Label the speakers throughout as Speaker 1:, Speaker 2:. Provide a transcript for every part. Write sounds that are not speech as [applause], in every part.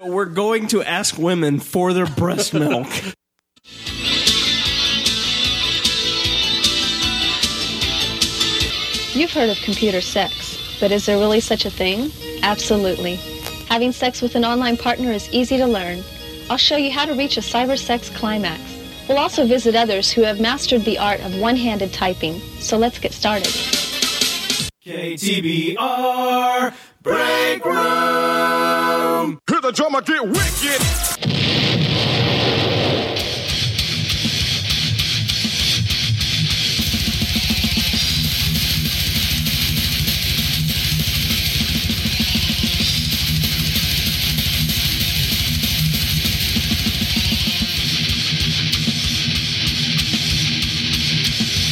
Speaker 1: We're going to ask women for their breast
Speaker 2: [laughs]
Speaker 1: milk.
Speaker 3: You've heard of computer sex, but is there really such a thing? Absolutely. Having sex with an online partner is easy to learn. I'll show you how to reach a cyber sex climax. We'll also visit others who have mastered the art of one handed typing. So let's get started.
Speaker 1: KTBR Break Room.
Speaker 4: Hear the drummer get wicked.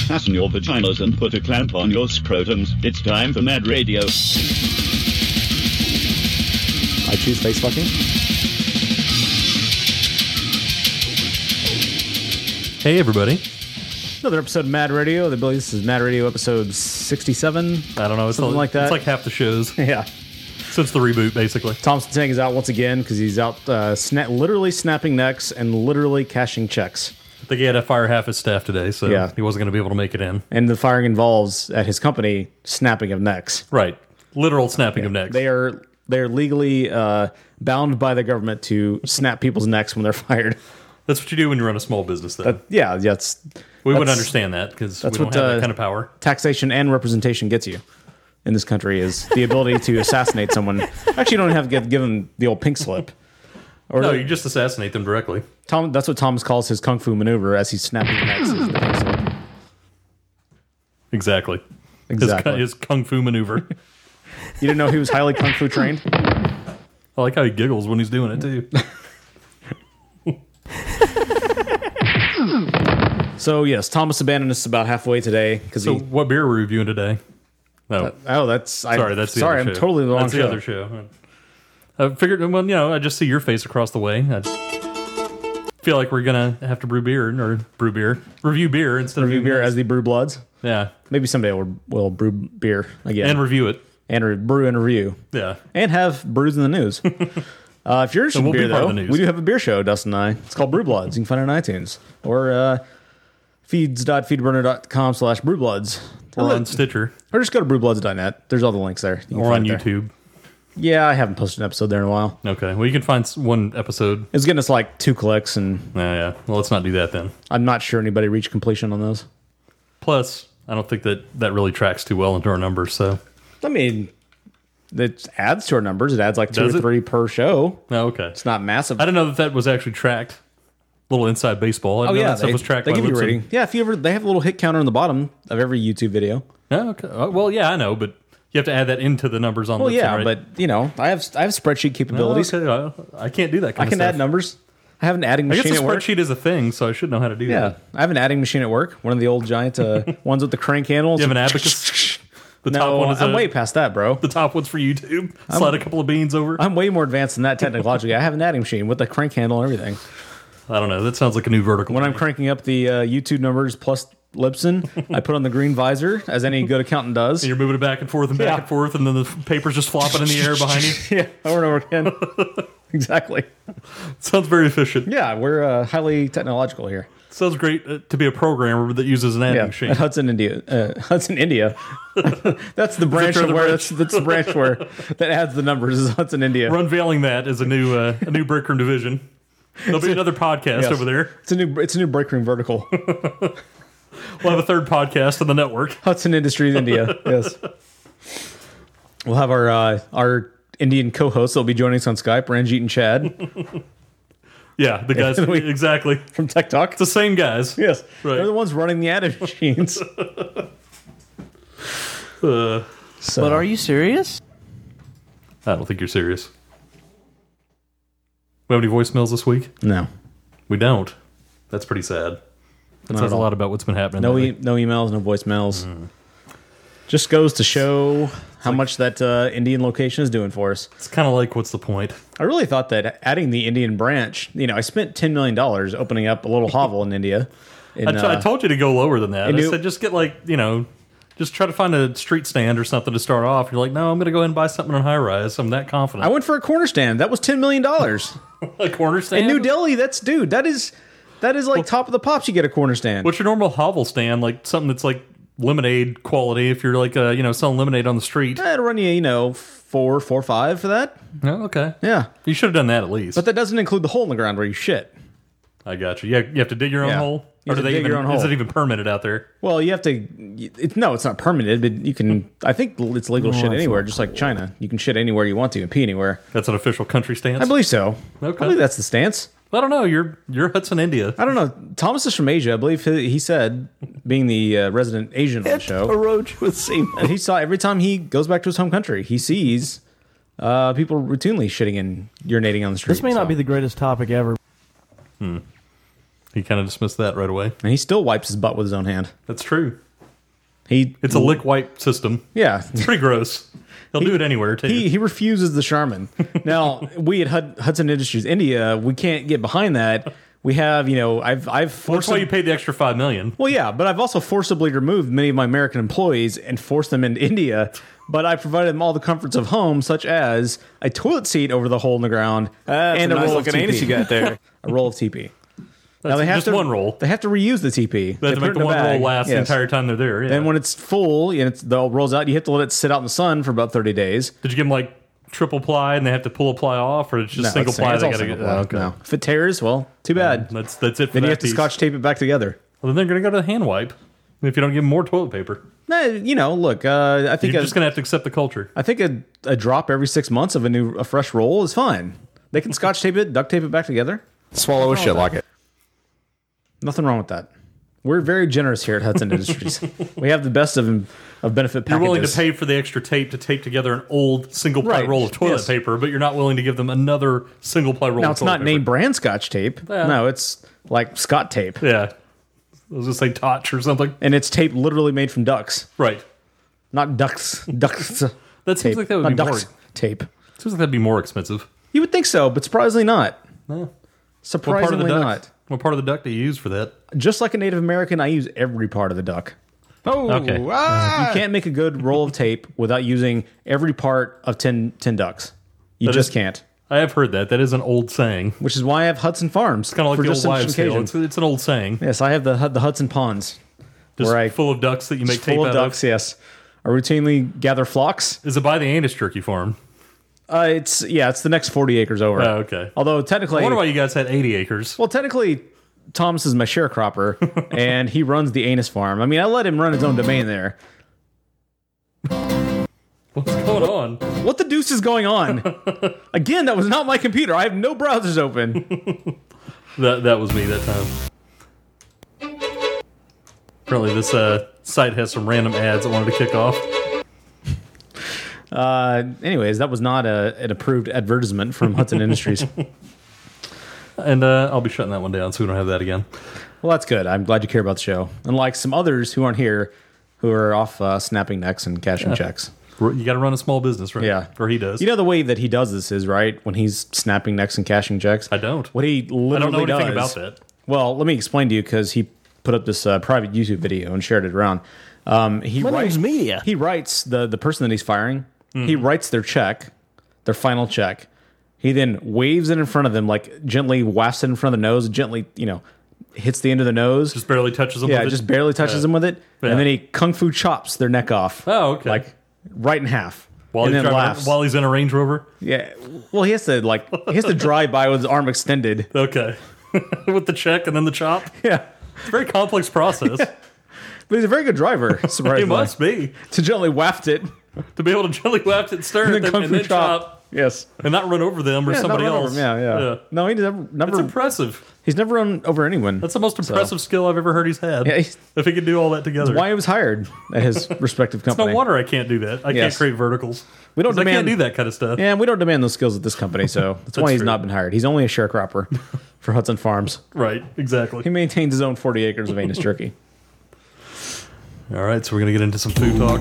Speaker 5: Fasten your vaginas and put a clamp on your scrotums. It's time for Mad Radio.
Speaker 2: I choose face fucking.
Speaker 6: Hey, everybody.
Speaker 2: Another episode of Mad Radio. The Billy, this is Mad Radio episode 67.
Speaker 6: I don't know. It's
Speaker 2: Something
Speaker 6: all-
Speaker 2: like that.
Speaker 6: It's like half the
Speaker 2: [laughs]
Speaker 6: shows
Speaker 2: Yeah.
Speaker 6: since the reboot, basically.
Speaker 2: Thompson Tank is out once again because he's out uh, sna- literally snapping necks and literally cashing checks.
Speaker 6: I think he had to fire half his staff today, so
Speaker 2: Yeah.
Speaker 6: he wasn't going to be able to make it in.
Speaker 2: And the firing involves, at his company, snapping of necks.
Speaker 6: Right. Literal snapping of necks.
Speaker 2: They are they are legally uh, bound by the government to snap people's necks when they're [laughs] fired.
Speaker 6: That's what you do when you run a small business, though.
Speaker 2: Yeah, that's
Speaker 6: we wouldn't
Speaker 2: that's-
Speaker 6: understand that because we
Speaker 2: that's
Speaker 6: don't
Speaker 2: what,
Speaker 6: have
Speaker 2: uh,
Speaker 6: that kind of power.
Speaker 2: taxation and representation gets you in this country is the ability to assassinate someone. Actually, you don't have to give, give them the old pink slip. Or
Speaker 6: No, you just assassinate them directly.
Speaker 2: Tom, that's what Thomas calls his kung fu maneuver as he's snapping necks.
Speaker 6: [laughs]
Speaker 2: is the pink slip.
Speaker 6: Exactly. His,
Speaker 2: Exactly.
Speaker 6: cu- his kung fu
Speaker 2: [laughs]
Speaker 6: maneuver.
Speaker 2: you didn't know he was highly kung fu trained.
Speaker 6: I like how he giggles when he's doing
Speaker 2: [laughs]
Speaker 6: it, too.
Speaker 2: So yes, Thomas abandoned us about halfway today because
Speaker 6: so,
Speaker 2: he.
Speaker 6: what beer are we reviewing today? No.
Speaker 2: Oh, that's I,
Speaker 6: sorry, that's the
Speaker 2: sorry.
Speaker 6: other
Speaker 2: I'm
Speaker 6: show.
Speaker 2: totally the wrong
Speaker 6: that's
Speaker 2: show.
Speaker 6: the other show. I figured, well, you know, I just see your face across the way. I feel like we're gonna have to brew beer or brew beer, review beer instead
Speaker 2: Brew
Speaker 6: of
Speaker 2: beer as the brew bloods.
Speaker 6: yeah,
Speaker 2: Maybe someday we'll, we'll brew beer again
Speaker 6: and review it.
Speaker 2: and re- brew and review.
Speaker 6: Yeah,
Speaker 2: and have brews in the
Speaker 6: [laughs]
Speaker 2: news. uh, if you're interested in
Speaker 6: won't
Speaker 2: beer,
Speaker 6: be part
Speaker 2: though,
Speaker 6: of the news.
Speaker 2: we do have a beer show, Dustin and I. It's called Brew Bloods. You can find it on iTunes or uh, feeds.feedburner.com slash brewbloods.
Speaker 6: or
Speaker 2: Or,
Speaker 6: on Stitcher
Speaker 2: or just go to brewbloods.net. There's all the links there. You can
Speaker 6: or on
Speaker 2: find it there.
Speaker 6: YouTube.
Speaker 2: Yeah, I haven't posted an episode there in a while.
Speaker 6: Okay, well, you can find s- one episode.
Speaker 2: It's getting us like two clicks, and
Speaker 6: Yeah, yeah. Well, let's not do that then.
Speaker 2: I'm not sure anybody reached completion on those.
Speaker 6: Plus, I don't think that that really tracks too well into our numbers. So,
Speaker 2: I mean, it adds to our numbers. It adds like two
Speaker 6: Does
Speaker 2: or
Speaker 6: it?
Speaker 2: three per show.
Speaker 6: oh, okay.
Speaker 2: It's not massive.
Speaker 6: I didn't know that that was actually tracked. Little inside baseball. I didn't know that stuff
Speaker 2: Oh, they,
Speaker 6: was tracked.
Speaker 2: they
Speaker 6: by
Speaker 2: give you a
Speaker 6: Libsyn.
Speaker 2: rating. Yeah, if you ever, they have a little hit counter on the bottom of every YouTube video.
Speaker 6: Yeah, okay. Uh, Well, yeah, I know, but you have to add that into the numbers on.
Speaker 2: Well,
Speaker 6: Libsyn,
Speaker 2: yeah,
Speaker 6: right?
Speaker 2: but you know, I have I have spreadsheet capabilities.
Speaker 6: Okay, I, I can't do that.
Speaker 2: I
Speaker 6: Kind
Speaker 2: can
Speaker 6: of
Speaker 2: add
Speaker 6: stuff.
Speaker 2: numbers. I have an adding
Speaker 6: I guess
Speaker 2: machine
Speaker 6: a
Speaker 2: at work.
Speaker 6: spreadsheet is a thing, so I should know how to do
Speaker 2: Yeah,
Speaker 6: that.
Speaker 2: I have an adding machine at work. One of the old giant
Speaker 6: [laughs]
Speaker 2: uh, ones with the crank handles.
Speaker 6: You have
Speaker 2: [laughs]
Speaker 6: an abacus. The top
Speaker 2: no,
Speaker 6: one is
Speaker 2: I'm
Speaker 6: a-
Speaker 2: way past that, bro.
Speaker 6: The top one's for YouTube. Slide a couple of beans over.
Speaker 2: I'm way more advanced than that technologically. I have an adding machine with a crank handle and everything.
Speaker 6: I don't know. That sounds like a new vertical.
Speaker 2: When I'm cranking up the uh, YouTube numbers plus Libsyn, I put on the green visor, as any good accountant does.
Speaker 6: [laughs] you're moving it back and forth and back
Speaker 2: Yeah.
Speaker 6: and forth, and then the paper's just flopping in the air behind
Speaker 2: [laughs]
Speaker 6: you.
Speaker 2: yeah, over and over again. [laughs] exactly.
Speaker 6: Sounds very efficient.
Speaker 2: Yeah, we're uh, highly technological here.
Speaker 6: Sounds great uh, to be a programmer that uses an adding
Speaker 2: Yeah, [laughs]
Speaker 6: machine.
Speaker 2: at Hudson, India. Uh, Hudson, India. [laughs] that's the branch
Speaker 6: other
Speaker 2: of where that's,
Speaker 6: branch.
Speaker 2: that's the branch where that adds the numbers is Hudson, India.
Speaker 6: We're unveiling that as a new uh, a new break room division. There'll be another podcast
Speaker 2: Yes.
Speaker 6: over there.
Speaker 2: It's a new it's a new break room vertical.
Speaker 6: We'll have a third podcast on the network.
Speaker 2: Hudson Industries, India. Yes. We'll have our uh, our Indian co-hosts. They'll be joining us on Skype. Ranjit and Chad
Speaker 6: Yeah, the guys
Speaker 2: [laughs] We-
Speaker 6: exactly.
Speaker 2: from Tech Talk.
Speaker 6: the same guys.
Speaker 2: Yes,
Speaker 6: Right.
Speaker 2: they're the ones running the ad machines.
Speaker 6: Uh,
Speaker 2: So,
Speaker 7: But are you serious?
Speaker 6: I don't think you're serious. We have any voicemails this week?
Speaker 2: no,
Speaker 6: We don't. That's pretty sad. That says a lot about what's been happening.
Speaker 2: no,
Speaker 6: lately.
Speaker 2: e- no emails, no voicemails. Just goes to show how much that uh, Indian location is doing for us.
Speaker 6: it's kind of like what's the point?
Speaker 2: I really thought that adding the Indian branch, you know, I spent ten million dollars opening
Speaker 6: [laughs]
Speaker 2: up a little hovel in India. In,
Speaker 6: I t- I
Speaker 2: uh,
Speaker 6: told you to go lower than that. I
Speaker 2: Indu-
Speaker 6: said just get like you know, Just try to find a street stand or something to start off. You're like, no, I'm going to go ahead and buy something on high rise. I'm that confident.
Speaker 2: I went for a corner stand. That was $10 million.
Speaker 6: [laughs] a corner stand.
Speaker 2: In New Delhi, that's, dude, that is, that is like top of the pops. You get a corner stand.
Speaker 6: What's your normal hovel stand? Like something that's like lemonade quality. If you're like, uh, you know, selling lemonade on the street.
Speaker 2: I'd run you, you know, four, four, five for that.
Speaker 6: No, Oh, okay.
Speaker 2: Yeah.
Speaker 6: You should have done that at least.
Speaker 2: But that doesn't include the hole in the ground where you shit.
Speaker 6: I got you. Yeah, you have to dig your own
Speaker 2: Yeah.
Speaker 6: hole.
Speaker 2: You have
Speaker 6: do
Speaker 2: to dig
Speaker 6: even,
Speaker 2: your own
Speaker 6: Is
Speaker 2: hole.
Speaker 6: it even permitted out there?
Speaker 2: Well, you have to. It, no, it's not permitted, but you can. I think it's
Speaker 6: Oh,
Speaker 2: legal shit anywhere, just like China. You can shit anywhere you want to and pee anywhere.
Speaker 6: That's an official country stance.
Speaker 2: I believe so.
Speaker 6: Okay.
Speaker 2: I believe that's the stance.
Speaker 6: I don't know. You're you're Hudson, India.
Speaker 2: I don't know. Thomas is from Asia. I believe he, he said, being the uh, resident Asian on the
Speaker 1: A
Speaker 2: show,
Speaker 1: roach with semen.
Speaker 2: he saw every time he goes back to his home country, he sees uh, people routinely shitting and urinating on the street.
Speaker 4: This may not be the greatest topic ever.
Speaker 6: He kind of dismissed that right away.
Speaker 2: And he still wipes his butt with his own hand.
Speaker 6: That's true.
Speaker 2: He
Speaker 6: It's a lick wipe system.
Speaker 2: yeah.
Speaker 6: It's pretty gross. He'll do it anywhere too.
Speaker 2: He, he refuses the Charmin. Now we at Hud- Hudson Industries India, we can't get behind that. We have, you know, I've I've
Speaker 6: That's why
Speaker 2: forcibly,
Speaker 6: you paid the extra five million.
Speaker 2: well, yeah, but I've also forcibly removed many of my American employees and forced them into [laughs] India. But I provided them all the comforts of home, such as a toilet seat over the hole in the ground and a, roll of TP.
Speaker 1: there.
Speaker 2: [laughs] A roll of TP.
Speaker 6: That's
Speaker 2: they have
Speaker 6: just
Speaker 2: to,
Speaker 6: one roll.
Speaker 2: They have to reuse the TP.
Speaker 6: They have
Speaker 2: put
Speaker 6: to make
Speaker 2: it
Speaker 6: the
Speaker 2: in a
Speaker 6: one
Speaker 2: bag.
Speaker 6: roll last the
Speaker 2: Yes.
Speaker 6: entire time they're there. Yeah.
Speaker 2: And when it's full and it's, it all rolls out, you have to let it sit out in the sun for about thirty days.
Speaker 6: Did you give them like triple ply and they have to pull a ply off, or it's just
Speaker 2: No,
Speaker 6: single
Speaker 2: it's saying
Speaker 6: ply?
Speaker 2: it's
Speaker 6: They
Speaker 2: all
Speaker 6: got to get.
Speaker 2: single ply.
Speaker 6: Oh, okay.
Speaker 2: No. If it tears, well, too bad.
Speaker 6: That's that's it. For
Speaker 2: then
Speaker 6: that
Speaker 2: you have to
Speaker 6: piece.
Speaker 2: scotch tape it back together.
Speaker 6: Well, then they're gonna go to the hand wipe. If you don't give them more toilet paper,
Speaker 2: No, you know, look, uh, I think
Speaker 6: you're
Speaker 2: a,
Speaker 6: just gonna have to accept the culture.
Speaker 2: I think a, a drop every six months of a new a fresh roll is fine. They can scotch tape it, duct tape it back together.
Speaker 7: Swallow a shit like it.
Speaker 2: Nothing wrong with that. We're very generous here at Hudson
Speaker 6: [laughs]
Speaker 2: Industries. we have the best of of benefit packages.
Speaker 6: You're willing to pay for the extra tape to tape together an old single ply
Speaker 2: Right.
Speaker 6: roll of toilet
Speaker 2: Yes.
Speaker 6: paper, but you're not willing to give them another single ply roll.
Speaker 2: Now
Speaker 6: of
Speaker 2: it's
Speaker 6: toilet
Speaker 2: not
Speaker 6: paper.
Speaker 2: name brand scotch tape.
Speaker 6: Yeah.
Speaker 2: No, it's like Scott tape,
Speaker 6: Yeah, I was gonna say Totch or something.
Speaker 2: and it's tape literally made from ducks,
Speaker 6: Right.
Speaker 2: not ducks. [laughs] Ducks.
Speaker 6: That
Speaker 2: tape.
Speaker 6: seems like that would
Speaker 2: not
Speaker 6: be
Speaker 2: ducks
Speaker 6: more.
Speaker 2: tape.
Speaker 6: Seems like that'd be more expensive.
Speaker 2: You would think so, but surprisingly not.
Speaker 6: Yeah. What part of the
Speaker 2: Surprisingly
Speaker 6: duck?
Speaker 2: not.
Speaker 6: What part of the duck do you use for that?
Speaker 2: Just like a Native American, I use every part of the duck.
Speaker 7: Oh,
Speaker 6: Okay.
Speaker 7: ah!
Speaker 2: You can't make a good roll of tape without using every part of 10, 10 ducks. You just
Speaker 6: is-
Speaker 2: can't.
Speaker 6: I have heard that. That is an old saying.
Speaker 2: Which is why I have Hudson Farms.
Speaker 6: Kind of like
Speaker 2: for
Speaker 6: the
Speaker 2: just
Speaker 6: old
Speaker 2: such an
Speaker 6: wives' tale.
Speaker 2: occasion.
Speaker 6: It's, it's an old saying.
Speaker 2: Yes, I have the Hud- the Hudson Ponds.
Speaker 6: Just
Speaker 2: where I-
Speaker 6: full of ducks that you make tape
Speaker 2: full of
Speaker 6: out
Speaker 2: ducks, yes. I routinely gather flocks.
Speaker 6: of. Is it by the Angus Jerky Farm?
Speaker 2: Uh, it's yeah, it's the next forty acres over.
Speaker 6: Oh, okay.
Speaker 2: Although
Speaker 6: I
Speaker 2: technically,
Speaker 6: wonder why you guys had 80 acres.
Speaker 2: well, technically, Thomas is my
Speaker 6: [laughs]
Speaker 2: sharecropper, and he runs the anus farm. I mean, I let him run his own domain there.
Speaker 6: What's going on?
Speaker 2: What the deuce is going
Speaker 6: [laughs]
Speaker 2: on? Again, that was not my computer. I have no browsers open.
Speaker 6: That, that was me that time. Apparently, this uh, site has some random ads I wanted to kick off.
Speaker 2: Uh, anyways, that was not a, an approved advertisement from
Speaker 6: [laughs]
Speaker 2: Hudson Industries.
Speaker 6: And uh, I'll be shutting that one down so we don't have that again.
Speaker 2: Well, that's good. I'm glad you care about the show. Unlike some others who aren't here, who are off uh, snapping necks and cashing checks.
Speaker 6: You got to run a small business, right?
Speaker 2: Yeah,
Speaker 6: Or he does.
Speaker 2: You know the way that he does this is right when he's snapping necks and cashing checks.
Speaker 6: I don't.
Speaker 2: What he literally
Speaker 6: I don't know anything
Speaker 2: does-
Speaker 6: about that.
Speaker 2: Well, let me explain to you because he put up this uh, private YouTube video and shared it around. Um, he
Speaker 1: My
Speaker 2: writes
Speaker 1: name's Media.
Speaker 2: He writes the the person that he's firing. He
Speaker 6: Mm-hmm.
Speaker 2: writes their check, their final check. He then waves it in front of them, like gently wafts it in front of the nose, gently, you know, hits the end of the nose.
Speaker 6: Just barely touches them.
Speaker 2: yeah,
Speaker 6: with it.
Speaker 2: just barely touches
Speaker 6: Yeah.
Speaker 2: them with it,
Speaker 6: Yeah.
Speaker 2: and then he kung fu chops their neck off,
Speaker 6: [laughs] Oh, okay.
Speaker 2: like right in half,
Speaker 6: while
Speaker 2: and
Speaker 6: he's
Speaker 2: then
Speaker 6: driving-
Speaker 2: laughs.
Speaker 6: while he's in a Range Rover.
Speaker 2: yeah, well, he has to like he has to drive by with his arm
Speaker 6: [laughs]
Speaker 2: extended.
Speaker 6: Okay. With the check and then the chop.
Speaker 2: Yeah,
Speaker 6: It's a very
Speaker 2: [laughs]
Speaker 6: complex process.
Speaker 2: but he's a very good
Speaker 6: [laughs]
Speaker 2: driver.
Speaker 6: It
Speaker 2: Surprisingly,
Speaker 6: must be.
Speaker 2: to gently waft it
Speaker 6: To be able to gently waft it, stern,
Speaker 2: and
Speaker 6: [laughs] and
Speaker 2: then
Speaker 6: then,
Speaker 2: kung
Speaker 6: and
Speaker 2: fu
Speaker 6: then chop.
Speaker 2: chop. Yes,
Speaker 6: and not run over them or
Speaker 2: Yeah,
Speaker 6: somebody
Speaker 2: not run
Speaker 6: else.
Speaker 2: over him. Yeah, Hmm. yeah, No, he never,
Speaker 6: It's
Speaker 2: never
Speaker 6: impressive.
Speaker 2: he's never run over anyone.
Speaker 6: That's the most impressive skill I've ever heard he's had.
Speaker 2: Yeah, he's-
Speaker 6: if he could do all that together.
Speaker 2: why he was hired at
Speaker 6: [laughs]
Speaker 2: his respective
Speaker 6: it's no
Speaker 2: company.
Speaker 6: wonder I can't do that. I can't
Speaker 2: Yes.
Speaker 6: create verticals.
Speaker 2: We don't
Speaker 6: 'Cause I can't
Speaker 2: demand-
Speaker 6: do that kind of stuff.
Speaker 2: Yeah, and we don't demand those skills at this company,
Speaker 6: [laughs]
Speaker 2: so that's, why he's
Speaker 6: true.
Speaker 2: not been hired. He's only a sharecropper
Speaker 6: [laughs]
Speaker 2: for Hudson Farms.
Speaker 6: Right, exactly.
Speaker 2: He maintains his own forty acres of anus jerky.
Speaker 6: All right, so we're going to get into some food talk.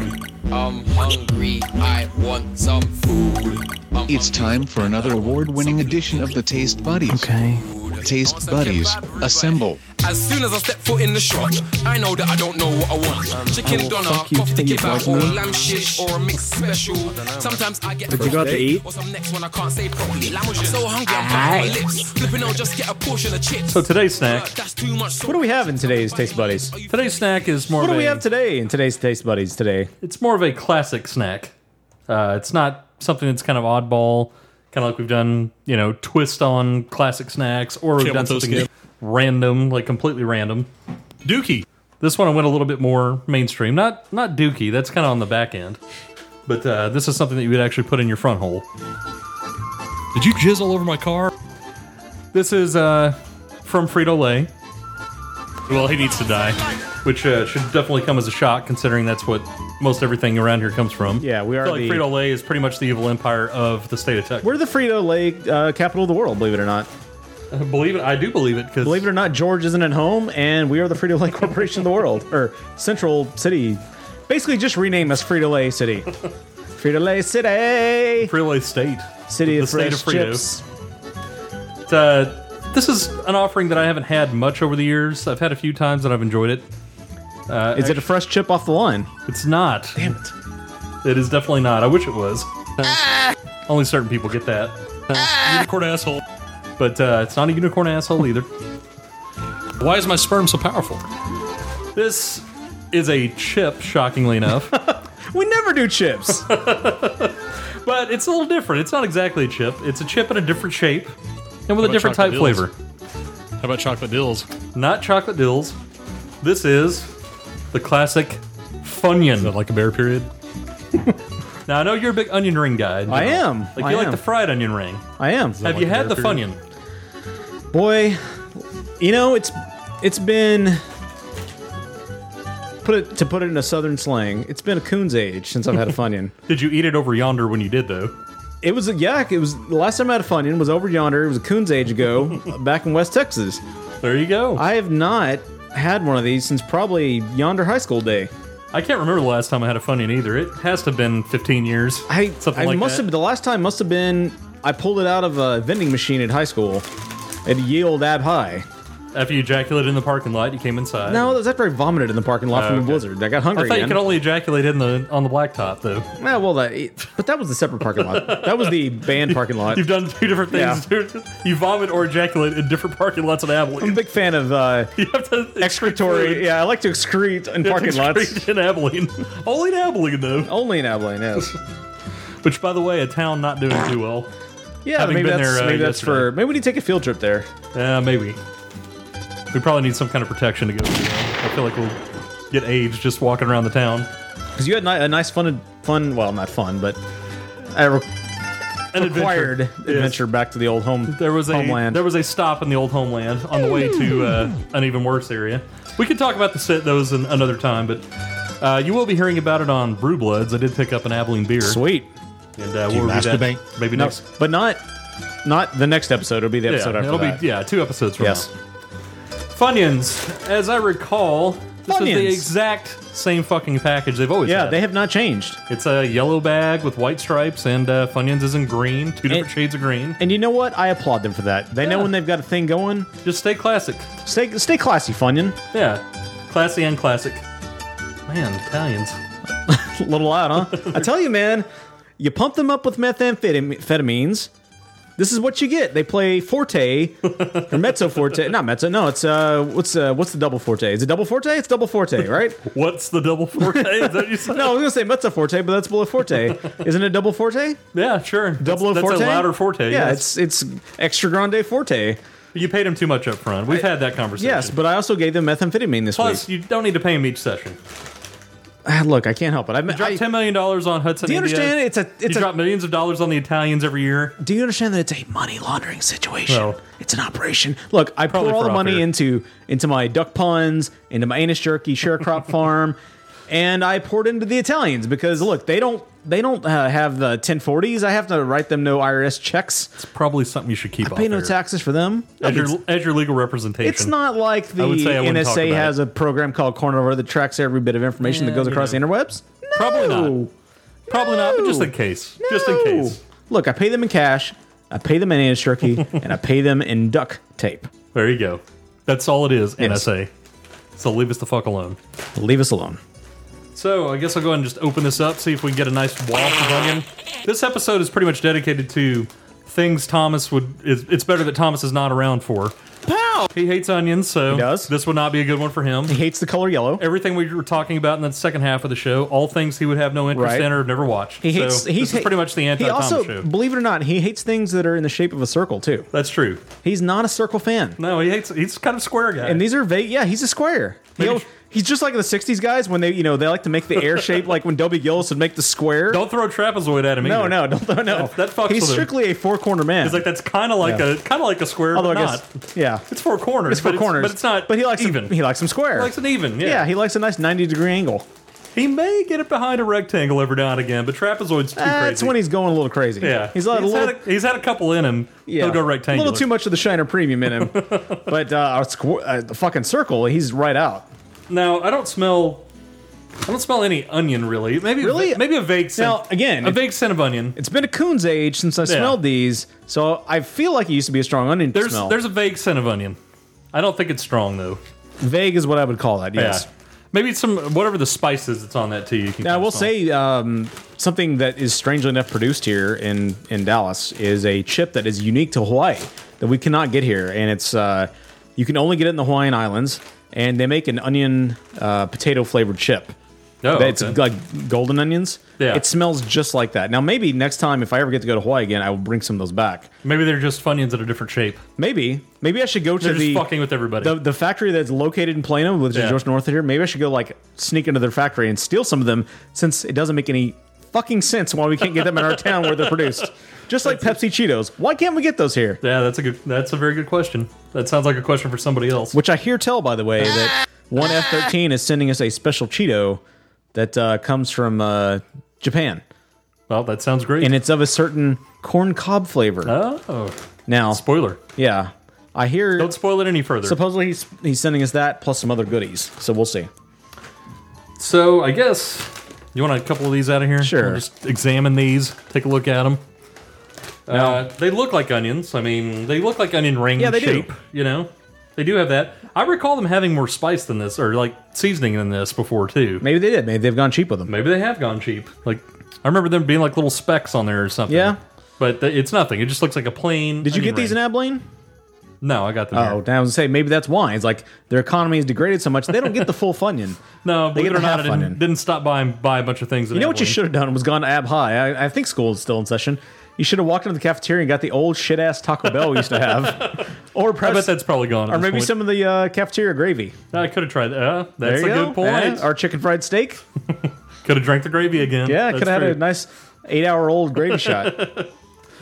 Speaker 8: I'm hungry, I want some food. Um,
Speaker 9: It's time for another award winning edition of the Taste Buddies.
Speaker 1: Okay.
Speaker 8: Food.
Speaker 4: Taste buddies, assemble.
Speaker 8: um, As soon as I step foot in the shop, I know that I don't know what I want. Chicken
Speaker 1: will
Speaker 8: doner,
Speaker 1: fuck you
Speaker 8: puff
Speaker 1: till you
Speaker 8: kebab,
Speaker 1: poison
Speaker 8: or
Speaker 1: me.
Speaker 8: lamb shish, or a mixed special. Sometimes I get. Did
Speaker 1: you go out to eat?
Speaker 8: Or some next one I can't say properly. I'm so hungry, I'm biting my lips. Flipping out, just get a portion of chips.
Speaker 6: So today's snack.
Speaker 8: That's too much. So
Speaker 2: What do we have in today's Taste Buddies?
Speaker 6: Today's snack is more.
Speaker 2: What
Speaker 6: of
Speaker 2: do we
Speaker 6: a-
Speaker 2: have today in today's Taste Buddies today?
Speaker 6: it's more of a classic snack. Uh, it's not something that's kind of oddball, kind of like we've done, you know, twist on classic snacks, or we've
Speaker 9: Camel
Speaker 6: done
Speaker 9: toe
Speaker 6: something
Speaker 9: skip.
Speaker 6: random, like completely random.
Speaker 9: Dookie.
Speaker 6: This one I went a little bit more mainstream. Not not dookie. That's kind of on the back end. But uh, this is something that you would actually put in your front hole.
Speaker 9: Did you jizz all over my car?
Speaker 6: This is uh, from Frito Lay,
Speaker 9: Well, he needs to die.
Speaker 6: which uh, should definitely come as a shock considering that's what most everything around here comes from.
Speaker 2: Yeah, we
Speaker 6: I
Speaker 2: are
Speaker 6: feel like
Speaker 2: the
Speaker 6: Frito Lay is pretty much the evil empire of the state of Texas.
Speaker 2: we're the Frito Lay uh, capital of the world. Believe it or not,
Speaker 6: Believe it, I do believe it because
Speaker 2: believe it or not, George isn't at home, and we are the Frito Lay [laughs] Corporation of the world or Central City. Basically, just rename us Frito Lay
Speaker 6: [laughs]
Speaker 2: City. Frito Lay City,
Speaker 6: Frito Lay State.
Speaker 2: City
Speaker 6: the
Speaker 2: of Fresh
Speaker 6: state of Frito.
Speaker 2: Chips.
Speaker 6: But, uh, this is an offering that I haven't had much over the years. I've had a few times and I've enjoyed it. Uh,
Speaker 2: Is it a fresh chip off the line?
Speaker 6: It's not.
Speaker 2: Damn it! Ah.
Speaker 6: It is definitely not. I wish it was. Only certain people get that. Ah,
Speaker 9: Unicorn asshole.
Speaker 6: But uh, it's not a unicorn asshole either.
Speaker 9: Why is my sperm so powerful?
Speaker 6: This is a chip, shockingly enough.
Speaker 2: We never do
Speaker 6: [laughs]
Speaker 2: chips.
Speaker 6: but it's a little different. It's not exactly a chip. It's a chip in a different shape and with a
Speaker 9: about
Speaker 6: different type
Speaker 9: chocolate
Speaker 6: of
Speaker 9: dills?
Speaker 6: flavor.
Speaker 9: How about chocolate dills?
Speaker 6: Not chocolate dills. This is the classic Funyun.
Speaker 9: Like a bear period?
Speaker 6: [laughs] Now I know you're a big onion ring guy. in
Speaker 2: I
Speaker 6: general.
Speaker 2: am.
Speaker 6: Like
Speaker 2: I
Speaker 6: you like
Speaker 2: am.
Speaker 6: the fried onion ring.
Speaker 2: I am.
Speaker 6: Have you had the
Speaker 9: American?
Speaker 6: funyun?
Speaker 2: boy you know it's it's been put it to put it in a southern slang it's been a coon's age since i've had
Speaker 6: [laughs]
Speaker 2: a funyun
Speaker 6: Did you eat it over yonder when you did though?
Speaker 2: it was a yeah it was the last time i had a funyun was over yonder it was a coon's age ago
Speaker 6: [laughs]
Speaker 2: back in west texas
Speaker 6: There you go. I,
Speaker 2: i have not had one of these since probably yonder high school day
Speaker 6: can't remember the last time I had a funyun either. It has to have been 15 years.
Speaker 2: i
Speaker 6: something
Speaker 2: I
Speaker 6: like
Speaker 2: must
Speaker 6: that.
Speaker 2: have the last time must have been i pulled it out of a vending machine at high school at yield ab high
Speaker 6: After you ejaculated in the parking lot, you came inside.
Speaker 2: no that was after i vomited in the parking lot from
Speaker 6: Oh, okay.
Speaker 2: the blizzard i got
Speaker 6: I
Speaker 2: hungry
Speaker 6: thought you
Speaker 2: again.
Speaker 6: could only ejaculate in the on the blacktop though.
Speaker 2: Yeah, well, that, but that was a separate parking lot. That was the band parking lot.
Speaker 6: You've done two different things. [laughs] you vomit or ejaculate in different parking lots of
Speaker 2: I'm a
Speaker 6: Abilene. [laughs]
Speaker 2: big fan of uh,
Speaker 6: you have to
Speaker 2: excretory. Yeah, I like to excrete in parking lots.
Speaker 6: in Abilene. [laughs] Only in Abilene though.
Speaker 2: Only in Abilene,
Speaker 6: [laughs]
Speaker 2: yes.
Speaker 6: Which by the way, a town not doing too well.
Speaker 2: Yeah,
Speaker 6: Having
Speaker 2: maybe
Speaker 6: been
Speaker 2: that's
Speaker 6: there, uh,
Speaker 2: maybe that's for
Speaker 6: yesterday.
Speaker 2: maybe we need to take a field trip there.
Speaker 6: Yeah, Uh, maybe. We probably need some kind of protection to go through. I feel like we'll get AIDS just walking around the town.
Speaker 2: Because you had ni- a nice fun fun. Well, not fun, but I re-
Speaker 6: An
Speaker 2: required
Speaker 6: adventure.
Speaker 2: adventure, back to the old home.
Speaker 6: There was a
Speaker 2: homeland.
Speaker 6: there was a stop in the old homeland on the way to uh, an even worse area. We could talk about the set those an, another time, but uh, you will be hearing about it on Brew Bloods. I did pick up an Abilene beer,
Speaker 2: sweet.
Speaker 6: and uh,
Speaker 4: you
Speaker 6: we'll read that
Speaker 4: masturbate?
Speaker 6: maybe
Speaker 2: No,
Speaker 6: next.
Speaker 2: but not not the next episode. It'll be the episode
Speaker 6: Yeah,
Speaker 2: after
Speaker 6: it'll
Speaker 2: that.
Speaker 6: be yeah two episodes from
Speaker 2: yes.
Speaker 6: now. Funyuns, as I recall, this is the
Speaker 2: Funyuns.
Speaker 6: exact same fucking package they've always
Speaker 2: Yeah,
Speaker 6: had.
Speaker 2: they have not changed.
Speaker 6: It's a yellow bag with white stripes, and uh, Funyuns is in green, two different
Speaker 2: And-
Speaker 6: shades of green.
Speaker 2: And you know what? I applaud them for that. They know
Speaker 6: Yeah.
Speaker 2: when they've got a thing going.
Speaker 6: Just stay classic.
Speaker 2: Stay stay classy, Funyun.
Speaker 6: Yeah, classy and classic. Man, Italians.
Speaker 2: little loud,
Speaker 6: [laughs]
Speaker 2: huh? I tell you, man, you pump them up with methamphetamines. This is what you get. They play
Speaker 6: [laughs]
Speaker 2: forte or mezzo forte. Not mezzo. No, it's uh, what's uh, what's the double forte? Is it double forte? It's double forte, [laughs] right?
Speaker 6: What's the double forte? Is that what you
Speaker 2: [laughs]
Speaker 6: said?
Speaker 2: no, I was gonna say mezzo forte, but that's below forte. Isn't it double forte?
Speaker 6: Yeah, sure.
Speaker 2: Double
Speaker 6: that's,
Speaker 2: forte.
Speaker 6: That's a louder forte.
Speaker 2: Yeah,
Speaker 6: yes.
Speaker 2: it's it's extra grande forte.
Speaker 6: you paid him too much up front. We've had that conversation.
Speaker 2: Yes, but I also gave them methamphetamine this
Speaker 6: Plus,
Speaker 2: week.
Speaker 6: you don't need to pay him each session.
Speaker 2: Ah, Look, I can't help it. I've,
Speaker 6: Drop
Speaker 2: I,
Speaker 6: ten million dollars on Hudson.
Speaker 2: do you
Speaker 6: India.
Speaker 2: understand? It's a
Speaker 6: you
Speaker 2: it's
Speaker 6: drop
Speaker 2: a,
Speaker 6: millions of dollars on the Italians every year.
Speaker 2: do you understand that it's a money laundering situation?
Speaker 6: Well-
Speaker 2: it's an operation. Look, I
Speaker 6: Probably
Speaker 2: pour all
Speaker 6: for
Speaker 2: the money
Speaker 6: opera.
Speaker 2: into into my duck ponds, into my anus jerky
Speaker 6: [laughs]
Speaker 2: sharecrop farm, and I poured into the Italians because look, they don't they don't uh, have the 1040s. I have to write them no IRS checks.
Speaker 6: It's probably something you should keep.
Speaker 2: I pay
Speaker 6: off
Speaker 2: no
Speaker 6: there.
Speaker 2: taxes for them.
Speaker 6: as your as your legal representation.
Speaker 2: It's not like the
Speaker 6: would say I wouldn't talk
Speaker 2: NSA
Speaker 6: about
Speaker 2: has a program called Cornover that tracks every bit of information
Speaker 6: Yeah,
Speaker 2: that goes
Speaker 6: you
Speaker 2: across
Speaker 6: know.
Speaker 2: the interwebs.
Speaker 6: Probably
Speaker 2: No.
Speaker 6: not. Probably not. But just in
Speaker 2: No.
Speaker 6: case. Just in
Speaker 2: No.
Speaker 6: case.
Speaker 2: Look, I pay them in cash. I pay them in
Speaker 6: [laughs]
Speaker 2: anarchy, and I pay them in duct tape.
Speaker 6: There you go. That's all it is,
Speaker 2: Yes.
Speaker 6: NSA. So leave us the fuck alone.
Speaker 2: Leave us alone.
Speaker 6: So I guess I'll go ahead and just open this up, see if we can get a nice waft of onion. This episode is pretty much dedicated to things Thomas would. Is, it's better that Thomas is not around for. Pow! He hates onions, so
Speaker 2: does?
Speaker 6: this would not be a good one for him.
Speaker 2: He hates the color yellow.
Speaker 6: Everything we were talking about in the second half of the show, all things he would have no interest
Speaker 2: Right.
Speaker 6: in or have never watched.
Speaker 2: He hates.
Speaker 6: so
Speaker 2: he's
Speaker 6: this is pretty much the
Speaker 2: He
Speaker 6: anti-Thomas
Speaker 2: also,
Speaker 6: show.
Speaker 2: believe it or not, he hates things that are in the shape of a circle too.
Speaker 6: That's true.
Speaker 2: He's not a circle fan.
Speaker 6: No, he hates. He's kind of a square guy.
Speaker 2: And these are vague. Yeah, he's a square. You
Speaker 6: Maybe-
Speaker 2: know, he's just like the '60s guys when they, you know, they like to make the air shape, like when Dobie Gillis would make the square.
Speaker 6: don't throw trapezoid at him.
Speaker 2: no,
Speaker 6: either.
Speaker 2: no, don't, no, no.
Speaker 6: That- that fucks
Speaker 2: he's
Speaker 6: with him.
Speaker 2: strictly a four-corner man.
Speaker 6: It's like that's kind of like
Speaker 2: Yeah.
Speaker 6: a kind of like a square,
Speaker 2: Although
Speaker 6: but
Speaker 2: I
Speaker 6: not.
Speaker 2: guess, yeah,
Speaker 6: It's four
Speaker 2: [laughs]
Speaker 6: corners.
Speaker 2: it's four
Speaker 6: but
Speaker 2: corners,
Speaker 6: but it's not.
Speaker 2: But he likes
Speaker 6: even.
Speaker 2: Him, he likes them square.
Speaker 6: He likes an even. Yeah.
Speaker 2: yeah, he likes a nice ninety-degree angle.
Speaker 6: He may get it behind a rectangle every now and again, but trapezoid's too
Speaker 2: That's
Speaker 6: crazy.
Speaker 2: Uh, when he's going a little crazy.
Speaker 6: yeah.
Speaker 2: he's, like a little.
Speaker 6: had a, he's had a couple in him.
Speaker 2: yeah,
Speaker 6: He'll go
Speaker 2: a
Speaker 6: rectangular.
Speaker 2: little too much of the Shiner Premium in
Speaker 6: [laughs]
Speaker 2: him, but uh, a squ- uh, the fucking circle, he's right out.
Speaker 6: Now I don't smell. I don't smell any onion really. Maybe
Speaker 2: Really?
Speaker 6: maybe a vague scent.
Speaker 2: Now, again,
Speaker 6: a
Speaker 2: if-
Speaker 6: vague scent of onion.
Speaker 2: It's been a coon's age since I smelled these, so I feel like it used to be a strong onion
Speaker 6: There's
Speaker 2: smell.
Speaker 6: there's a vague scent of onion. I don't think it's strong though.
Speaker 2: Vague is what I would call that. Yes.
Speaker 6: Yeah. Maybe it's some whatever the spice is that's on that tea. You can
Speaker 2: Now I
Speaker 6: kinda
Speaker 2: will
Speaker 6: smell.
Speaker 2: say um, something that is strangely enough produced here in in Dallas is a chip that is unique to Hawaii that we cannot get here, and it's uh, you can only get it in the Hawaiian Islands, and they make an onion uh, potato flavored chip.
Speaker 6: Oh,
Speaker 2: That's
Speaker 6: okay.
Speaker 2: like golden onions.
Speaker 6: Yeah.
Speaker 2: It smells just like that. Now maybe next time if I ever get to go to Hawaii again, I will bring some of those back.
Speaker 6: maybe they're just Funyuns in a different shape.
Speaker 2: Maybe maybe I should go
Speaker 6: They're
Speaker 2: to
Speaker 6: just
Speaker 2: the
Speaker 6: fucking with everybody.
Speaker 2: the, the factory that's located in Plano, which
Speaker 6: Yeah.
Speaker 2: is just north of here, maybe I should go like sneak into their factory and steal some of them since it doesn't make any fucking sense why we can't get them
Speaker 6: [laughs]
Speaker 2: in our town where they're produced. Just like Pepsi Cheetos. Why can't we get those here?
Speaker 6: yeah, that's a good. That's a very good question. That sounds like a question for somebody else.
Speaker 2: Which I hear tell, by the way, that one F thirteen is sending us a special Cheeto that uh, comes from uh, Japan,
Speaker 6: Well, that sounds great.
Speaker 2: and it's of a certain corn cob flavor.
Speaker 6: oh,
Speaker 2: now,
Speaker 6: spoiler!
Speaker 2: yeah, I hear.
Speaker 6: Don't spoil it any further.
Speaker 2: supposedly he's, he's sending us that plus some other goodies, so we'll see.
Speaker 6: So I guess you want a couple of these out of here.
Speaker 2: Sure.
Speaker 6: We'll just examine these. Take a look at them. Uh, they look like onions. I mean, they look like onion ring
Speaker 2: Yeah, they do.
Speaker 6: shape. You know, they do have that. I recall them having more spice than this, or like seasoning than this before too.
Speaker 2: Maybe they did. Maybe they've gone cheap with them.
Speaker 6: Maybe they have gone cheap. Like I remember them being like little specks on there or something.
Speaker 2: Yeah.
Speaker 6: But th- it's nothing. It just looks like a plain.
Speaker 2: Did you
Speaker 6: onion
Speaker 2: get these in
Speaker 6: ring.
Speaker 2: Abilene?
Speaker 6: No, I got them.
Speaker 2: Oh,
Speaker 6: here.
Speaker 2: now I was gonna say maybe that's why. It's like their economy has degraded so much they don't get the full
Speaker 6: [laughs]
Speaker 2: funyun.
Speaker 6: no!
Speaker 2: get
Speaker 6: Believe it or
Speaker 2: the
Speaker 6: not, I
Speaker 2: half onion.
Speaker 6: didn't, didn't stop by and buy a bunch of things.
Speaker 2: You know what you should have done was gone to Ab High. I, I think school is still in session. You should have walked into the cafeteria and got the old shit ass Taco Bell we used to have,
Speaker 6: [laughs]
Speaker 2: or
Speaker 6: I bet
Speaker 2: perhaps,
Speaker 6: that's probably gone. at
Speaker 2: or
Speaker 6: this
Speaker 2: maybe
Speaker 6: point.
Speaker 2: some of the uh, cafeteria gravy.
Speaker 6: I could have tried that. Uh,
Speaker 2: There
Speaker 6: that's a
Speaker 2: you
Speaker 6: good
Speaker 2: go.
Speaker 6: point.
Speaker 2: Yeah, Or chicken fried steak.
Speaker 6: Could have drank the gravy again.
Speaker 2: Yeah,
Speaker 6: That's
Speaker 2: could have had a
Speaker 6: true.
Speaker 2: nice eight hour old gravy
Speaker 6: [laughs]
Speaker 2: shot.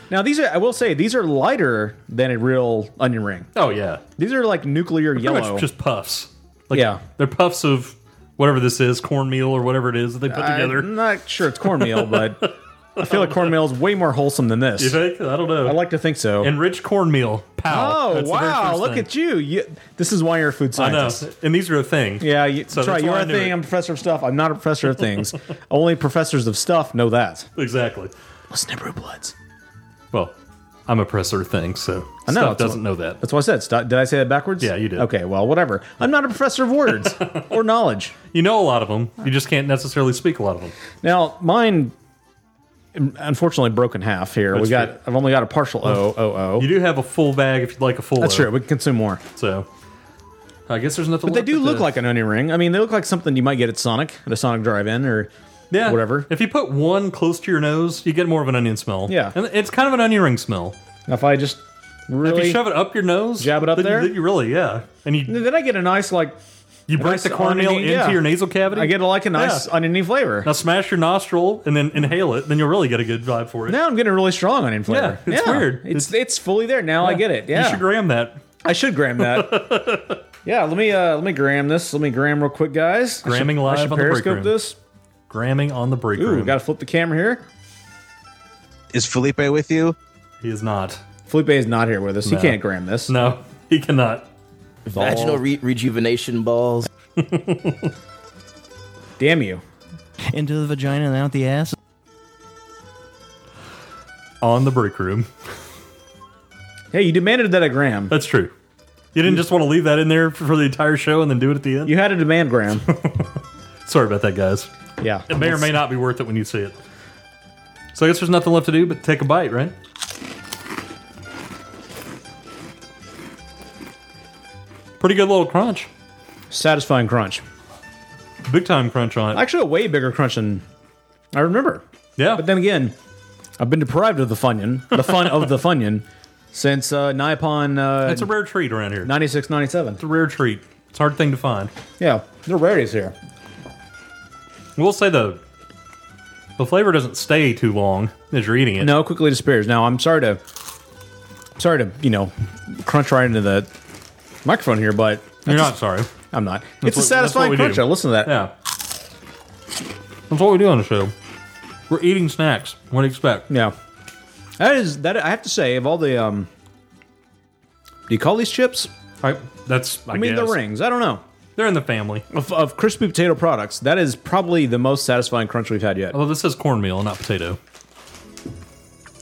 Speaker 2: Now these are I will say these are lighter than a real onion ring.
Speaker 6: Oh yeah,
Speaker 2: These are like nuclear
Speaker 6: pretty
Speaker 2: yellow.
Speaker 6: much just puffs. Like,
Speaker 2: Yeah.
Speaker 6: they're puffs of whatever this is, cornmeal or whatever it is that they put together.
Speaker 2: I'm not sure it's cornmeal, but I feel like cornmeal is way more wholesome than this.
Speaker 6: You think? I don't know.
Speaker 2: I like to think so.
Speaker 6: enriched cornmeal. Pow.
Speaker 2: oh
Speaker 6: That's the very
Speaker 2: wow!
Speaker 6: first
Speaker 2: Look
Speaker 6: thing.
Speaker 2: at you. you. This is why you're a food
Speaker 6: I know,
Speaker 2: scientist.
Speaker 6: and these are a thing.
Speaker 2: Yeah, you,
Speaker 6: So
Speaker 2: try.
Speaker 6: that's
Speaker 2: You're
Speaker 6: why I
Speaker 2: a
Speaker 6: knew
Speaker 2: thing.
Speaker 6: it.
Speaker 2: I'm a professor of stuff. I'm not a professor of
Speaker 6: [laughs]
Speaker 2: things. Only professors of stuff know that.
Speaker 6: exactly.
Speaker 2: Listen to Brew Bloods.
Speaker 6: Well, I'm a presser of things, so
Speaker 2: I know,
Speaker 6: Stuff
Speaker 2: that's
Speaker 6: doesn't know that.
Speaker 2: That's what I said. Stu- Did I say that backwards?
Speaker 6: Yeah, you did.
Speaker 2: Okay, well, whatever. I'm not a professor of
Speaker 6: [laughs]
Speaker 2: words or knowledge.
Speaker 6: You know a lot of them. You just can't necessarily speak a lot of them.
Speaker 2: Now, mine, unfortunately, broke in half here. we
Speaker 6: That's
Speaker 2: got.
Speaker 6: true.
Speaker 2: I've only got a partial O O O.
Speaker 6: You do have a full bag if you'd like a full.
Speaker 2: That's
Speaker 6: of,
Speaker 2: true. We can consume more.
Speaker 6: So. I guess there's nothing.
Speaker 2: But they do look like an onion ring. I mean, they look like something you might get at Sonic, at a Sonic drive-in, or
Speaker 6: Yeah.
Speaker 2: whatever.
Speaker 6: If you put one close to your nose, you get more of an onion smell.
Speaker 2: Yeah.
Speaker 6: And it's kind of an onion ring smell.
Speaker 2: if I just
Speaker 6: If
Speaker 2: really
Speaker 6: you shove it up your nose,
Speaker 2: Jab it up
Speaker 6: then,
Speaker 2: there?
Speaker 6: then you really, yeah. And you
Speaker 2: [laughs] then I get a nice like
Speaker 6: you break
Speaker 2: nice
Speaker 6: the cornmeal
Speaker 2: oniony-
Speaker 6: into
Speaker 2: yeah.
Speaker 6: your nasal cavity.
Speaker 2: I get like a nice uh,
Speaker 6: Yeah.
Speaker 2: oniony flavor.
Speaker 6: Now smash your nostril and then inhale it. Then you'll really get a good vibe for it.
Speaker 2: Now I'm getting a really strong onion flavor.
Speaker 6: Yeah, it's weird.
Speaker 2: It's it's, fully there now. I get it. Yeah,
Speaker 6: You should gram that.
Speaker 2: I should gram that.
Speaker 6: [laughs]
Speaker 2: yeah, let me uh let me gram this. Let me gram real quick, guys. I should-
Speaker 6: Gramming
Speaker 2: I
Speaker 6: live
Speaker 2: should,
Speaker 6: on the break
Speaker 2: periscope
Speaker 6: room.
Speaker 2: this.
Speaker 6: Gramming on the break
Speaker 2: Ooh,
Speaker 6: room.
Speaker 2: gotta flip the camera here.
Speaker 4: Is Felipe with you?
Speaker 6: he is not.
Speaker 2: Felipe is not here with us.
Speaker 6: No.
Speaker 2: He can't gram this.
Speaker 6: No, he cannot.
Speaker 10: Vaginal re- rejuvenation balls.
Speaker 2: Damn you.
Speaker 1: Into the vagina and out the ass.
Speaker 6: On the break room.
Speaker 2: Hey, you demanded that a gram.
Speaker 6: That's true. You didn't just want to leave that in there for the entire show and then do it at the end?
Speaker 2: You had a demand
Speaker 6: [laughs]
Speaker 2: gram.
Speaker 6: Sorry about that, guys.
Speaker 2: Yeah.
Speaker 6: It may or may not be worth it when you see it. So I guess there's nothing left to do but take a bite, right? Pretty good little crunch.
Speaker 2: Satisfying crunch.
Speaker 6: Big time crunch on it.
Speaker 2: Actually, a way bigger crunch than I remember.
Speaker 6: Yeah.
Speaker 2: But then again, I've been deprived of the Funyun, the fun of the Funyun, since uh, Nippon. Uh,
Speaker 6: That's a rare treat around here.
Speaker 2: 96, 97.
Speaker 6: It's a rare treat. It's a hard thing to find.
Speaker 2: Yeah, they're rarities here.
Speaker 6: We'll say though, the flavor doesn't stay too long as you're eating it.
Speaker 2: No, it quickly disappears. Now I'm sorry to, sorry to you know, crunch right into the microphone here, but
Speaker 6: You're
Speaker 2: that's-
Speaker 6: not sorry.
Speaker 2: I'm not.
Speaker 6: That's
Speaker 2: it's a
Speaker 6: what- that's what
Speaker 2: satisfying
Speaker 6: we do.
Speaker 2: crunch. I listen to that.
Speaker 6: Yeah. That's what we do on the show. We're eating snacks. What do you expect?
Speaker 2: Yeah, that is that. I have to say, of all the um, do you call these chips?
Speaker 6: I, that's I,
Speaker 2: I mean, the
Speaker 6: guess.
Speaker 2: rings. I don't know.
Speaker 6: They're in the family.
Speaker 2: Of, of crispy potato products, that is probably the most satisfying crunch we've had yet.
Speaker 6: Although this is cornmeal, not potato.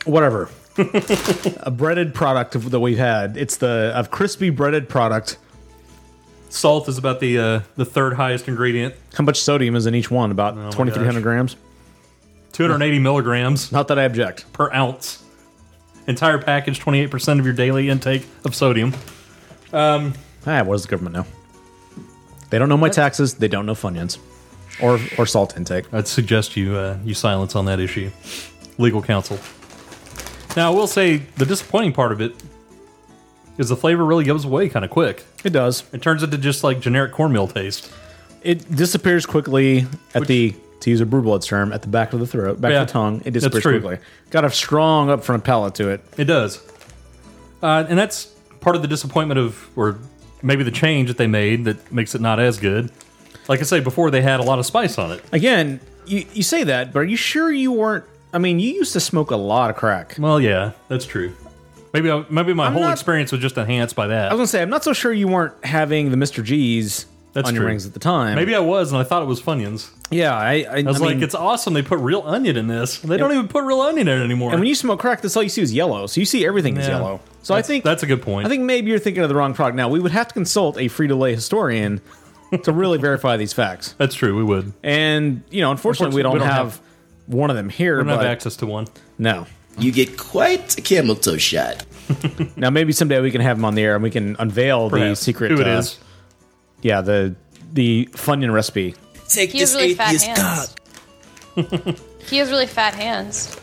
Speaker 2: Whatever. [laughs] a breaded product of, that we've had. It's the of crispy breaded product.
Speaker 6: Salt is about the uh, the third highest ingredient.
Speaker 2: How much sodium is in each one? About
Speaker 6: Oh my
Speaker 2: 2,300
Speaker 6: gosh.
Speaker 2: grams.
Speaker 6: 280 milligrams
Speaker 2: Not that I object.
Speaker 6: per ounce. Entire package, 28% of your daily intake of sodium. Um,
Speaker 2: Ah, what does the government know? They don't know my taxes. They don't know Funyuns, or or salt intake.
Speaker 6: I'd suggest you uh, you silence on that issue. Legal counsel. Now, I will say the disappointing part of it is the flavor really goes away kind of quick.
Speaker 2: It does.
Speaker 6: It turns into just like generic cornmeal taste.
Speaker 2: It disappears quickly at the to use a brew blood's term at the back of the throat, back
Speaker 6: Yeah,
Speaker 2: of the tongue. It
Speaker 6: that's
Speaker 2: disappears
Speaker 6: true.
Speaker 2: quickly. Got a strong upfront palate to it.
Speaker 6: It does. Uh, and that's part of the disappointment of, or maybe the change that they made that makes it not as good. Like I say before, they had a lot of spice on it.
Speaker 2: Again, you you say that, but are you sure you weren't? I mean, you used to smoke a lot of crack.
Speaker 6: Well, yeah, that's true. Maybe I, maybe my whole
Speaker 2: not-
Speaker 6: experience was just enhanced by
Speaker 2: I
Speaker 6: that.
Speaker 2: was gonna say, I'm not so sure you weren't having the Mr. G's
Speaker 6: That's
Speaker 2: on your
Speaker 6: true.
Speaker 2: rings at the time.
Speaker 6: Maybe I was, and I thought it was Funyuns.
Speaker 2: Yeah, I. I,
Speaker 6: I was like,
Speaker 2: mean,
Speaker 6: it's awesome they put real onion in this. They don't even put real onion in it anymore.
Speaker 2: and when you smoke crack, that's all you see is yellow. So you see everything is
Speaker 6: Yeah.
Speaker 2: yellow. So I think
Speaker 6: that's a good point.
Speaker 2: I think maybe you're thinking of the wrong product. Now we would have to consult a free to lay historian to
Speaker 6: [laughs]
Speaker 2: really verify these facts.
Speaker 6: that's true. We would.
Speaker 2: And you know, unfortunately, we don't,
Speaker 6: Unfortunately, we don't
Speaker 2: have, one of them here.
Speaker 6: We don't have
Speaker 2: but
Speaker 6: access to one.
Speaker 2: no.
Speaker 10: You get quite a camel toe shot.
Speaker 2: [laughs] Now maybe someday we can have them on the air and we can unveil
Speaker 6: Perhaps.
Speaker 2: the secret.
Speaker 6: Who it
Speaker 2: uh,
Speaker 6: is?
Speaker 2: Yeah, the the Funyun recipe.
Speaker 10: Take
Speaker 11: He has
Speaker 10: this
Speaker 11: really fat
Speaker 10: atheist
Speaker 11: hands.
Speaker 10: cock.
Speaker 11: He has really fat hands.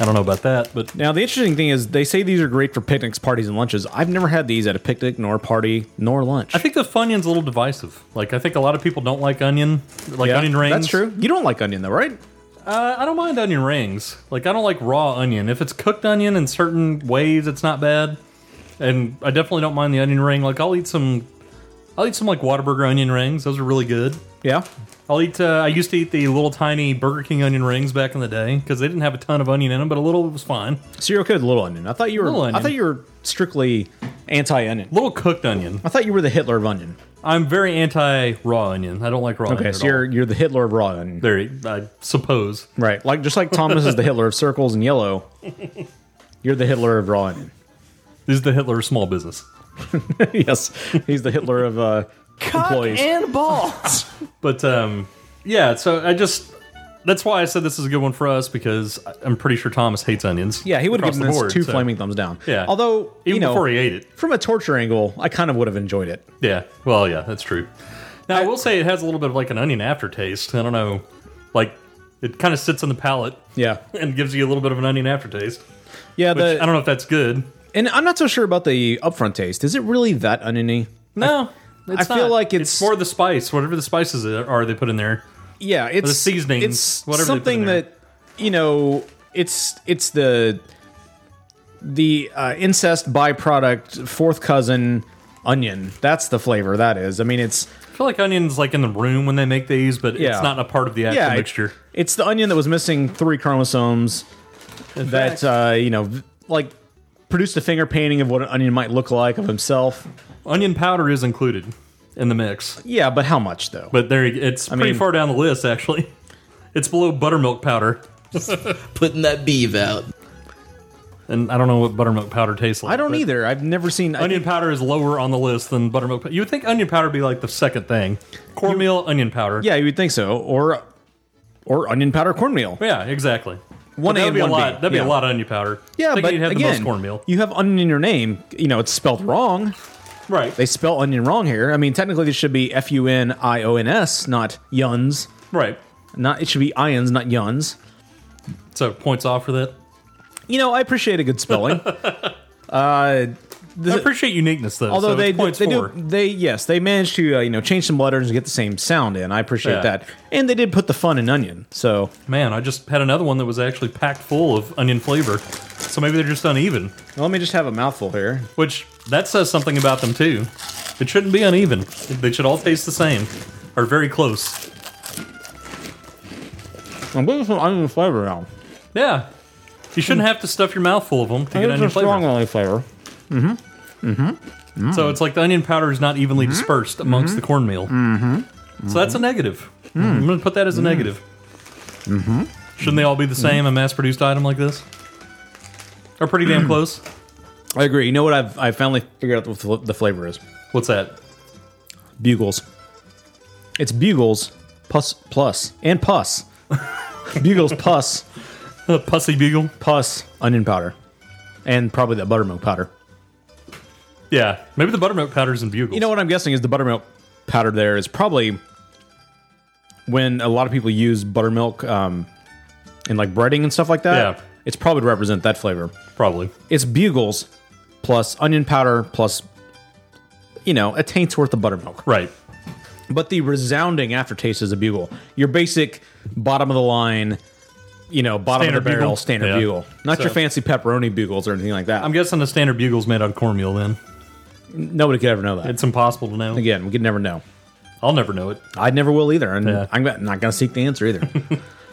Speaker 6: I don't know about that, but
Speaker 2: Now the interesting thing is they say these are great for picnics, parties, and lunches. I've never had these at a picnic, nor party, nor lunch.
Speaker 6: I think the Funyun's a little divisive. Like I think a lot of people don't like onion, like
Speaker 2: Yeah,
Speaker 6: onion rings.
Speaker 2: That's true. You don't like onion though, right?
Speaker 6: Uh, I don't mind onion rings. Like I don't like raw onion. If it's cooked onion in certain ways, it's not bad. And I definitely don't mind the onion ring. Like I'll eat some, I'll eat some like Whataburger onion rings. Those are really good.
Speaker 2: Yeah.
Speaker 6: I'll eat. Uh, I used to eat the little tiny Burger King onion rings back in the day because they didn't have a ton of onion in them, but a little was fine.
Speaker 2: So you're okay with little onion. I thought you were.
Speaker 6: Little onion.
Speaker 2: I thought you were strictly anti onion.
Speaker 6: Little cooked onion.
Speaker 2: I thought you were the Hitler of onion.
Speaker 6: I'm very anti raw onion. I don't like raw onion.
Speaker 2: Okay,
Speaker 6: at
Speaker 2: so you're
Speaker 6: all.
Speaker 2: you're the Hitler of raw onion.
Speaker 6: There, I suppose.
Speaker 2: Right. Like just like Thomas is the Hitler of circles and yellow. You're the Hitler of raw
Speaker 6: [laughs]
Speaker 2: onion.
Speaker 6: This is the Hitler of small business.
Speaker 2: yes, he's the Hitler of uh, employees.
Speaker 1: and balls.
Speaker 6: But um, yeah, so I just that's why I said this is a good one for us because I- I'm pretty sure Thomas hates onions.
Speaker 2: yeah, he would have
Speaker 6: across
Speaker 2: given
Speaker 6: the
Speaker 2: this
Speaker 6: board,
Speaker 2: two
Speaker 6: so-
Speaker 2: flaming thumbs down.
Speaker 6: Yeah.
Speaker 2: Although
Speaker 6: even
Speaker 2: you know,
Speaker 6: before he ate it.
Speaker 2: from a torture angle, I kind of would have enjoyed it.
Speaker 6: Yeah. Well, yeah, that's true. Now I, will say it has a little bit of like an onion aftertaste. I don't know, like it kind of sits on the palate [laughs]
Speaker 2: Yeah.
Speaker 6: and gives you a little bit of an onion aftertaste.
Speaker 2: Yeah.
Speaker 6: Which
Speaker 2: The,
Speaker 6: I don't know if that's good.
Speaker 2: and I'm not so sure about the upfront taste. Is it really that oniony?
Speaker 6: No. it's
Speaker 2: I feel
Speaker 6: not.
Speaker 2: like it's-
Speaker 6: more the spice, whatever the spices are they put in there.
Speaker 2: Yeah, it's
Speaker 6: the seasonings,
Speaker 2: It's
Speaker 6: whatever they put in
Speaker 2: something
Speaker 6: there.
Speaker 2: that you know. It's it's the the uh, incest byproduct, fourth cousin onion. That's the flavor. That is. I mean, it's
Speaker 6: I feel like onions like in the room when they make these, but
Speaker 2: Yeah.
Speaker 6: it's not a part of the actual
Speaker 2: yeah, it-
Speaker 6: mixture.
Speaker 2: it's the onion that was missing three chromosomes. that uh, you know, v- like produced a finger painting of what an onion might look like of himself.
Speaker 6: Onion powder is included in the mix.
Speaker 2: Yeah, but how much though?
Speaker 6: But there, it's pretty
Speaker 2: mean-
Speaker 6: far down the list, actually. [laughs] It's below buttermilk powder.
Speaker 10: Putting that beeve out.
Speaker 6: And I don't know what buttermilk powder tastes like.
Speaker 2: I don't
Speaker 6: but
Speaker 2: either. I've never seen
Speaker 6: Onion powder is lower on the list than buttermilk. powder. You would think onion powder would be like the second thing. Cornmeal, onion powder.
Speaker 2: Yeah, you would think so. Or or onion powder cornmeal.
Speaker 6: Yeah, exactly.
Speaker 2: One A
Speaker 6: But that'd
Speaker 2: and
Speaker 6: be
Speaker 2: one
Speaker 6: a
Speaker 2: B.
Speaker 6: lot. That'd be
Speaker 2: Yeah.
Speaker 6: a lot of onion powder.
Speaker 2: Yeah,
Speaker 6: I think
Speaker 2: but
Speaker 6: you'd have
Speaker 2: again,
Speaker 6: the most cornmeal.
Speaker 2: you have onion in your name. You know, it's spelled wrong.
Speaker 6: Right.
Speaker 2: They spell onion wrong here. I mean, technically, this should be F U N I O N S, not yuns.
Speaker 6: Right.
Speaker 2: Not it should be ions, not yuns.
Speaker 6: So points off for that.
Speaker 2: You know, I appreciate a good
Speaker 6: [laughs]
Speaker 2: spelling. uh,
Speaker 6: I appreciate uniqueness though.
Speaker 2: Although
Speaker 6: so
Speaker 2: they
Speaker 6: it's
Speaker 2: do,
Speaker 6: points
Speaker 2: they
Speaker 6: four.
Speaker 2: do they yes they managed to uh, you know change some letters and get the same sound in. I appreciate
Speaker 6: Yeah.
Speaker 2: that, and they did put the fun in onion. So
Speaker 6: Man, I just had another one that was actually packed full of onion flavor. So maybe they're just uneven.
Speaker 2: Let me just have a mouthful here.
Speaker 6: Which that says something about them too. It shouldn't be uneven. They should all taste the same or very close.
Speaker 2: I'm putting some onion flavor now.
Speaker 6: Yeah. You shouldn't have to stuff your mouth full of them to get onion flavor.
Speaker 2: onion flavor. Mm-hmm. Mm-hmm.
Speaker 6: So it's like the onion powder is not evenly dispersed amongst the cornmeal.
Speaker 2: Mm-hmm.
Speaker 6: So that's a negative.
Speaker 2: Mm.
Speaker 6: I'm going to put that as a
Speaker 2: Mm.
Speaker 6: negative.
Speaker 2: Mm-hmm.
Speaker 6: Shouldn't they all be the same, a mass produced item like this? Are pretty
Speaker 2: Mm.
Speaker 6: damn close.
Speaker 2: I agree. You know what I've I finally figured out what the fl- the flavor is.
Speaker 6: What's that?
Speaker 2: Bugles. It's bugles plus plus and pus. bugles pus.
Speaker 6: Pussy bugle.
Speaker 2: Pus onion powder, and probably that buttermilk powder.
Speaker 6: Yeah. Maybe the buttermilk powder's in bugle.
Speaker 2: You know what I'm guessing is the buttermilk powder there is probably when a lot of people use buttermilk um, in like breading and stuff like that.
Speaker 6: Yeah.
Speaker 2: It's probably to represent that flavor.
Speaker 6: Probably.
Speaker 2: It's bugles plus onion powder plus, you know, a taint's worth of buttermilk.
Speaker 6: Right.
Speaker 2: But the resounding aftertaste is a bugle. Your basic bottom of the line, you know, bottom of
Speaker 6: Standard
Speaker 2: the barrel
Speaker 6: bugle.
Speaker 2: standard
Speaker 6: Yeah.
Speaker 2: bugle. Not your
Speaker 6: So-
Speaker 2: fancy pepperoni bugles or anything like that.
Speaker 6: I'm guessing the standard bugle's made out of cornmeal then.
Speaker 2: Nobody could ever know that.
Speaker 6: It's impossible to know.
Speaker 2: Again, we could never know.
Speaker 6: I'll never know it.
Speaker 2: I never will either, and
Speaker 6: Yeah.
Speaker 2: I'm not going to seek the answer
Speaker 6: [laughs]
Speaker 2: either.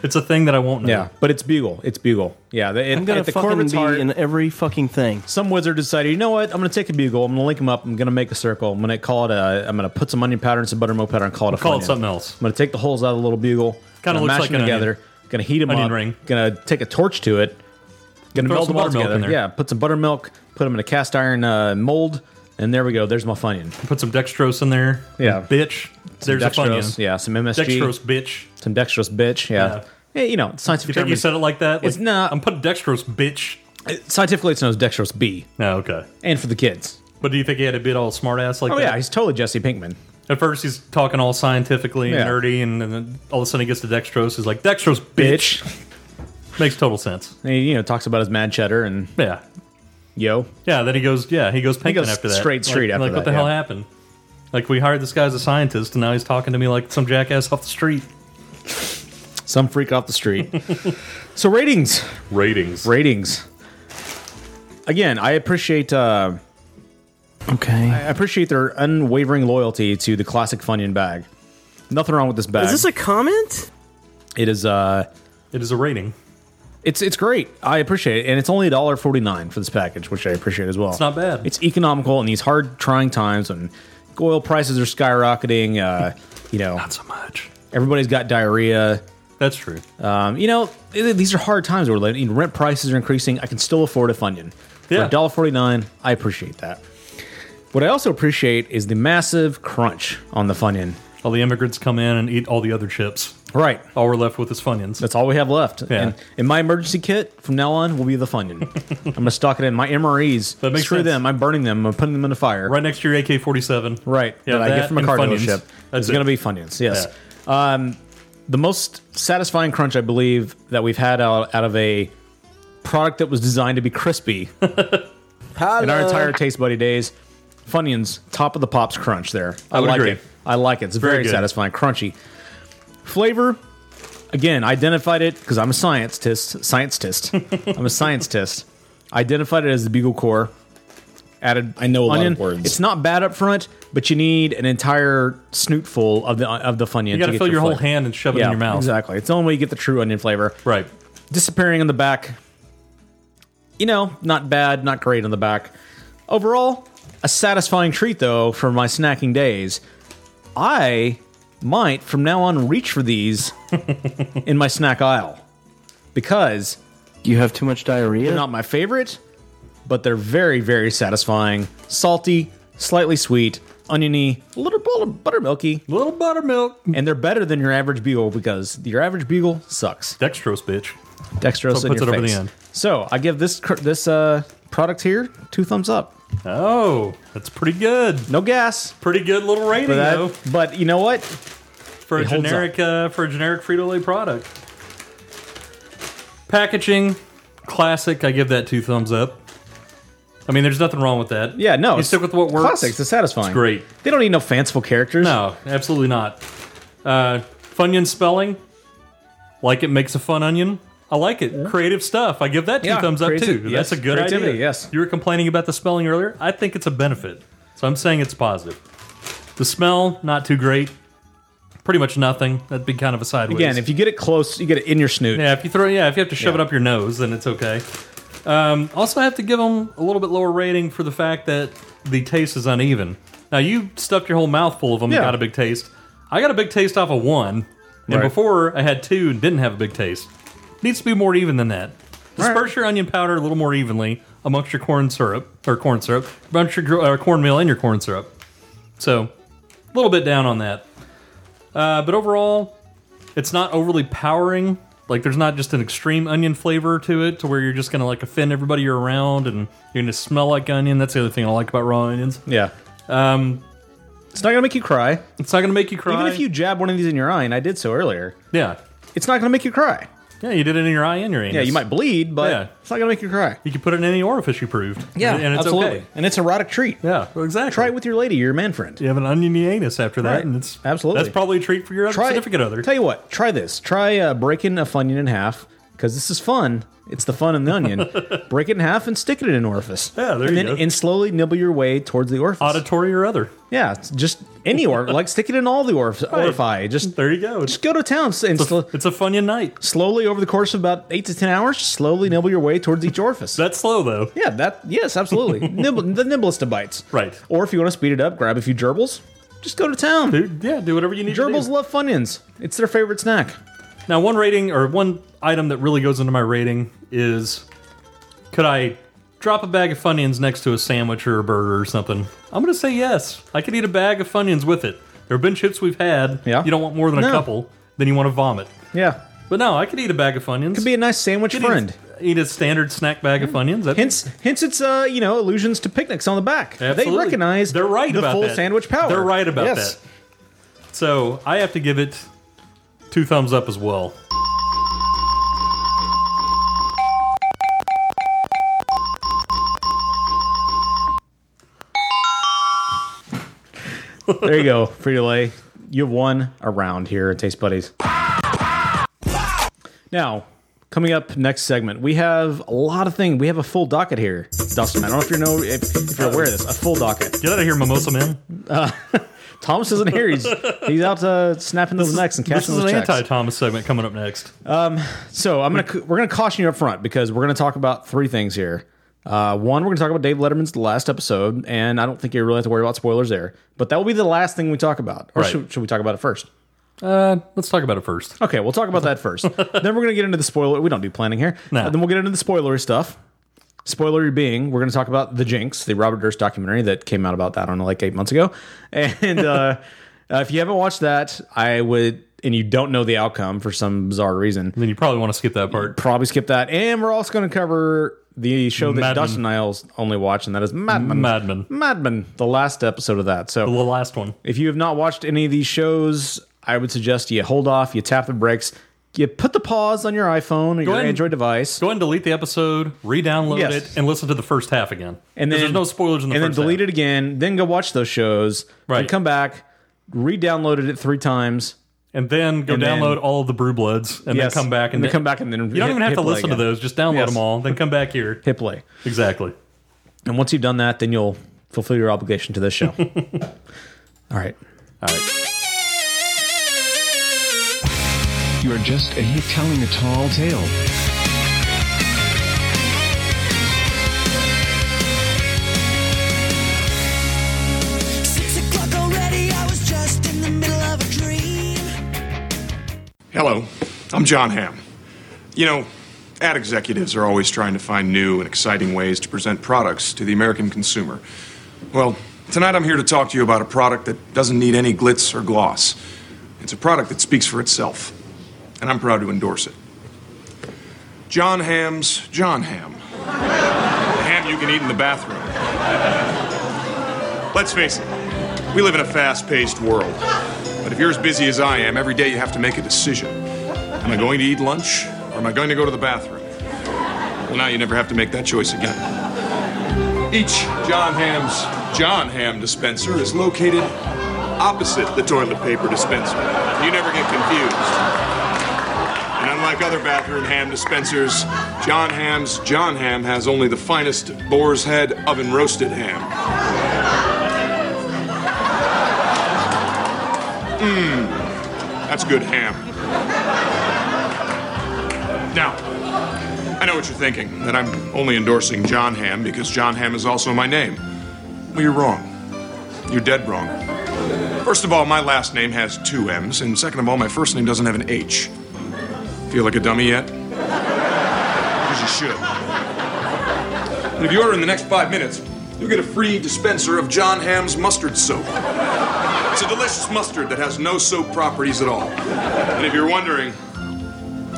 Speaker 6: It's a thing that I won't know.
Speaker 2: yeah, but it's bugle. It's bugle. Yeah, they,
Speaker 6: I'm gonna
Speaker 2: at the
Speaker 6: fucking
Speaker 2: Corbett's
Speaker 6: be
Speaker 2: heart,
Speaker 6: in
Speaker 2: every fucking thing. Some wizard decided, you know what? I'm going to take a bugle. I'm going to link them up. I'm going to make a circle. I'm going to call it a. I'm going to put some onion powder and some buttermilk powder and call it a.
Speaker 6: Call it
Speaker 2: onion.
Speaker 6: something else.
Speaker 2: I'm going to take the holes out of the little bugle.
Speaker 6: Kinda
Speaker 2: gonna
Speaker 6: looks
Speaker 2: mash
Speaker 6: like
Speaker 2: them
Speaker 6: an
Speaker 2: together.
Speaker 6: onion.
Speaker 2: Going to heat them
Speaker 6: Onion
Speaker 2: up.
Speaker 6: ring.
Speaker 2: Going to take a torch to it. Going to
Speaker 6: Throw
Speaker 2: melt
Speaker 6: some
Speaker 2: them all
Speaker 6: buttermilk
Speaker 2: together.
Speaker 6: in there.
Speaker 2: Yeah, put some buttermilk. Put them in a cast iron uh, mold, and there we go. There's my funyun.
Speaker 6: Put some dextrose in there.
Speaker 2: Yeah.
Speaker 6: Bitch.
Speaker 2: Some
Speaker 6: There's a fun
Speaker 2: dextrose, Yeah, some MSG.
Speaker 6: Dextrose bitch.
Speaker 2: Some dextrose bitch. Yeah.
Speaker 6: Yeah.
Speaker 2: Hey, you know,
Speaker 6: You
Speaker 2: scientific
Speaker 6: think
Speaker 2: term
Speaker 6: you
Speaker 2: is-
Speaker 6: said it like that?
Speaker 2: It's
Speaker 6: Like, I'm putting dextrose bitch.
Speaker 2: Uh, scientifically it's known as dextrose B.
Speaker 6: Oh, okay.
Speaker 2: And for the kids.
Speaker 6: But do you think he had a bit all smart ass like
Speaker 2: oh
Speaker 6: that?
Speaker 2: yeah, he's totally Jesse Pinkman.
Speaker 6: At first, he's talking all scientifically and
Speaker 2: Yeah.
Speaker 6: nerdy, and, and then all of a sudden he gets to dextrose. He's like, dextrose, bitch. Makes total sense.
Speaker 2: And he, you know, talks about his mad cheddar and
Speaker 6: Yeah.
Speaker 2: Yo.
Speaker 6: Yeah, then he goes, yeah, he goes
Speaker 2: He
Speaker 6: Pinkman
Speaker 2: goes
Speaker 6: after that.
Speaker 2: straight street
Speaker 6: like,
Speaker 2: after
Speaker 6: like,
Speaker 2: that,
Speaker 6: what the hell
Speaker 2: yeah.
Speaker 6: happened? Like, we hired this guy as a scientist, and now he's talking to me like some jackass off the street.
Speaker 2: Some freak off the street. [laughs] so ratings.
Speaker 6: Ratings.
Speaker 2: Ratings. Again, I appreciate uh Okay. I appreciate their unwavering loyalty to the classic Funyun bag. Nothing wrong with this bag.
Speaker 1: Is this a comment?
Speaker 2: It is uh
Speaker 6: It is a rating.
Speaker 2: It's it's great. I appreciate it. And it's only $1.49 for this package, which I appreciate as well.
Speaker 6: It's not bad.
Speaker 2: It's economical in these hard trying times when oil prices are skyrocketing,
Speaker 6: [laughs]
Speaker 2: uh, you know. Not
Speaker 6: so much.
Speaker 2: Everybody's got diarrhea.
Speaker 6: That's true.
Speaker 2: Um, you know, th- these are hard times we're living. in. Rent prices are increasing. I can still afford a Funyun.
Speaker 6: Yeah.
Speaker 2: For $1.49, I appreciate that. What I also appreciate is the massive crunch on the Funyun.
Speaker 6: All the immigrants come in and eat all the other chips.
Speaker 2: Right.
Speaker 6: All we're left with is Funyuns.
Speaker 2: That's all we have left.
Speaker 6: Yeah.
Speaker 2: And, and my emergency kit from now on will be the Funyun.
Speaker 6: [laughs]
Speaker 2: I'm going to stock it in. My MREs, that
Speaker 6: makes
Speaker 2: screw
Speaker 6: sense.
Speaker 2: them. I'm burning them. I'm putting them in the fire.
Speaker 6: Right next to your AK 47.
Speaker 2: Right.
Speaker 6: Yeah,
Speaker 2: that, I get from a
Speaker 6: and
Speaker 2: car
Speaker 6: Funyuns.
Speaker 2: dealership.
Speaker 6: That's
Speaker 2: It's
Speaker 6: it.
Speaker 2: going to be Funyuns, yes. Um, the most satisfying crunch, I believe, that we've had out, out of a product that was designed to be
Speaker 6: [laughs]
Speaker 2: crispy in our entire Taste Buddy days. Funyuns, top of the pops crunch there. I,
Speaker 6: I would
Speaker 2: like
Speaker 6: agree.
Speaker 2: it. I like it. It's
Speaker 6: Very
Speaker 2: very,
Speaker 6: good.
Speaker 2: satisfying, crunchy. Flavor, again, I identified it because I'm a scientist.
Speaker 6: [laughs]
Speaker 2: Scientist. I'm a scientist. Identified it as the Beagle Core. Added I know
Speaker 7: lot of words.
Speaker 2: It's not bad up front, but you need an entire snootful of the of the Funyun.
Speaker 6: You got
Speaker 2: to get
Speaker 6: to fill your whole
Speaker 2: flavor.
Speaker 6: hand and shove it
Speaker 2: Yeah,
Speaker 6: in your mouth.
Speaker 2: Exactly. It's the only way you get the true onion flavor.
Speaker 6: Right.
Speaker 2: Disappearing in the back. You know, not bad, not great on the back. Overall, a satisfying treat though for my snacking days. I might from now on reach for these in my snack aisle because You have too much diarrhea? They're not my favorite, but they're very, very satisfying. Salty, slightly sweet, oniony, a little bit of buttermilky.
Speaker 6: A little buttermilk.
Speaker 2: And they're better than your average bugle because your average bugle sucks.
Speaker 6: Dextrose, bitch.
Speaker 2: Dextrose
Speaker 6: So
Speaker 2: in
Speaker 6: puts
Speaker 2: your
Speaker 6: it over the
Speaker 2: face.
Speaker 6: end.
Speaker 2: So I give this cr- this uh, product here two thumbs up.
Speaker 6: Oh, that's pretty good.
Speaker 2: No gas.
Speaker 6: Pretty good little rating
Speaker 2: But, that-
Speaker 6: though
Speaker 2: but you know what?
Speaker 6: for a
Speaker 2: it holds up.
Speaker 6: generic uh, for a generic Frito Lay product. Packaging, classic. I give that two thumbs up. I mean, there's nothing wrong with that.
Speaker 2: Yeah, no.
Speaker 6: You
Speaker 2: it's
Speaker 6: stick with what works.
Speaker 2: Classics. It's satisfying.
Speaker 6: It's great.
Speaker 2: They don't need no fanciful characters.
Speaker 6: No, absolutely not. Uh, Funyun spelling, like it makes a fun onion. I like it. Creative stuff. I give that two
Speaker 2: Yeah,
Speaker 6: thumbs up
Speaker 2: creati-
Speaker 6: too.
Speaker 2: yes,
Speaker 6: That's a good
Speaker 2: creativity,
Speaker 6: idea. Yes. You were complaining about the spelling earlier. I think it's a benefit, so I'm saying it's positive. The smell not too great. Pretty much nothing. That'd be kind of a sideways.
Speaker 2: Again, if you get it close, you get it in your snoot.
Speaker 6: Yeah, if you throw, yeah, if you have to shove
Speaker 2: Yeah.
Speaker 6: it up your nose, then it's okay. Um, also, I have to give them a little bit lower rating for the fact that the taste is uneven. Now, you stuffed your whole mouth full of them and
Speaker 2: Yeah.
Speaker 6: got a big taste. I got a big taste off of one, and
Speaker 2: Right.
Speaker 6: before I had two and didn't have a big taste. Needs to be more even than that. Disperse your onion powder a little more evenly amongst your corn syrup or corn syrup, amongst your gr- uh, cornmeal and your corn syrup. So, a little bit down on that. Uh, but overall, it's not overly powering. Like there's not just an extreme onion flavor to it, to where you're just gonna like offend everybody you're around, and you're gonna smell like onion. That's the other thing I like about raw onions.
Speaker 2: Yeah.
Speaker 6: Um,
Speaker 2: it's not gonna make you cry.
Speaker 6: It's not gonna make you cry.
Speaker 2: Even if you jab one of these in your eye, and I did so earlier.
Speaker 6: Yeah.
Speaker 2: It's not gonna make you cry.
Speaker 6: Yeah, you did it in your eye and your anus.
Speaker 2: Yeah, you might bleed, but it's not gonna make you cry.
Speaker 6: You can put it in any orifice you proved.
Speaker 2: Yeah,
Speaker 6: and, and it's
Speaker 2: absolutely.
Speaker 6: okay.
Speaker 2: And it's erotic treat.
Speaker 6: Yeah, exactly.
Speaker 2: Try it with your lady, your man friend.
Speaker 6: You have an oniony anus after that, and it's
Speaker 2: absolutely.
Speaker 6: that's probably a treat for your other
Speaker 2: Try-
Speaker 6: significant other.
Speaker 2: Tell you what, try this. Try uh, breaking a Funyun in half because this is fun. It's the fun in the
Speaker 6: [laughs]
Speaker 2: onion. Break it in half and stick it in an orifice. Yeah, and
Speaker 6: there you
Speaker 2: then,
Speaker 6: go.
Speaker 2: And slowly nibble your way towards the orifice.
Speaker 6: Auditory or other.
Speaker 2: Yeah, it's just any or like stick it in all the orif- orify. Just
Speaker 6: there you go.
Speaker 2: Just go to town. And it's, a,
Speaker 6: it's a Funyun night.
Speaker 2: Slowly over the course of about eight to ten hours, just slowly nibble your way towards each orifice.
Speaker 6: That's slow though.
Speaker 2: Yeah, that yes,
Speaker 6: [laughs]
Speaker 2: absolutely. nibble the nibblest of bites. Right. Or if you want to speed it up, grab a few gerbils. Just go to town.
Speaker 6: yeah, do whatever you need.
Speaker 2: Gerbils love Funyuns. It's their favorite snack.
Speaker 6: Now, one rating or one item that really goes into my rating is could I drop a bag of Funyuns next to a sandwich or a burger or something? I'm going to say yes. I could eat a bag of Funyuns with it. There have been chips we've had. Yeah. You don't want more than a
Speaker 2: No.
Speaker 6: couple, then you want to vomit.
Speaker 2: Yeah.
Speaker 6: But no, I could eat a bag of Funyuns. Could be
Speaker 2: a nice sandwich
Speaker 6: friend. Eat a standard snack bag of Funyuns. That-
Speaker 2: Hence, hence it's uh, you know allusions to picnics on the back.
Speaker 6: Absolutely.
Speaker 2: They recognize
Speaker 6: they're right
Speaker 2: the
Speaker 6: about
Speaker 2: full
Speaker 6: that.
Speaker 2: sandwich power.
Speaker 6: They're right about
Speaker 2: yes.
Speaker 6: that. So I have to give it two thumbs up as well.
Speaker 2: [laughs] there you go, free delay. You have won a round here at Taste Buddies. Now, coming up next segment, we have a lot of things. We have a full docket here, Dustin. I don't know if you know if, if you're aware of this. A full docket.
Speaker 6: Get out of here, Mimosa Man.
Speaker 2: Uh, Thomas isn't here. He's he's out uh, snapping those necks and
Speaker 6: This
Speaker 2: cashing
Speaker 6: is an
Speaker 2: those checks.
Speaker 6: anti-Thomas segment coming up next.
Speaker 2: Um, so I'm gonna we're gonna caution you up front because we're gonna talk about three things here. Uh, one, we're gonna talk about Dave Letterman's last episode, and I don't think you really have to worry about spoilers there. But that will be the last thing we talk about. Or
Speaker 6: Right.
Speaker 2: should, should we talk about it first?
Speaker 6: Uh, let's talk about it first.
Speaker 2: Okay, we'll talk about that first. then we're gonna get into the spoiler. We don't do planning here. Uh, then we'll get into the spoilery stuff. Spoilery being, we're gonna talk about the Jinx, the Robert Durst documentary that came out about that I don't know like eight months ago. [laughs] And uh, uh, if you haven't watched that, I would. And you don't know the outcome for some bizarre reason.
Speaker 6: Then you probably want to skip that part.
Speaker 2: Probably skip that. And we're also going to cover the show that
Speaker 6: Mad Men.
Speaker 2: Dustin Niles only watched, and that is Mad Men.
Speaker 6: Mad Men.
Speaker 2: Mad Men, the last episode of that. So the
Speaker 6: last one.
Speaker 2: If you have not watched any of these shows, I would suggest you hold off, you tap the brakes, you put the pause on your iPhone or your
Speaker 6: ahead and-
Speaker 2: Android device.
Speaker 6: Go ahead and delete the episode, re-download
Speaker 2: Yes.
Speaker 6: it, and listen to the first half again.
Speaker 2: and then
Speaker 6: 'Cause there's no spoilers in the
Speaker 2: and
Speaker 6: first
Speaker 2: then delete
Speaker 6: half.
Speaker 2: it again. Then go watch those shows. Right, come back, re-downloaded it three times,
Speaker 6: and then Go download all of the Brew Bloods, and
Speaker 2: Yes.
Speaker 6: then come back,
Speaker 2: And then come back and then
Speaker 6: you don't
Speaker 2: hit-
Speaker 6: even have
Speaker 2: hit
Speaker 6: to
Speaker 2: play
Speaker 6: listen to
Speaker 2: again.
Speaker 6: those. Just download
Speaker 2: Yes.
Speaker 6: them all, then come back here.
Speaker 2: hit play.
Speaker 6: Exactly.
Speaker 2: And once you've done that, then you'll fulfill your obligation to this show. All right. All right.
Speaker 12: You are just a youth telling a tall tale.
Speaker 13: Six o'clock already, I was just in the middle of a dream.
Speaker 14: Hello, I'm John Hamm. You know, Ad executives are always trying to find new and exciting ways to present products to the American consumer. Well, tonight I'm here to talk to you about a product that doesn't need any glitz or gloss. It's a product that speaks for itself, and I'm proud to endorse it. John Ham's John Ham. the ham you can eat in the bathroom. Let's face it, we live in a fast paced world. But if you're as busy as I am, every day you have to make a decision. Am I going to eat lunch or am I going to go to the bathroom? Well, now you never have to make that choice again. Each John Ham's John Ham dispenser is located opposite the toilet paper dispenser. You never get confused. And unlike other bathroom ham dispensers, John Ham's John Ham has only the finest boar's head oven roasted ham. Mmm, that's good ham. Now, I know what you're thinking, that I'm only endorsing John Ham because John Ham is also my name. Well, you're wrong. You're dead wrong. First of all, my last name has two M's, and second of all, my first name doesn't have an H. Feel like a dummy yet? Because you should. And if you order in the next five minutes, you'll get a free dispenser of John Ham's mustard soap. It's a delicious mustard that has no soap properties at all. And if you're wondering,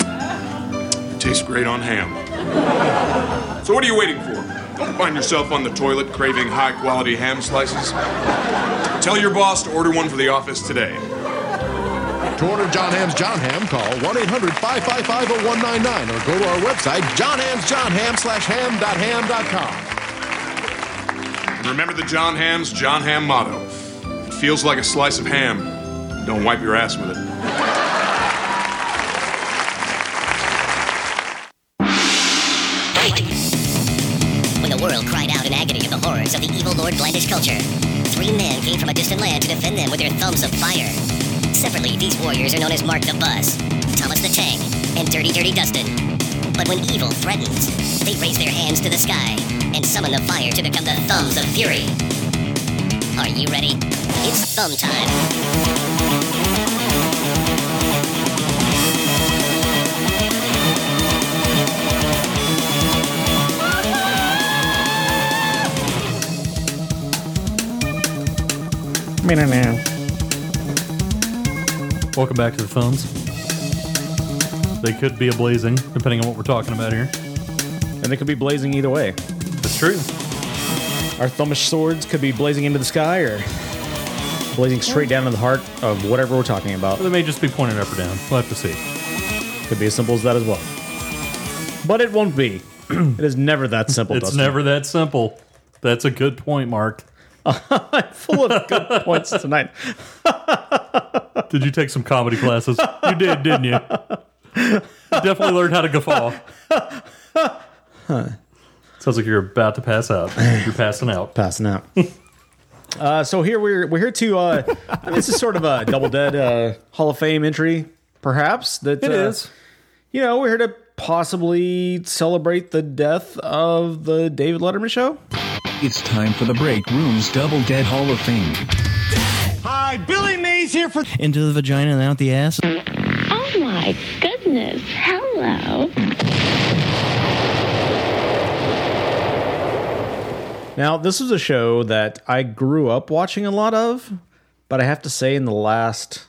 Speaker 14: it tastes great on ham. So what are you waiting for? Don't find yourself on the toilet craving high quality ham slices. Tell your boss to order one for the office today.
Speaker 15: To order John Ham's John Ham, call 1 800 555 0199 or go to our website, johnhamsjohnham slash ham.ham.com.
Speaker 14: And remember the John Ham's John Ham motto it feels like a slice of ham. Don't wipe your ass with it.
Speaker 16: When the world cried out in agony at the horrors of the evil Lord Blandish culture, three men came from a distant land to defend them with their thumbs of fire. Separately, these warriors are known as Mark the Bus, Thomas the Tank, and Dirty Dirty Dustin. But when evil threatens, they raise their hands to the sky and summon the fire to become the thumbs of fury. Are you ready? It's thumb time.
Speaker 6: Welcome back to the thumbs. They could be ablazing, depending on what we're talking about here.
Speaker 2: And they could be blazing either way.
Speaker 6: That's true.
Speaker 2: Our thumbish swords could be blazing into the sky or blazing straight down to the heart of whatever we're talking about.
Speaker 6: Or they may just be pointed up or down. We'll have to see.
Speaker 2: Could be as simple as that as well. But it won't be. [clears throat] it is never that simple.
Speaker 6: it's
Speaker 2: Dustin.
Speaker 6: never that simple. That's a good point, Mark.
Speaker 2: [laughs] full of good points tonight.
Speaker 6: Did you take some comedy classes? You did, didn't you? You Definitely learned how to guffaw.
Speaker 2: Huh.
Speaker 6: Sounds like you're about to pass out. You're passing out.
Speaker 2: Passing out. [laughs] Uh, so here we're we're here to. Uh, I mean, this is sort of a double dead uh, Hall of Fame entry, perhaps. That
Speaker 6: It
Speaker 2: uh,
Speaker 6: is.
Speaker 2: You know, we're here to possibly celebrate the death of the David Letterman show.
Speaker 12: It's time for the break room's Double Dead Hall of Fame.
Speaker 1: Hi, Billy Mays here for into the vagina and out the ass.
Speaker 13: Oh my goodness. Hello.
Speaker 2: Now, this is a show that I grew up watching a lot of, but I have to say, in the last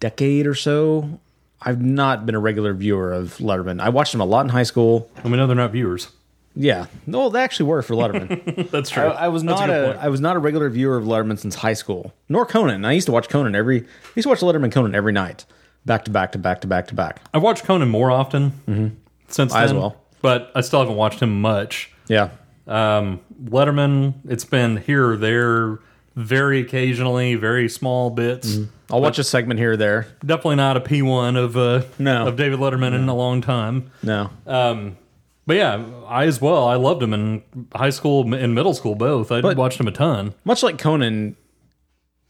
Speaker 2: decade or so, I've not been a regular viewer of Letterman. I watched him a lot in high school.
Speaker 6: I mean, no, they're not viewers.
Speaker 2: Yeah, no, they actually were for
Speaker 6: [laughs]
Speaker 2: Letterman.
Speaker 6: That's true.
Speaker 2: I, I was
Speaker 6: That's a
Speaker 2: not
Speaker 6: good
Speaker 2: a,
Speaker 6: point.
Speaker 2: I was not a regular viewer of Letterman since high school, nor Conan. I used to watch Conan every. I used to watch Letterman Conan every night, back to back to back to back to back.
Speaker 6: I've watched Conan more often since
Speaker 2: Mm-hmm. I
Speaker 6: then,
Speaker 2: as well.
Speaker 6: but I still haven't watched him much.
Speaker 2: Yeah.
Speaker 6: Um, Letterman, it's been here or there, very occasionally, very small bits.
Speaker 2: I'll watch a segment here or there.
Speaker 6: Definitely not a P one of uh,
Speaker 2: No.
Speaker 6: of David Letterman in a long time.
Speaker 2: No.
Speaker 6: Um, but yeah, I as well. I loved him in high school and middle school both. I
Speaker 2: But-
Speaker 6: watched him a ton.
Speaker 2: Much like Conan,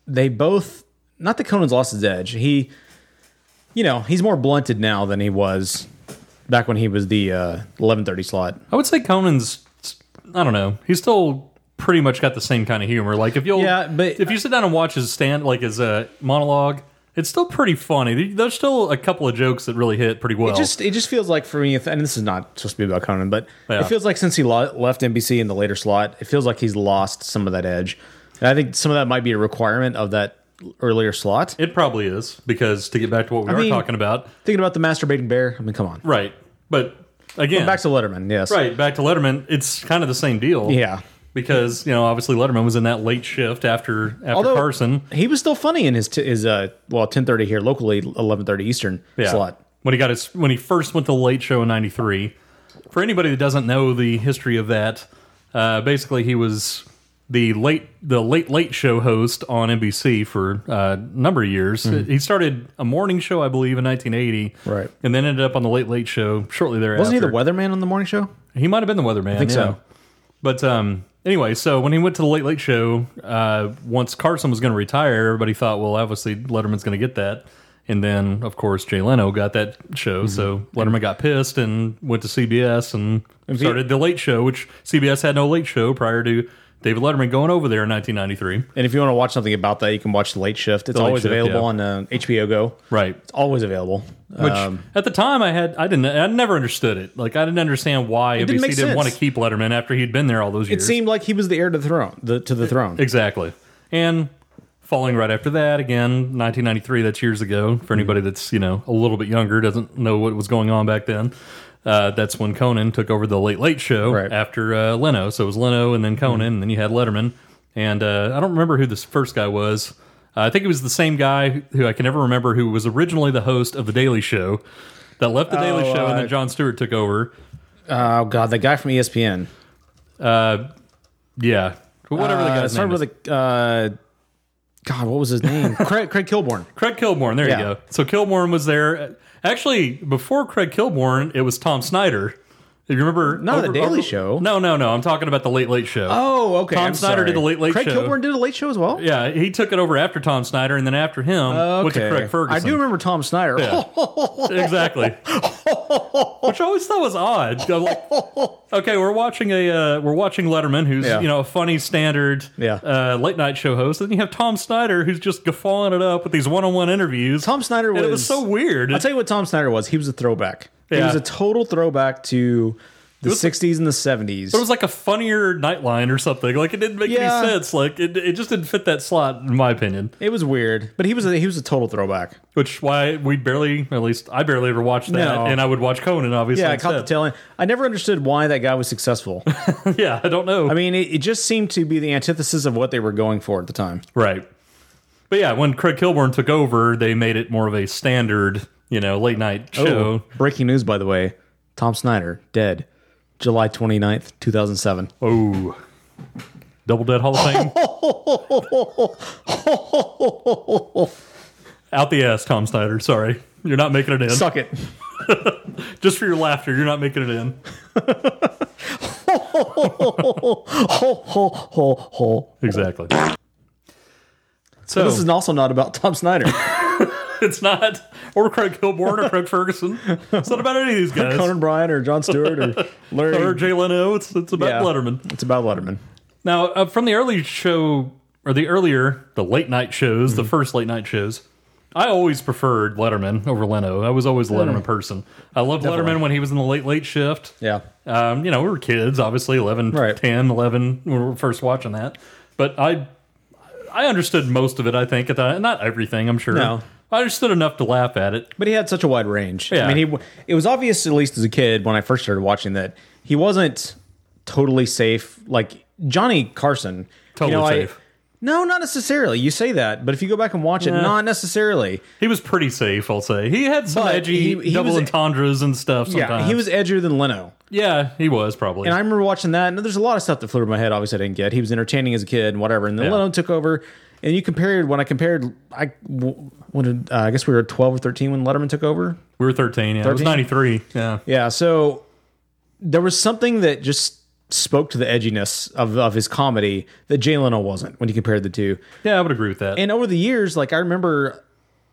Speaker 2: they both not that Conan's lost his edge. He, you know, he's more blunted now than he was back when he was the uh, eleven thirty slot.
Speaker 6: I would say Conan's. I don't know. He's still pretty much got the same kind of humor. Like if you'll, yeah, but if you sit down and watch his stand, like his uh, monologue, It's still pretty funny. There's still a couple of jokes that really hit pretty well.
Speaker 2: It just it just feels like for me, if, and this is not supposed to be about Conan, but
Speaker 6: Yeah.
Speaker 2: it feels like since he lo- left NBC in the later slot, it feels like he's lost some of that edge. And I think some of that might be a requirement of that earlier slot.
Speaker 6: It probably is because to get back to what we
Speaker 2: I
Speaker 6: are
Speaker 2: mean-
Speaker 6: talking about,
Speaker 2: Thinking about the masturbating bear, I mean, come on.
Speaker 6: right? But again,
Speaker 2: But back to Letterman, yes.
Speaker 6: right. Back to Letterman, it's kind of the same deal,
Speaker 2: Yeah.
Speaker 6: Because you know, obviously Letterman was in that late shift after after
Speaker 2: Although-
Speaker 6: Carson
Speaker 2: He was still funny in his t- his uh well ten thirty here locally eleven thirty Eastern slot.
Speaker 6: when he got his when he first went to the Late Show in '93. For anybody that doesn't know the history of that, uh, basically he was the late the late late show host on NBC for uh, a number of years.
Speaker 2: Mhm.
Speaker 6: He started a morning show, I believe, in 1980,
Speaker 2: Right.
Speaker 6: and then ended up on the Late Late Show shortly thereafter.
Speaker 2: Wasn't he the weatherman on the morning show?
Speaker 6: He might have been the weatherman.
Speaker 2: I think so.
Speaker 6: But um, anyway, so when he went to the Late Late Show, uh, once Carson was going to retire, everybody thought, well, obviously Letterman's going to get that. And then, of course, Jay Leno got that
Speaker 2: Mm-hmm.
Speaker 6: show. So Letterman got pissed and went to CBS and
Speaker 2: And he-
Speaker 6: started the Late Show, which CBS had no Late Show prior to David Letterman going over there in 1993.
Speaker 2: And if you want to watch something about that, you can watch the Late Shift. It's
Speaker 6: The Late
Speaker 2: always
Speaker 6: Shift,
Speaker 2: available
Speaker 6: yeah.
Speaker 2: on uh, HBO Go.
Speaker 6: Right.
Speaker 2: It's always available.
Speaker 6: Which
Speaker 2: Um,
Speaker 6: at the time I had I didn't I never understood it. Like I didn't understand why
Speaker 2: It
Speaker 6: NBC
Speaker 2: didn't
Speaker 6: didn't,
Speaker 2: make
Speaker 6: want to
Speaker 2: sense.
Speaker 6: keep Letterman after he'd been there all those
Speaker 2: it
Speaker 6: years.
Speaker 2: seemed like he was the heir to the throne. The, to the throne.
Speaker 6: Exactly. And following right after that, again, 1993, that's years ago.
Speaker 2: Mm-hmm.
Speaker 6: For anybody that's, you know, a little bit younger, doesn't know what was going on back then, uh, that's when Conan took over the Late Late Show after uh, Leno. So it was Leno and then Conan,
Speaker 2: Mm-hmm.
Speaker 6: and then you had Letterman. And uh, I don't remember who this first guy was. Uh, I think it was the same guy who I can never remember who was originally the host of The Daily Show that left The Daily
Speaker 2: Oh,
Speaker 6: Show and
Speaker 2: uh,
Speaker 6: then John Stewart took over.
Speaker 2: Oh God, the guy from ESPN.
Speaker 6: Uh, yeah. Whatever the
Speaker 2: Uh,
Speaker 6: guy's
Speaker 2: it started
Speaker 6: name is.
Speaker 2: with a uh, God. What was his [laughs] name? Craig, Craig Kilborn.
Speaker 6: Craig Kilborn. There
Speaker 2: Yeah.
Speaker 6: you go. So Kilborn was there. Actually, before Craig Kilborn, it was Tom Snyder. You remember?
Speaker 2: Not the Daily Show.
Speaker 6: No, no, no. I'm talking about the Late Late Show.
Speaker 2: Oh, okay.
Speaker 6: Tom
Speaker 2: I'm
Speaker 6: Snyder
Speaker 2: sorry.
Speaker 6: did the Late Late
Speaker 2: Craig
Speaker 6: Show.
Speaker 2: Kilborn did a Late Show as well.
Speaker 6: Yeah, he took it over after Tom Snyder, and then after him went to
Speaker 2: Okay.
Speaker 6: Craig Ferguson.
Speaker 2: I do remember Tom Snyder.
Speaker 6: Yeah.
Speaker 2: [laughs]
Speaker 6: exactly. Which I always thought was odd. I'm like, okay, we're watching a uh, we're watching Letterman, who's
Speaker 2: Yeah.
Speaker 6: you know a funny standard
Speaker 2: Yeah.
Speaker 6: uh, late night show host. Then you have Tom Snyder, who's just guffawing it up with these one on one interviews.
Speaker 2: Tom Snyder
Speaker 6: and
Speaker 2: was,
Speaker 6: it was so weird.
Speaker 2: Oh, I'll tell you what Tom Snyder was. He was a throwback. He
Speaker 6: Yeah.
Speaker 2: was a total throwback to the
Speaker 6: was-
Speaker 2: 60s and the 70s.
Speaker 6: But it was like a funnier nightline or something. Like it didn't make
Speaker 2: Yeah.
Speaker 6: any sense. Like it, it just didn't fit that slot in my opinion.
Speaker 2: It was weird, but he was a, he was a total throwback.
Speaker 6: Which why we barely, at least I barely ever watched that,
Speaker 2: No.
Speaker 6: and I would watch Conan obviously.
Speaker 2: yeah, I caught the
Speaker 6: instead.
Speaker 2: tail end. I never understood why that guy was
Speaker 6: [laughs]
Speaker 2: successful.
Speaker 6: yeah, I don't know.
Speaker 2: I mean, it, it just seemed to be the antithesis of what they were going for at the time.
Speaker 6: Right. But yeah, when Craig Kilborn took over, they made it more of a standard, you know, late night
Speaker 2: Oh,
Speaker 6: show.
Speaker 2: breaking news, by the way: Tom Snyder dead, July 29th, two thousand seven.
Speaker 6: Oh, double dead Hall of
Speaker 2: [laughs]
Speaker 6: Fame.
Speaker 2: Oh.
Speaker 6: Oh. Out the ass, Tom Snyder. Sorry. You're not making it in.
Speaker 2: Suck it.
Speaker 6: Just for your laughter, you're not making it in. Exactly.
Speaker 2: So
Speaker 6: So-
Speaker 2: this is also not about Tom
Speaker 6: [laughs]
Speaker 2: Snyder.
Speaker 6: It's not. Or Craig Kilborn or Craig Ferguson. It's not about any of
Speaker 2: [laughs]
Speaker 6: these guys.
Speaker 2: Conan Bryan or John Stewart
Speaker 6: [laughs]
Speaker 2: or Larry
Speaker 6: Or Jay Leno. It's, it's about
Speaker 2: Yeah.
Speaker 6: Letterman.
Speaker 2: It's about Letterman.
Speaker 6: Now, uh, from the early show or the earlier the late night shows,
Speaker 2: Mm-hmm.
Speaker 6: the first late night shows, I always preferred Letterman over Leno. I was always a Letterman
Speaker 2: Mm.
Speaker 6: person. I loved
Speaker 2: Definitely.
Speaker 6: Letterman when he was in the late late shift.
Speaker 2: Yeah.
Speaker 6: Um, you know, we were kids, obviously 11, 10, 11 when we were first watching that. But I I understood most of it, I think, at that not everything, I'm sure.
Speaker 2: No.
Speaker 6: I understood enough to laugh at it.
Speaker 2: But he had such a wide range.
Speaker 6: Yeah.
Speaker 2: I mean, he it was obvious at least as a kid when I first started watching that he wasn't totally safe. Like Johnny Carson,
Speaker 6: Totally
Speaker 2: I-
Speaker 6: safe.
Speaker 2: no, not necessarily. You say that, but if you go back and watch it,
Speaker 6: Yeah.
Speaker 2: not necessarily.
Speaker 6: He was pretty safe, I'll say. He had some
Speaker 2: But
Speaker 6: edgy
Speaker 2: he- he
Speaker 6: double
Speaker 2: was-
Speaker 6: entendres and stuff sometimes.
Speaker 2: Yeah, he was edgier than Leno.
Speaker 6: Yeah, he was probably.
Speaker 2: And I remember watching that, and there's a lot of stuff that flew over my head. Obviously, I didn't get. He was entertaining as a kid and whatever. And then
Speaker 6: Yeah.
Speaker 2: Leno took over, and you compared when I compared. I when did, uh, I guess we were 12 or 13 when Letterman took over.
Speaker 6: we were 13, yeah. It was
Speaker 2: 13?
Speaker 6: 93. Yeah.
Speaker 2: Yeah, so there was something that just spoke to the edginess of, of his comedy that Jay Leno wasn't when you compared the two.
Speaker 6: Yeah, I would agree with that.
Speaker 2: And over the years, like I remember,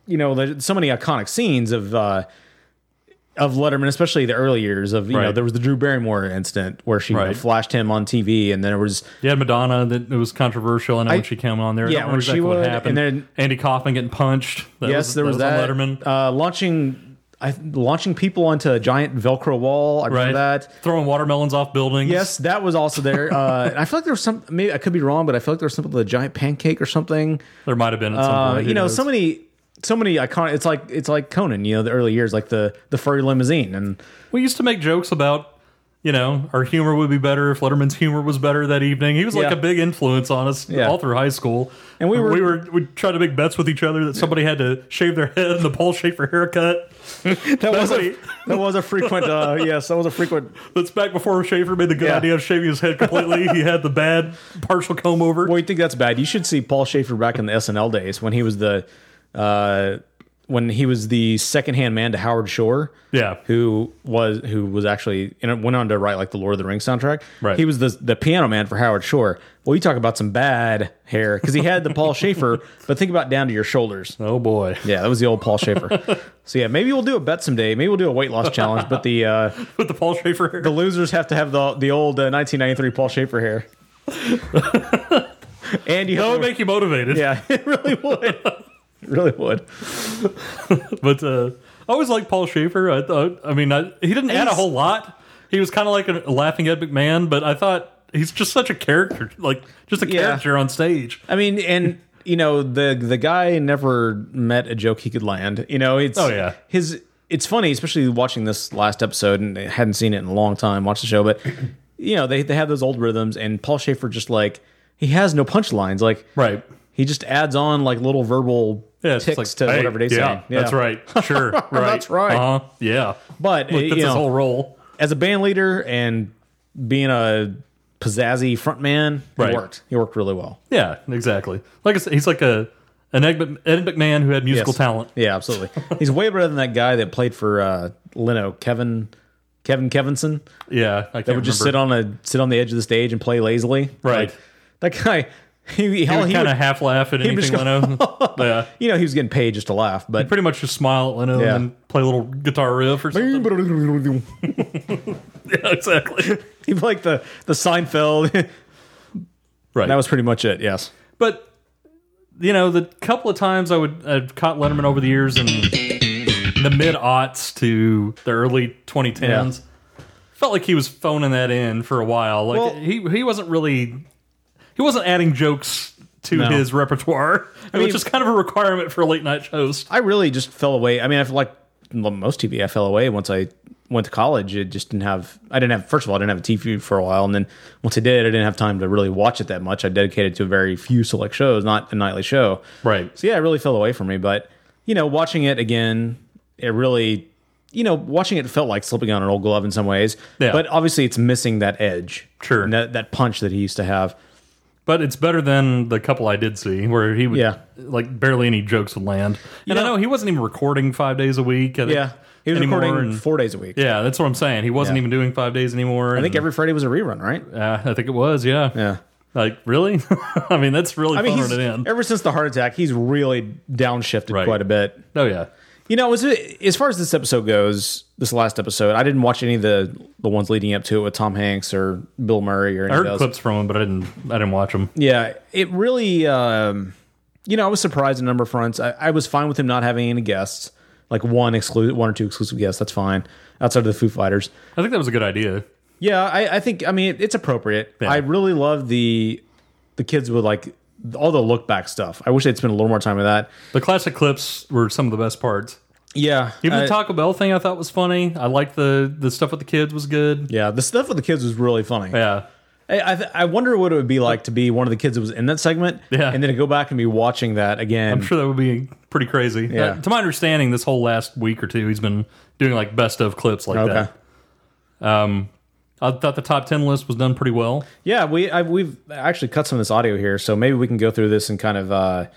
Speaker 2: you know, there's so many iconic scenes of uh, of Letterman, especially the early years of you know
Speaker 6: Right.
Speaker 2: there was the Drew Barrymore incident where she you know,
Speaker 6: Right.
Speaker 2: flashed him on TV, and then there was
Speaker 6: Yeah, Madonna. That it was controversial. I know
Speaker 2: I-
Speaker 6: when she came on there. I
Speaker 2: Yeah,
Speaker 6: don't
Speaker 2: when
Speaker 6: remember
Speaker 2: she
Speaker 6: exactly what
Speaker 2: would,
Speaker 6: happened.
Speaker 2: and
Speaker 6: Andy Kaufman getting punched. That
Speaker 2: yes,
Speaker 6: was,
Speaker 2: there was that,
Speaker 6: on Letterman.
Speaker 2: Uh, launching I, launching people onto a giant Velcro wall. I remember that
Speaker 6: throwing watermelons off buildings.
Speaker 2: Yes, that was also there. Uh, [laughs] and I feel like there was some. Maybe I could be wrong, but I feel like there was something with a giant pancake or something.
Speaker 6: There might have been. At some
Speaker 2: Uh,
Speaker 6: point, who
Speaker 2: you know,
Speaker 6: knows?
Speaker 2: so many, so many iconic. It's like it's like Conan. You know, the early years, like the the furry limousine,
Speaker 6: [laughs]
Speaker 2: and
Speaker 6: We used to make jokes about, you know, our humor would be better if Letterman's humor was better that evening. He was like
Speaker 2: Yeah.
Speaker 6: a big influence on us
Speaker 2: Yeah.
Speaker 6: all through high school. And we were we were we tried to make bets with each other that somebody had to shave their head and the Paul Schaefer haircut.
Speaker 2: that was a [laughs] that was a frequent. Uh, yes, that was a frequent.
Speaker 6: That's back before Schaefer made the good
Speaker 2: Yeah.
Speaker 6: idea of shaving his head completely. he had the bad partial comb over.
Speaker 2: Well, you think that's bad? You should see Paul Schaefer back in the SNL days when he was the, uh, when he was the secondhand man to Howard Shore.
Speaker 6: Yeah.
Speaker 2: who was who was actually and went on to write like the Lord of the Rings soundtrack.
Speaker 6: Right.
Speaker 2: he was the the piano man for Howard Shore. Well, you talk about some bad hair because he had the Paul Schaefer, [laughs] but think about down to your shoulders.
Speaker 6: Oh boy,
Speaker 2: yeah, that was the old Paul Schaefer. [laughs] so yeah, maybe we'll do a bet someday. Maybe we'll do a weight loss challenge, but the uh,
Speaker 6: with the Paul Schaefer hair,
Speaker 2: the losers have to have the the old uh, 1993 Paul Schaefer hair. [laughs] and you
Speaker 6: That would make you motivated. [laughs]
Speaker 2: Yeah, it really [laughs] would. really would.
Speaker 6: but uh, I always liked Paul Schaefer. I thought, I mean, I, he didn't add a
Speaker 2: He's-
Speaker 6: whole lot. He was kind of like a laughing Ed McMahon, but I thought he's just such a character, like just a character on stage.
Speaker 2: I mean, and you know the the guy never met a joke he could land. You know, it's
Speaker 6: Oh, yeah.
Speaker 2: his. It's funny, especially watching this last episode, and I hadn't seen it in a long time. Watch the show, but [clears throat] you know they they have those old rhythms, and Paul Schaefer just like he has no punchlines, like
Speaker 6: right.
Speaker 2: He just adds on like little verbal
Speaker 6: Yeah, it's
Speaker 2: ticks
Speaker 6: like,
Speaker 2: to
Speaker 6: hey,
Speaker 2: whatever they say.
Speaker 6: yeah, that's right. Sure, right.
Speaker 2: [laughs] that's right.
Speaker 6: Uh-huh, yeah,
Speaker 2: But
Speaker 6: Look,
Speaker 2: uh,
Speaker 6: that's
Speaker 2: you
Speaker 6: his
Speaker 2: know,
Speaker 6: whole role
Speaker 2: as a band leader and being a pizzazzy front man, he
Speaker 6: Right.
Speaker 2: worked. He worked really well.
Speaker 6: Yeah, exactly. Like I said, he's like a an Ed, Mc- Ed McMahon who had musical
Speaker 2: Yes.
Speaker 6: talent.
Speaker 2: Yeah, absolutely. He's way better than that guy that played for uh, Leno, Kevin Kevin Kevinson.
Speaker 6: Yeah, I can't
Speaker 2: that would just sit
Speaker 6: remember.
Speaker 2: on a sit on the edge of the stage and play lazily.
Speaker 6: Right.
Speaker 2: Like, that guy. [laughs] He,
Speaker 6: He
Speaker 2: hell,
Speaker 6: would
Speaker 2: he
Speaker 6: kind
Speaker 2: would-
Speaker 6: of half laugh at
Speaker 2: he would
Speaker 6: anything
Speaker 2: just go,
Speaker 6: Leno.
Speaker 2: [laughs]
Speaker 6: yeah,
Speaker 2: you know, he was getting paid just to laugh, but
Speaker 6: pretty much just smile at Leno
Speaker 2: Yeah.
Speaker 6: and then play a little guitar riff
Speaker 2: [laughs]
Speaker 6: or something. yeah, exactly.
Speaker 2: he like the the Seinfeld. [laughs]
Speaker 6: right.
Speaker 2: That was pretty much it. Yes.
Speaker 6: But you know, the couple of times I would I've caught Letterman over the years in the mid aughts to the early 2010s. Felt like he was phoning that in for a while. Like
Speaker 2: Well-
Speaker 6: he he wasn't really he wasn't adding jokes to
Speaker 2: No.
Speaker 6: his repertoire,
Speaker 2: mean-
Speaker 6: which is kind of a requirement for a late night host.
Speaker 2: I really just fell away. I mean, I feel like most TV, I fell away once I went to college. It just didn't have. I didn't have. First of all, I didn't have a TV for a while, and then once I did, I didn't have time to really watch it that much. I dedicated to very few select shows, not a nightly show.
Speaker 6: Right.
Speaker 2: So yeah, it really fell away from me. But you know, watching it again, it really, you know, watching it felt like slipping on an old glove in some ways.
Speaker 6: Yeah.
Speaker 2: But obviously, it's missing that edge. Sure. And that, that punch that he used to have.
Speaker 6: But it's better than the couple I did see where he would
Speaker 2: Yeah.
Speaker 6: like barely any jokes would land. And I know he wasn't even recording five days a week. I think,
Speaker 2: Yeah. He was
Speaker 6: anymore,
Speaker 2: recording
Speaker 6: and-
Speaker 2: four days a week.
Speaker 6: Yeah, that's what I'm saying. He wasn't
Speaker 2: Yeah.
Speaker 6: even doing five days anymore.
Speaker 2: I think
Speaker 6: and-
Speaker 2: every Friday was a rerun, right?
Speaker 6: Uh, I think it was, yeah.
Speaker 2: Yeah.
Speaker 6: Like, really? [laughs] I mean, that's really
Speaker 2: I mean,
Speaker 6: phoning
Speaker 2: he's, er-
Speaker 6: it in.
Speaker 2: ever since the heart attack, he's really downshifted quite a bit.
Speaker 6: Oh yeah.
Speaker 2: You know, as as far as this episode goes, this last episode, I didn't watch any of the the ones leading up to it with Tom Hanks or Bill Murray or
Speaker 6: I
Speaker 2: any of
Speaker 6: heard
Speaker 2: those.
Speaker 6: clips from him, but I didn't. I didn't watch him.
Speaker 2: Yeah, it really. Um, you know, I was surprised in a number of fronts. I, I was fine with him not having any guests, like one exclusive, one or two exclusive guests. That's fine. Outside of the Foo Fighters,
Speaker 6: I think that was a good idea.
Speaker 2: Yeah, I, I think I mean it, it's appropriate. I really love the the kids with like all the look back stuff. I wish they'd spend a little more time with that.
Speaker 6: The classic clips were some of the best parts.
Speaker 2: Yeah,
Speaker 6: Even the
Speaker 2: I-
Speaker 6: Taco Bell thing, I thought was funny. I liked the the stuff with the kids was good.
Speaker 2: Yeah, the stuff with the kids was really funny.
Speaker 6: Yeah.
Speaker 2: I, I, th- I wonder what it would be like to be one of the kids that was in that segment, yeah. and then to go back and be watching that again.
Speaker 6: I'm sure that would be pretty crazy.
Speaker 2: Yeah.
Speaker 6: Uh, to my understanding, this whole last week or two, he's been doing like best of clips like
Speaker 2: Okay.
Speaker 6: that. Um, I thought the top ten list was done pretty well.
Speaker 2: Yeah, we I, we've actually cut some of this audio here, so maybe we can go through this and kind of uh,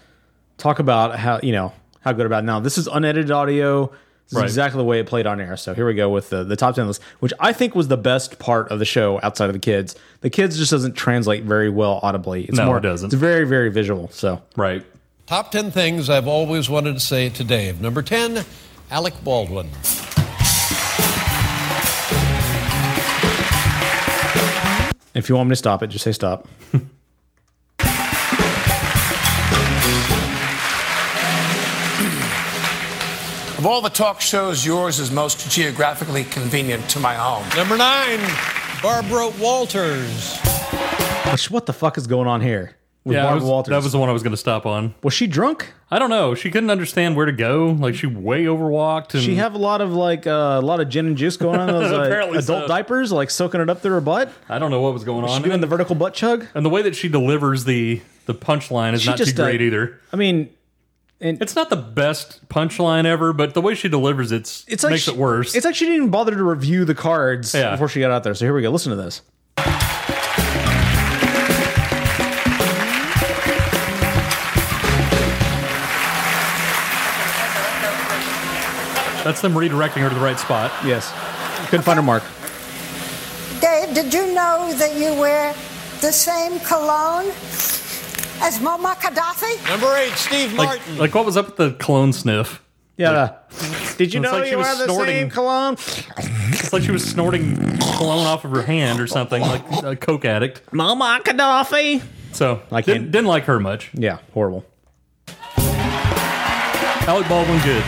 Speaker 2: talk about how you know how good about it. now. This is unedited audio. This
Speaker 6: Right.
Speaker 2: is exactly the way it played on air. So here we go with the, the top ten list, which I think was the best part of the show outside of the kids. The kids just doesn't translate very well audibly. It's
Speaker 17: No,
Speaker 2: more
Speaker 17: it doesn't.
Speaker 2: It's very very visual. So
Speaker 6: right.
Speaker 17: Top 10 things I've always wanted to say to Dave. Number 10, Alec Baldwin.
Speaker 2: If you want me to stop it, just say stop.
Speaker 17: Of all the talk shows, yours is most geographically convenient to my home.
Speaker 18: Number nine, Barbara Walters.
Speaker 2: Which, what the fuck is going on here with
Speaker 6: Yeah, I
Speaker 2: Barbara
Speaker 6: was-
Speaker 2: Walters?
Speaker 6: that was the one I was going to stop on.
Speaker 2: Was she drunk?
Speaker 6: I don't know. She couldn't understand where to go. Like she way overwalked. And
Speaker 2: she have a lot of like uh, a lot of gin and juice going on. in
Speaker 6: [laughs]
Speaker 2: Those uh,
Speaker 6: Apparently
Speaker 2: adult
Speaker 6: so.
Speaker 2: diapers like soaking it up through her butt.
Speaker 6: I don't know what was going
Speaker 2: Was she
Speaker 6: on.
Speaker 2: doing the vertical butt chug?
Speaker 6: And the way that she delivers the the punchline is
Speaker 2: She
Speaker 6: not
Speaker 2: just,
Speaker 6: too
Speaker 2: uh,
Speaker 6: great either.
Speaker 2: I mean,
Speaker 6: it's not the best punchline ever, but the way she delivers it's,
Speaker 2: It's like
Speaker 6: makes
Speaker 2: she-
Speaker 6: it worse.
Speaker 2: It's like she didn't even bother to review the cards
Speaker 6: Yeah.
Speaker 2: before she got out there. So here we go. Listen to this.
Speaker 6: That's them redirecting her to the right spot.
Speaker 2: Yes, couldn't find her mark.
Speaker 19: Dave, did you know that you wear the same cologne as Muammar Gaddafi?
Speaker 18: Number eight, Steve
Speaker 6: Like,
Speaker 18: Martin.
Speaker 6: like what was up with the cologne sniff?
Speaker 2: Yeah. Did you
Speaker 6: It's
Speaker 2: know
Speaker 6: like she
Speaker 2: you
Speaker 6: was
Speaker 2: wear the
Speaker 6: snorting.
Speaker 2: same cologne?
Speaker 6: It's like she was snorting cologne off of her hand or something, like a coke addict.
Speaker 2: Mama Gaddafi.
Speaker 6: So I didn't, didn't like her much.
Speaker 2: Yeah, horrible.
Speaker 6: Alec Baldwin, good.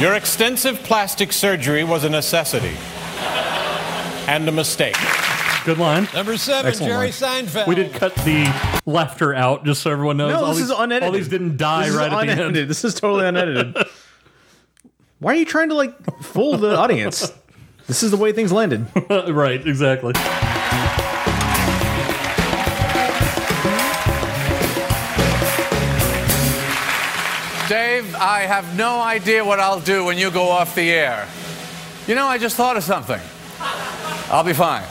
Speaker 18: Your extensive plastic surgery was a necessity and a mistake.
Speaker 6: Good line.
Speaker 18: Number seven,
Speaker 6: Excellent
Speaker 18: Jerry
Speaker 6: line.
Speaker 18: Seinfeld.
Speaker 6: We did cut the laughter out just so everyone knows.
Speaker 2: No,
Speaker 6: All
Speaker 2: this
Speaker 6: these,
Speaker 2: is unedited.
Speaker 6: All these didn't die
Speaker 2: This is
Speaker 6: right at
Speaker 2: unedited.
Speaker 6: the end.
Speaker 2: This is totally unedited. Why are you trying to like fool the audience? This is the way things landed.
Speaker 6: [laughs] right, exactly.
Speaker 20: Dave, I have no idea what I'll do when you go off the air. You know, I just thought of something. I'll be fine.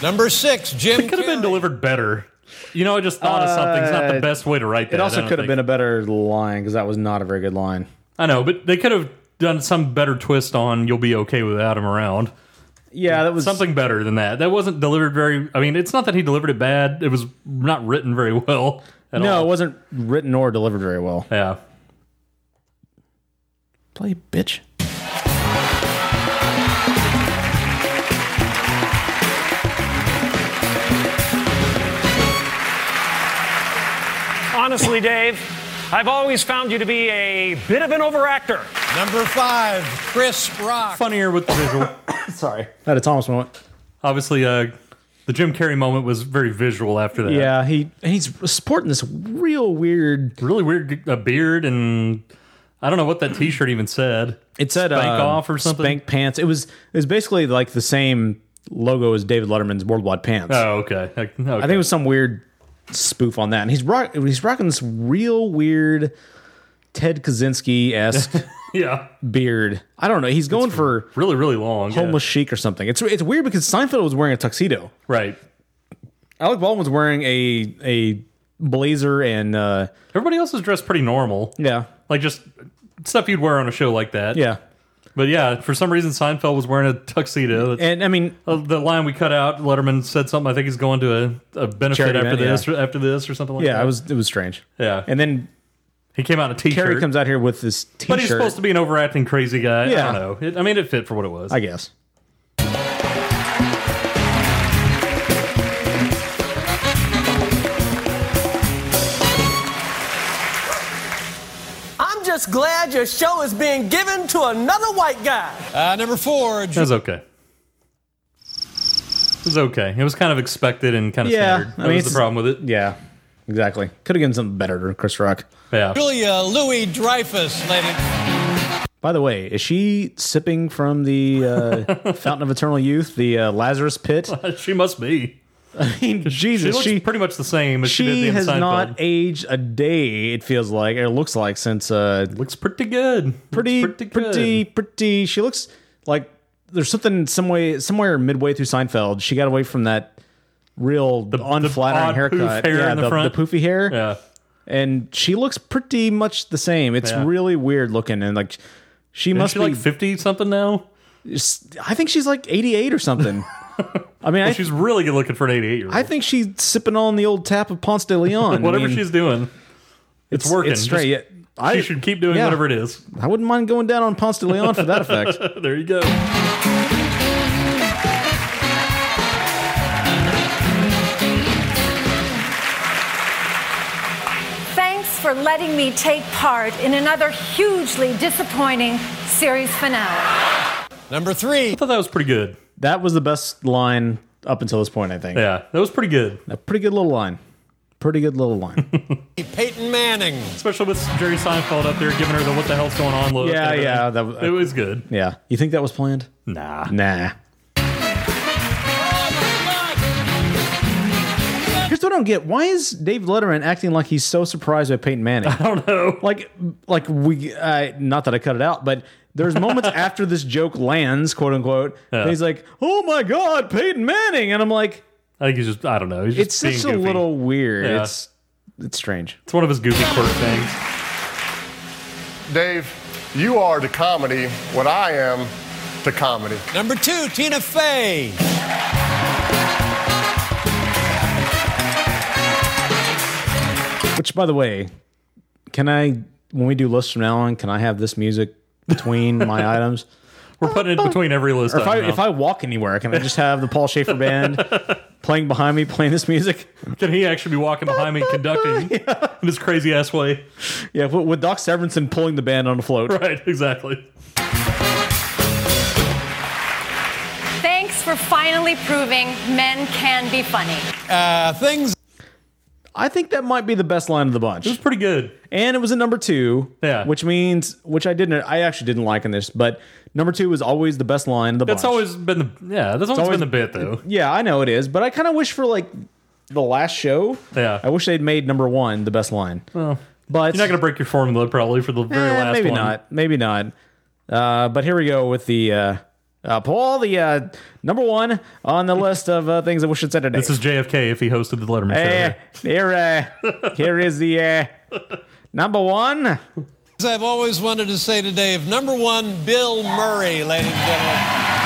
Speaker 18: Number six, Jim.
Speaker 6: It could have been delivered better. You know, I just thought of something. It's not the
Speaker 2: Uh,
Speaker 6: best way to write that.
Speaker 2: It
Speaker 6: I
Speaker 2: also
Speaker 6: don't
Speaker 2: could have
Speaker 6: think.
Speaker 2: been a better line because that was not a very good line.
Speaker 6: I know, but they could have done some better twist on "You'll be okay without him around."
Speaker 2: Yeah, that was
Speaker 6: something better than that. That wasn't delivered very. I mean, it's not that he delivered it bad. It was not written very well. At
Speaker 2: no,
Speaker 6: all.
Speaker 2: it wasn't written or delivered very well.
Speaker 6: Yeah.
Speaker 2: Play bitch.
Speaker 21: Honestly, Dave, I've always found you to be a bit of an overactor.
Speaker 18: Number five, Chris Rock.
Speaker 6: Funnier with the
Speaker 2: [laughs]
Speaker 6: visual.
Speaker 2: Sorry. That a Thomas moment.
Speaker 6: Obviously, uh, the Jim Carrey moment was very visual after that.
Speaker 2: Yeah, he and he's sporting this real weird,
Speaker 6: really weird uh, beard, and I don't know what that T-shirt even said.
Speaker 2: It said
Speaker 6: "Spank
Speaker 2: uh,
Speaker 6: off" or something.
Speaker 2: Spank pants. It was it was basically like the same logo as David Letterman's Worldwide Pants.
Speaker 6: Oh, okay. Like,
Speaker 2: I think it was some weird spoof on that. And he's rock, he's rocking this real weird Ted Kaczynski
Speaker 6: [laughs]
Speaker 2: esque
Speaker 6: yeah
Speaker 2: beard. I don't know. He's going for
Speaker 6: really really long
Speaker 2: homeless chic or something. It's it's weird because Seinfeld was wearing a tuxedo.
Speaker 6: Right.
Speaker 2: Alec Baldwin's wearing a a blazer and uh,
Speaker 6: everybody else is dressed pretty normal.
Speaker 2: Yeah,
Speaker 6: like just stuff you'd wear on a show like that.
Speaker 2: Yeah.
Speaker 6: But yeah, for some reason Seinfeld was wearing a tuxedo,
Speaker 2: and I mean
Speaker 6: the line we cut out. Letterman said something. I think he's going to a, a benefit
Speaker 2: Charity
Speaker 6: after
Speaker 2: event,
Speaker 6: this,
Speaker 2: yeah.
Speaker 6: or after this, or something like
Speaker 2: yeah,
Speaker 6: that.
Speaker 2: it was it was strange.
Speaker 6: Yeah,
Speaker 2: and then
Speaker 6: he came out in a t-shirt.
Speaker 2: Carrie comes out here with this t-shirt.
Speaker 6: but he's supposed to be an overacting crazy guy.
Speaker 2: Yeah.
Speaker 6: I don't know. It, I mean, it fit for what it was.
Speaker 2: I guess.
Speaker 22: I'm just glad your show is being given to another white guy.
Speaker 18: Uh, number four,
Speaker 6: It was okay. It was okay. It was kind of expected and kind of
Speaker 2: yeah,
Speaker 6: standard. That was the problem. with it.
Speaker 2: Yeah, exactly. Could have given something better to Chris Rock.
Speaker 6: Yeah.
Speaker 18: Julia Louis Dreyfus, lady.
Speaker 2: By the way, is she sipping from the
Speaker 6: [laughs]
Speaker 2: uh, Fountain of Eternal Youth, the uh, Lazarus Pit?
Speaker 6: she must be.
Speaker 2: [laughs] I mean, Jesus,
Speaker 6: she looks
Speaker 2: she-
Speaker 6: pretty much the same as she, did
Speaker 2: She
Speaker 6: in
Speaker 2: has
Speaker 6: Seinfeld.
Speaker 2: not aged a day. It feels like it looks like since uh,
Speaker 6: looks pretty good.
Speaker 2: Pretty, pretty, pretty. She looks like there's something some way somewhere midway through Seinfeld. She got away from that real unflattering
Speaker 6: odd poof
Speaker 2: haircut.
Speaker 6: hair
Speaker 2: yeah,
Speaker 6: in the front.
Speaker 2: poofy hair.
Speaker 6: Yeah.
Speaker 2: And she looks pretty much the same. It's
Speaker 6: Yeah.
Speaker 2: really weird looking, and like she
Speaker 6: Isn't
Speaker 2: must
Speaker 6: she
Speaker 2: be
Speaker 6: like 50 something now?
Speaker 2: I think she's like 88 or
Speaker 6: [laughs]
Speaker 2: something. I mean, I,
Speaker 6: she's really good looking for an 88 year old.
Speaker 2: I think she's sipping on the old tap of Ponce de Leon. I
Speaker 6: Whatever
Speaker 2: mean,
Speaker 6: she's doing, it's, working.
Speaker 2: It's straight.
Speaker 6: Just
Speaker 2: yeah.
Speaker 6: she should keep doing
Speaker 2: yeah.
Speaker 6: whatever it is.
Speaker 2: I wouldn't mind going down on Ponce de Leon for that
Speaker 6: [laughs]
Speaker 2: effect.
Speaker 6: there you go.
Speaker 3: Thanks for letting me take part in another hugely disappointing series finale.
Speaker 2: Number three. I
Speaker 6: thought that was pretty good.
Speaker 2: That was the best line up until this point, I think.
Speaker 6: Yeah, that was pretty good.
Speaker 2: A pretty good little line. Pretty good little line.
Speaker 6: Peyton Manning, especially with Jerry Seinfeld up there giving her the "What the hell's going on?" look.
Speaker 2: [laughs] yeah,
Speaker 6: and
Speaker 2: yeah.
Speaker 6: everything.
Speaker 2: That, was-
Speaker 6: it was good.
Speaker 2: Yeah. You think that was planned?
Speaker 6: Nah.
Speaker 2: Nah. Here's what I don't get. Why is Dave Letterman acting like he's so surprised by Peyton
Speaker 6: [laughs]
Speaker 2: Manning? I
Speaker 6: don't know.
Speaker 2: Like, like we, I, not that I cut it out, but there's
Speaker 6: [laughs]
Speaker 2: moments after this joke lands, quote unquote, and he's like, "Oh my God, Peyton Manning," and I'm like,
Speaker 6: I think he's just, I don't know. He's just
Speaker 2: it's such
Speaker 6: being
Speaker 2: a
Speaker 6: goofy.
Speaker 2: little weird.
Speaker 6: Yeah.
Speaker 2: It's it's strange.
Speaker 6: It's one of his goofy quirk things.
Speaker 5: Dave, you are to comedy what I am to comedy. Number two, Tina Fey.
Speaker 2: Which, by the way, can I when we do lists from now on? Can I have this music between
Speaker 6: [laughs]
Speaker 2: my items?
Speaker 6: We're putting it between every list.
Speaker 2: Or if I
Speaker 6: item now.
Speaker 2: if I walk anywhere, can I just have the Paul Schaefer
Speaker 6: [laughs]
Speaker 2: band playing behind me playing this music?
Speaker 6: Can he actually be walking behind me
Speaker 2: [laughs]
Speaker 6: conducting in this crazy ass way?
Speaker 2: Yeah, with with Doc Severinsen pulling the band on a float.
Speaker 6: Right, exactly.
Speaker 3: Thanks for finally proving men can be funny.
Speaker 2: Uh, things. I think that might be the best line of the bunch. It was
Speaker 6: pretty good,
Speaker 2: and it was at number two. Yeah, which means which I didn't. I actually didn't like in this, but number two is always the best line of the
Speaker 6: That's
Speaker 2: bunch.
Speaker 6: always been the yeah. That's always, been the bit though.
Speaker 2: Yeah, I know it is, but I kind of wish for like the last show.
Speaker 6: Yeah.
Speaker 2: I wish they'd made number one the best line.
Speaker 6: Well,
Speaker 2: but
Speaker 6: you're not gonna break your formula probably for the very
Speaker 2: Eh,
Speaker 6: last
Speaker 2: maybe
Speaker 6: one.
Speaker 2: not. Maybe not. Uh, but here we go with the uh, uh, Paul, the uh, number one on the list of uh, things I wish it said today.
Speaker 6: This is JFK if he hosted the Letterman
Speaker 2: Eh, here, uh, here is the uh, number one.
Speaker 23: I've always wanted to say to Dave, number one, Bill Murray, ladies and gentlemen.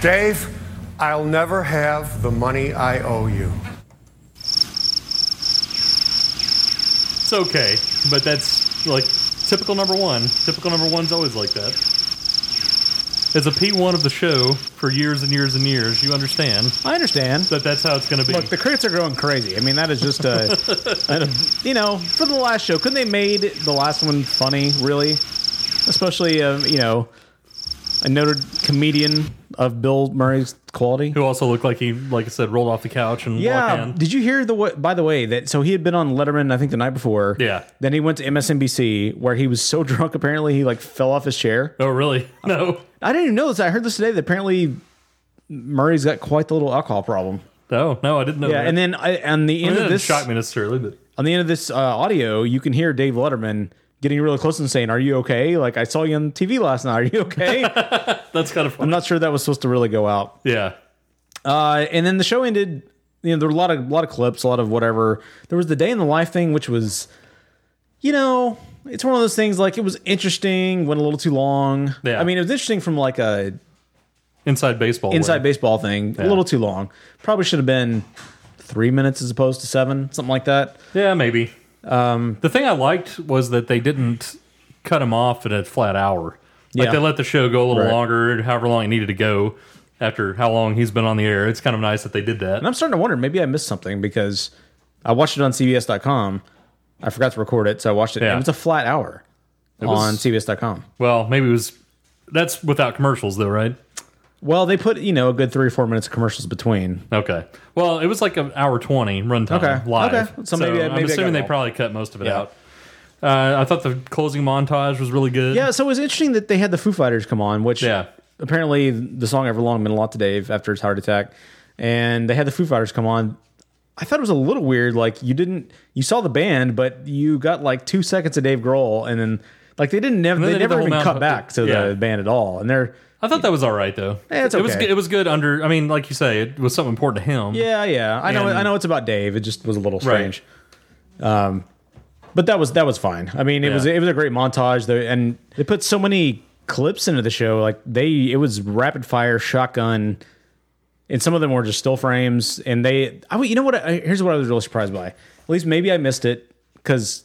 Speaker 5: Dave, I'll never have the money I owe you.
Speaker 6: show. It's okay, but that's like typical number one. Typical number one's always like that. As a P1 of the show for years and years and years, you understand.
Speaker 2: I understand
Speaker 6: that that's how it's going to be.
Speaker 2: Look, the critics are going crazy. I mean, that is just [laughs] uh an- you know, for the last show, couldn't they made the last one funny? Really, especially uh, you know, a noted comedian of Bill Murray's quality,
Speaker 6: who also looked like he, like I said, rolled off the couch and walked
Speaker 2: Yeah.
Speaker 6: in.
Speaker 2: Did you hear the what? By the way, that so he had been on Letterman, I think, the night before.
Speaker 6: Yeah.
Speaker 2: Then he went to MSNBC where he was so [laughs] drunk, apparently he like fell off his chair.
Speaker 6: Oh, really? [laughs] No.
Speaker 2: I didn't even know this. I heard this today. That apparently Murray's got quite the little alcohol problem.
Speaker 6: Oh no, I didn't know.
Speaker 2: yeah.
Speaker 6: that.
Speaker 2: And then I, on the
Speaker 6: I mean,
Speaker 2: end
Speaker 6: that
Speaker 2: of
Speaker 6: didn't
Speaker 2: this,
Speaker 6: shock Oh, me necessarily, but
Speaker 2: on the end of this uh, audio, you can hear Dave Letterman getting really close and saying, "Are you okay? Like I saw you on TV last night. Are you okay?"
Speaker 6: [laughs] That's kind of.
Speaker 2: I'm not sure that was supposed to really go out.
Speaker 6: Yeah.
Speaker 2: Uh, and then the show ended. You know, there were a lot of lot of clips, a lot of whatever. There was the day in the life thing, which was, you know, it's one of those things. Like it was interesting, went a little too long.
Speaker 6: Yeah.
Speaker 2: I mean, it was interesting from like a
Speaker 6: inside baseball,
Speaker 2: inside
Speaker 6: way.
Speaker 2: baseball thing.
Speaker 6: Yeah.
Speaker 2: A little too long. Probably should have been three minutes as opposed to seven, something like that.
Speaker 6: Yeah, maybe. Um, the thing I liked was that they didn't cut him off at a flat hour. Like
Speaker 2: Yeah.
Speaker 6: they let the show go a little
Speaker 2: Right.
Speaker 6: longer, however long it needed to go. After how long he's been on the air, it's kind of nice that they did that.
Speaker 2: And I'm starting to wonder maybe I missed something because I watched it on CBS.com. I forgot to record it, so I watched it.
Speaker 6: Yeah.
Speaker 2: It was a flat hour
Speaker 6: It was-
Speaker 2: on CBS.com.
Speaker 6: Well, maybe it was. That's without commercials, though, right?
Speaker 2: Well, they put you know a good three or four minutes of commercials between.
Speaker 6: Okay. Well, it was like an hour twenty runtime
Speaker 2: Okay.
Speaker 6: live.
Speaker 2: Okay. So
Speaker 6: So,
Speaker 2: maybe I- maybe I
Speaker 6: I'm
Speaker 2: got
Speaker 6: assuming
Speaker 2: it
Speaker 6: they
Speaker 2: wrong.
Speaker 6: probably cut most of it out. Uh, I thought the closing montage was really good.
Speaker 2: Yeah, so it was interesting that they had the Foo Fighters come on, which apparently the song Everlong meant a lot to Dave after his heart attack. And they had the Foo Fighters come on. I thought it was a little weird. Like, you didn't, you saw the band, but you got like two seconds of Dave Grohl, and then, like, they didn't never,
Speaker 6: And then
Speaker 2: they,
Speaker 6: they did the
Speaker 2: never
Speaker 6: whole
Speaker 2: even
Speaker 6: mount-
Speaker 2: cut back to
Speaker 6: Yeah.
Speaker 2: the band at all. And they're,
Speaker 6: I thought that was all right though.
Speaker 2: Eh, it's
Speaker 6: It was
Speaker 2: okay.
Speaker 6: it was good under. I mean, like you say, it was something important to him.
Speaker 2: yeah, yeah. I know,
Speaker 6: Um, And-
Speaker 2: I know it's about Dave. It just was a little
Speaker 6: Right.
Speaker 2: strange. Um, but that was, that was fine. I mean, it was,
Speaker 6: Yeah.
Speaker 2: it was a great montage though. And they put so many clips into the show. Like, they, it was rapid fire shotgun. and some of them were just still frames. And they, I, you know what? I, here's what I was really surprised by. At least maybe I missed it because,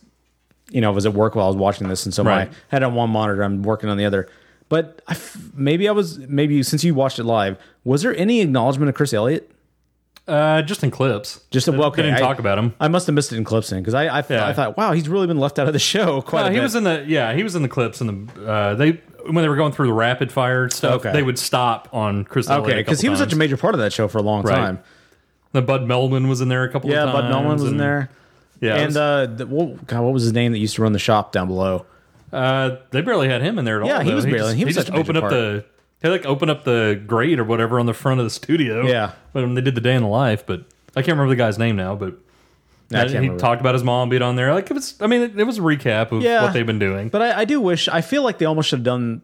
Speaker 2: you know, I was at work while I was watching this, and so my-
Speaker 6: Right.
Speaker 2: I had it on one monitor, I'm working on the other. But I f- maybe I was maybe since you watched it live, was there any acknowledgement of Chris Elliott?
Speaker 6: Uh, just in clips.
Speaker 2: Just a, well, okay,
Speaker 6: didn't
Speaker 2: I-
Speaker 6: talk about him.
Speaker 2: I must have missed it in clips then because I I, th-
Speaker 6: Yeah.
Speaker 2: I thought, wow, he's really been left out of the [laughs] show quite.
Speaker 6: Well,
Speaker 2: a
Speaker 6: he
Speaker 2: bit.
Speaker 6: was in the yeah he was in the clips and the uh, they when they were going through the rapid fire stuff
Speaker 2: Okay.
Speaker 6: they would stop on Chris.
Speaker 2: okay because he was such a major part of that show for a long
Speaker 6: Right.
Speaker 2: time.
Speaker 6: The Bud Melman was in there a couple
Speaker 2: Yeah,
Speaker 6: of times.
Speaker 2: Bud Nolan was in
Speaker 6: and-
Speaker 2: there.
Speaker 6: Yeah, it
Speaker 2: and
Speaker 6: was-
Speaker 2: uh, the, what, God, what was his name that used to run the shop down below?
Speaker 6: Uh, they barely had him in there at
Speaker 2: Yeah,
Speaker 6: all.
Speaker 2: he
Speaker 6: though.
Speaker 2: was barely-
Speaker 6: Just,
Speaker 2: he was
Speaker 6: just
Speaker 2: such a major
Speaker 6: opened up
Speaker 2: part.
Speaker 6: the. They like opened up the grate or whatever on the front of the studio.
Speaker 2: Yeah.
Speaker 6: when they did the day in the life, but I can't remember the guy's name now. But
Speaker 2: No, I can't
Speaker 6: he
Speaker 2: remember.
Speaker 6: talked about his mom being on there. Like it was. I mean, it, it was a recap of
Speaker 2: Yeah.
Speaker 6: what they've been doing.
Speaker 2: But I, I do wish. I feel like they almost should have done.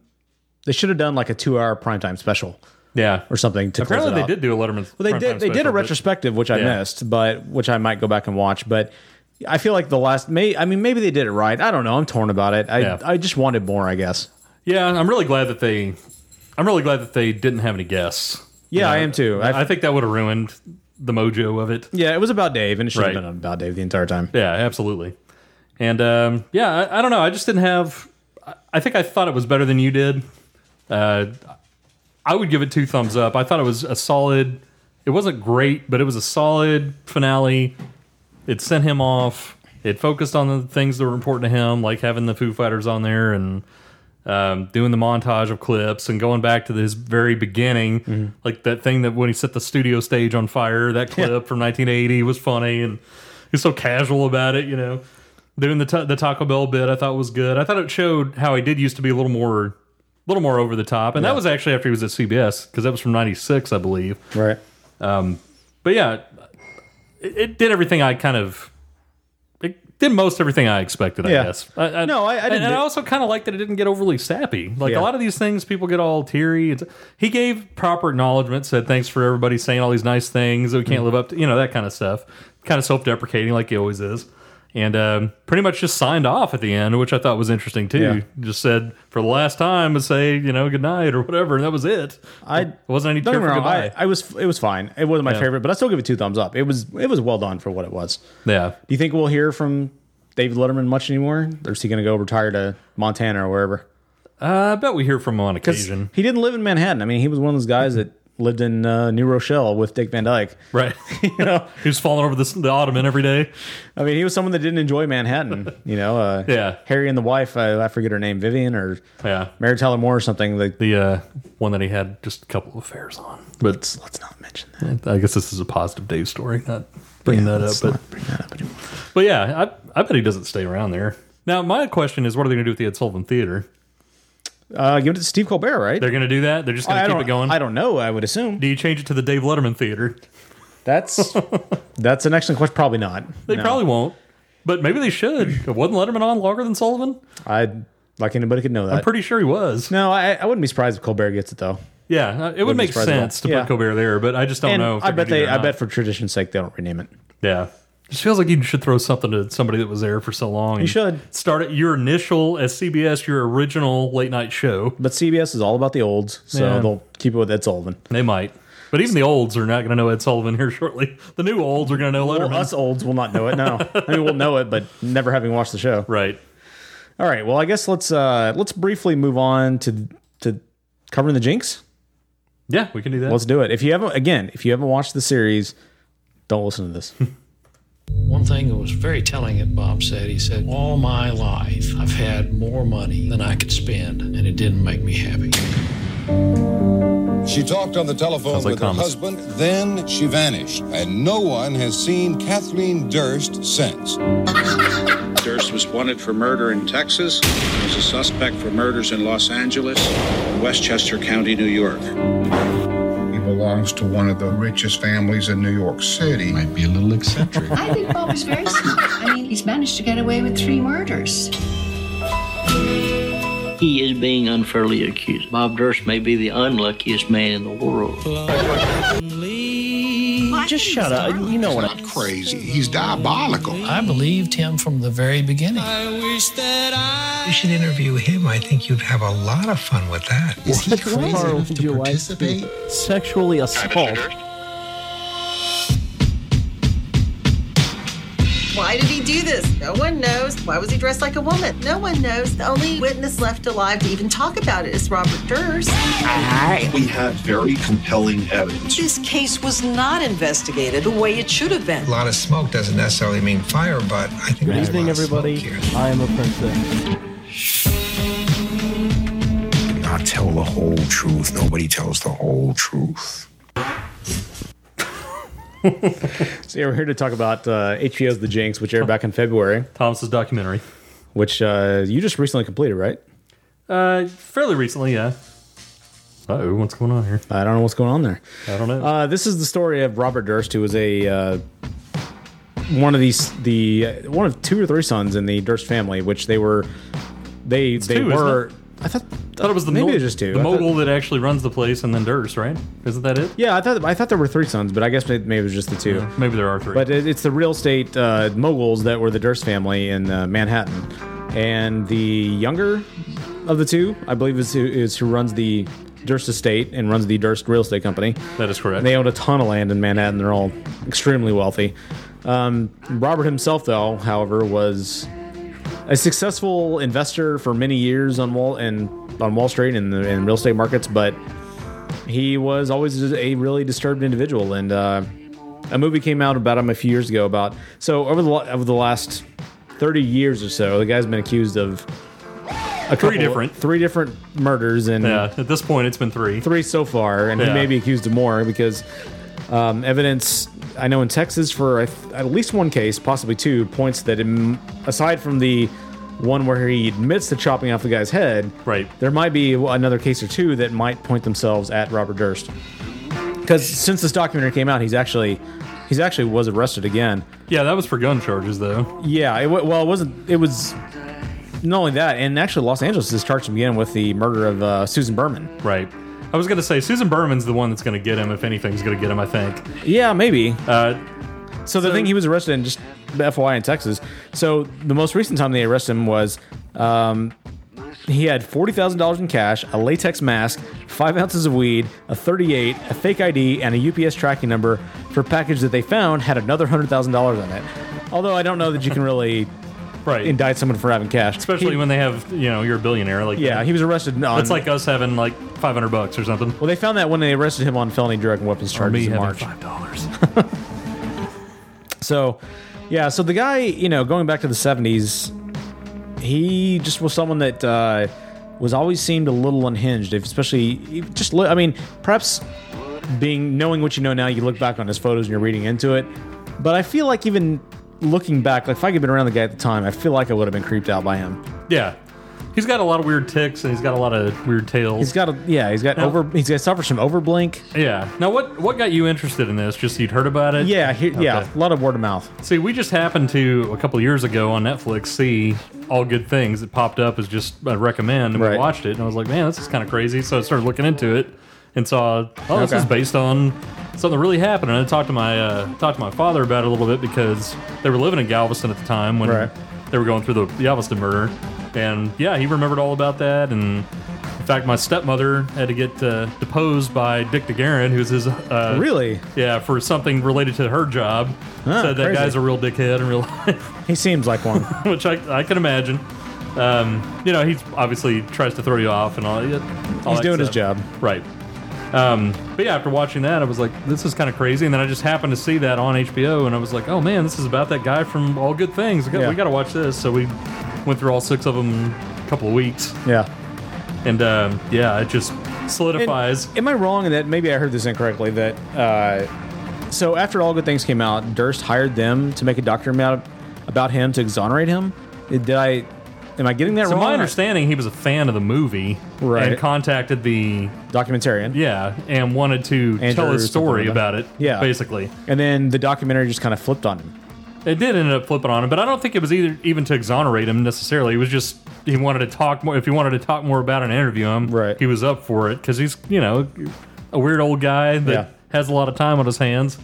Speaker 2: They should have done like a two-hour primetime special.
Speaker 6: Yeah,
Speaker 2: or something. To
Speaker 6: Apparently,
Speaker 2: close it
Speaker 6: they
Speaker 2: out.
Speaker 6: did do a Letterman.
Speaker 2: Well, they did. They did a retrospective, which I
Speaker 6: Yeah.
Speaker 2: missed, but which I might go back and watch. But I feel like the last. May I mean, maybe they did it right. I don't know. I'm torn about it. I
Speaker 6: Yeah.
Speaker 2: I just wanted more. I guess.
Speaker 6: Yeah, I'm really glad that they. I'm really glad that they didn't have any guests.
Speaker 2: Yeah, I am too.
Speaker 6: I, think that would have ruined the mojo of it.
Speaker 2: Yeah, it was about Dave, and it should
Speaker 6: Right.
Speaker 2: have been about Dave the entire time.
Speaker 6: Yeah, absolutely. And um, yeah, I, I don't know. I just didn't have. I- I think I thought it was better than you did. Uh, I would give it two thumbs up. I thought it was a solid. It wasn't great, but it was a solid finale. It sent him off. It focused on the things that were important to him, like having the Foo Fighters on there and um, doing the montage of clips and going back to his very beginning, like that thing that when he set the studio stage on fire. That clip from 1980 was funny, and he's so casual about it. You know, doing the ta- the Taco Bell bit, I thought was good. I thought it showed how he did used to be a little more, a little more over the top, and
Speaker 2: Yeah.
Speaker 6: that was actually after he was at CBS because that was from '96, I believe.
Speaker 2: Right.
Speaker 6: Um, but yeah, it, it did everything I kind of. It did most everything I expected. I
Speaker 2: Yeah.
Speaker 6: guess. I, I,
Speaker 2: No, I- I
Speaker 6: and-
Speaker 2: didn't-
Speaker 6: And I also kind of like that it didn't get overly sappy. Like
Speaker 2: Yeah.
Speaker 6: a lot of these things, people get all teary. It's, he gave proper acknowledgement, said thanks for everybody saying all these nice things that we
Speaker 2: Mm-hmm.
Speaker 6: can't live up to, you know, that kind of stuff. Kind of self deprecating, like he always is. And um, pretty much just signed off at the end, which I thought was interesting too.
Speaker 2: Yeah.
Speaker 6: Just said for the last time, and say you know good night or whatever, and that was it.
Speaker 2: I
Speaker 6: wasn't any
Speaker 2: Don't get me
Speaker 6: tearful
Speaker 2: wrong.
Speaker 6: goodbye.
Speaker 2: I, I was. It was fine. It wasn't my
Speaker 6: Yeah.
Speaker 2: favorite, but I still give it two thumbs up. It was. It was well done for what it was.
Speaker 6: Yeah.
Speaker 2: Do you think we'll hear from David Letterman much anymore, or is he going to go retire to Montana or wherever?
Speaker 6: Uh, I bet we hear from him on
Speaker 2: 'Cause
Speaker 6: occasion.
Speaker 2: He didn't live in Manhattan. I mean, he was one of those guys that lived in uh, New Rochelle with Dick Van Dyke.
Speaker 6: Right.
Speaker 2: [laughs] you know,
Speaker 6: he was falling over the, the ottoman every day.
Speaker 2: I mean, he was someone that didn't enjoy Manhattan. You know, uh,
Speaker 6: [laughs] Yeah.
Speaker 2: Harry and the wife. Uh, I forget her name, Vivian or
Speaker 6: yeah,
Speaker 2: Mary Tyler Moore or something. Like
Speaker 6: the uh, one that he had just a couple of affairs on. But let's,
Speaker 2: not mention
Speaker 6: I guess this is a positive Dave story, not bringing that up. But but yeah, I, I bet he doesn't stay around there. Now, my question is, what are they going to do with the Ed Sullivan Theater?
Speaker 2: Uh, give it to Steve Colbert, right?
Speaker 6: They're going to do that. They're just going
Speaker 2: I
Speaker 6: to keep
Speaker 2: don't-
Speaker 6: it going. I
Speaker 2: don't know. I would
Speaker 6: [laughs]
Speaker 2: assume.
Speaker 6: Do you change it to the Dave Letterman Theater?
Speaker 2: That's that's an excellent question. Probably not.
Speaker 6: They
Speaker 2: No.
Speaker 6: probably won't. But maybe they should. Wasn't Letterman on longer than Sullivan?
Speaker 2: I like anybody could know that.
Speaker 6: I'm pretty sure he was.
Speaker 2: No, I, I wouldn't be surprised if Colbert gets it though.
Speaker 6: Yeah, uh, it would
Speaker 2: Wouldn't be
Speaker 6: make
Speaker 2: surprised at all.
Speaker 6: sense to
Speaker 2: Yeah.
Speaker 6: put Colbert there, but I just don't
Speaker 2: And
Speaker 6: know. If
Speaker 2: I
Speaker 6: they're
Speaker 2: bet
Speaker 6: gonna do
Speaker 2: they.
Speaker 6: that or
Speaker 2: I
Speaker 6: not.
Speaker 2: bet for tradition's sake they don't rename it.
Speaker 6: Yeah. Just feels like you should throw something to somebody that was there for so long. You
Speaker 2: should
Speaker 6: start at your initial as CBS, your original late night show.
Speaker 2: But CBS is all about the olds, so
Speaker 6: Yeah.
Speaker 2: they'll keep it with Ed Sullivan.
Speaker 6: They might, but even the olds are not going to know Ed Sullivan here [laughs] shortly. The new olds are going to know Letterman.
Speaker 2: Well, us olds will not know it. No, I mean we'll know it, but never having watched the show.
Speaker 6: Right.
Speaker 2: All right. Well, I guess let's uh let's briefly move on to to covering the Jinx.
Speaker 6: Yeah, we can do that.
Speaker 2: Let's do it. If you haven't, again, if you haven't watched the series, don't listen to this.
Speaker 4: One thing that was very telling that Bob said, he said, All my life I've had more money than I could spend, and it didn't make me happy.
Speaker 8: She talked on the telephone
Speaker 4: Sounds like
Speaker 8: with her
Speaker 4: Thomas.
Speaker 8: husband, then she vanished, and no one has seen Kathleen Durst since.
Speaker 9: [laughs] Durst was wanted for murder in Texas, was a suspect for murders in Los Angeles, and Westchester County, New York.
Speaker 24: He belongs to one of the richest families in New York City. Might be a little eccentric.
Speaker 25: I think Bob is very smart. I mean, he's managed to get away with three murders.
Speaker 4: He is being unfairly accused. Bob Durst may be the unluckiest man in the world.
Speaker 25: Well, I
Speaker 1: just shut up. You know what?
Speaker 24: Not crazy. He's diabolical.
Speaker 4: I believed him from the very beginning.
Speaker 7: You should interview him. I think you'd have a lot of fun with that.
Speaker 1: Is he crazy enough to participate? Sexually assault.
Speaker 10: Why did he do this? No one knows. Why was he dressed like a woman? No one knows. The only witness left alive to even talk about it is Robert Durst.
Speaker 11: We had very compelling evidence.
Speaker 10: This case was not investigated the way it should have been.
Speaker 7: A lot of smoke doesn't necessarily mean fire, but I think
Speaker 1: Good
Speaker 7: there's
Speaker 1: evening,
Speaker 7: a lot of smoke here.
Speaker 1: everybody. I am a princess.
Speaker 7: Not tell the whole truth. Nobody tells the whole truth.
Speaker 2: So yeah, we're here to talk about uh, HBO's The Jinx, which aired back in February.
Speaker 6: Thomas's documentary,
Speaker 2: which uh, you just recently completed, right?
Speaker 6: Uh, fairly recently, yeah. Uh oh, what's going on here?
Speaker 2: I don't know what's going on there.
Speaker 6: I don't know.
Speaker 2: Uh, this is the story of Robert Durst, who was a uh, one of these the uh, one of two or three sons in the Durst family, which they were they they
Speaker 6: two, isn't
Speaker 2: were.
Speaker 6: it?
Speaker 2: I thought
Speaker 6: I thought it was the
Speaker 2: maybe
Speaker 6: mo-
Speaker 2: it was just two.
Speaker 6: the
Speaker 2: I thought-
Speaker 6: mogul that actually runs the place, and then Durst, right? Isn't that it?
Speaker 2: yeah, I thought I thought there were three sons, but I guess maybe it was just the two.
Speaker 6: Yeah, maybe there are three.
Speaker 2: But it, it's the real estate uh, moguls that were the Durst family in uh, Manhattan, and the younger of the two, I believe, is who, is who runs the Durst estate and runs the Durst real estate company.
Speaker 6: That is correct.
Speaker 2: They own a ton of land in Manhattan. They're all extremely wealthy. Um, Robert himself, though, however, was a successful investor for many years on Wall and on Wall Street and the and real estate markets, but he was always just a really disturbed individual. And uh, a movie came out about him a few years ago. About so over the la- over the last thirty years or so, the guy's been accused of a
Speaker 6: Uh, Three
Speaker 2: couple-
Speaker 6: different.
Speaker 2: three different murders and
Speaker 6: Yeah, at this point, it's been three.
Speaker 2: three so far, and he
Speaker 6: Yeah.
Speaker 2: may be accused of more because um, evidence I know in Texas for I th- at least one case, possibly two, points that im- aside from the one where he admits to chopping off the guy's head, right? There might be another case or two that might point themselves at Robert Durst because since this documentary came out, he's actually he's actually was arrested again.
Speaker 6: Yeah, that was for gun charges, though.
Speaker 2: Yeah, it, wa- well, it wasn't. It was not only that, and actually, Los Angeles has charged him again with the murder of uh, Susan Berman.
Speaker 6: Right. I was going to say Susan Berman's the one that's going to get him. If anything's going to get him, I think.
Speaker 2: Yeah, maybe.
Speaker 6: Uh,
Speaker 2: so the thing he was arrested in, just FYI, in Texas. So the most recent time they arrested him was um, he had forty thousand dollars in cash, a latex mask, five ounces of weed, a thirty-eight, a fake ID, and a UPS tracking number for a package that they found had another hundred thousand dollars in it. Although I don't know that you can really indict someone for having cash,
Speaker 6: Especially
Speaker 2: uh, He-
Speaker 6: when they have, you know, you're a billionaire. Like
Speaker 2: Yeah,
Speaker 6: that.
Speaker 2: he was arrested on-
Speaker 6: That's like us having like 500 bucks or something.
Speaker 2: Well, they found that when they arrested him on felony drug and weapons
Speaker 6: Or
Speaker 2: charges
Speaker 6: me
Speaker 2: in
Speaker 6: having
Speaker 2: March.
Speaker 6: five dollars.
Speaker 2: So, yeah, so the guy, you know, going back to the 70s, he just was someone that uh, was always seemed a little unhinged, if- especially if- just, li- I mean, perhaps being knowing what you know now, you look back on his photos and you're reading into it. But I feel like even looking back, like if I could have been around the guy at the time, I feel like I would have been creeped out by him.
Speaker 6: [laughs] Yeah. He's got a lot of weird ticks and he's got a lot of weird tails.
Speaker 2: He's got a, yeah, he's got
Speaker 6: Now-
Speaker 2: over, he's got suffers from overblink.
Speaker 6: Yeah. Now, what what got you interested in this? Just you'd heard about it?
Speaker 2: Yeah, he, yeah, a lot of word of mouth.
Speaker 6: See, we just happened to a couple years ago on Netflix see all good things. It popped up as just I recommend, and we
Speaker 2: Right.
Speaker 6: watched it, and I was like, man, this is kind of crazy. So I started looking into it and saw, oh, this
Speaker 2: Okay.
Speaker 6: is based on something that really happened. And I talked to my uh, talked to my father about it a little bit because they were living in Galveston at the time when
Speaker 2: Right.
Speaker 6: they were going through the Galveston murder, and yeah, he remembered all about that and. In fact, my stepmother had to get uh, deposed by Dick DeGarren, who's his uh,
Speaker 2: Really?
Speaker 6: yeah for something related to her job.
Speaker 2: Ah,
Speaker 6: Said that
Speaker 2: crazy.
Speaker 6: guy's a real dickhead in real [laughs] life,
Speaker 2: He seems like one.
Speaker 6: which I, I can imagine. Um, you know, he's obviously tries to throw you off and all. all
Speaker 2: He's
Speaker 6: that
Speaker 2: doing his
Speaker 6: stuff.
Speaker 2: job.
Speaker 6: right? Um, but yeah, after watching that, I was like, this is kind of crazy. And then I just happened to see that on HBO, and I was like, oh man, this is about that guy from All Good Things. We got,
Speaker 2: Yeah.
Speaker 6: we got to watch this. So we went through all six of them in a couple of weeks.
Speaker 2: Yeah.
Speaker 6: And um, yeah, it just solidifies.
Speaker 2: Am I wrong in that? Maybe I heard this incorrectly. That uh, so after all good things came out, Durst hired them to make a documentary about, about him to exonerate him. Did I? Am I getting that
Speaker 6: so
Speaker 2: wrong?
Speaker 6: my understanding, he was a fan of the movie,
Speaker 2: Right.
Speaker 6: And contacted the
Speaker 2: documentarian,
Speaker 6: yeah, and wanted to tell
Speaker 2: Andrew
Speaker 6: his story
Speaker 2: something like
Speaker 6: about
Speaker 2: that.
Speaker 6: it,
Speaker 2: Yeah.
Speaker 6: basically.
Speaker 2: and then the documentary just kind of flipped on him.
Speaker 6: It did end up flipping on him, but I don't think it was either even to exonerate him necessarily. It was just he wanted to talk more. If he wanted to talk more about it and interview him, right. he was up for it because he's you know a weird old guy that
Speaker 2: Yeah.
Speaker 6: has a lot of time on his hands.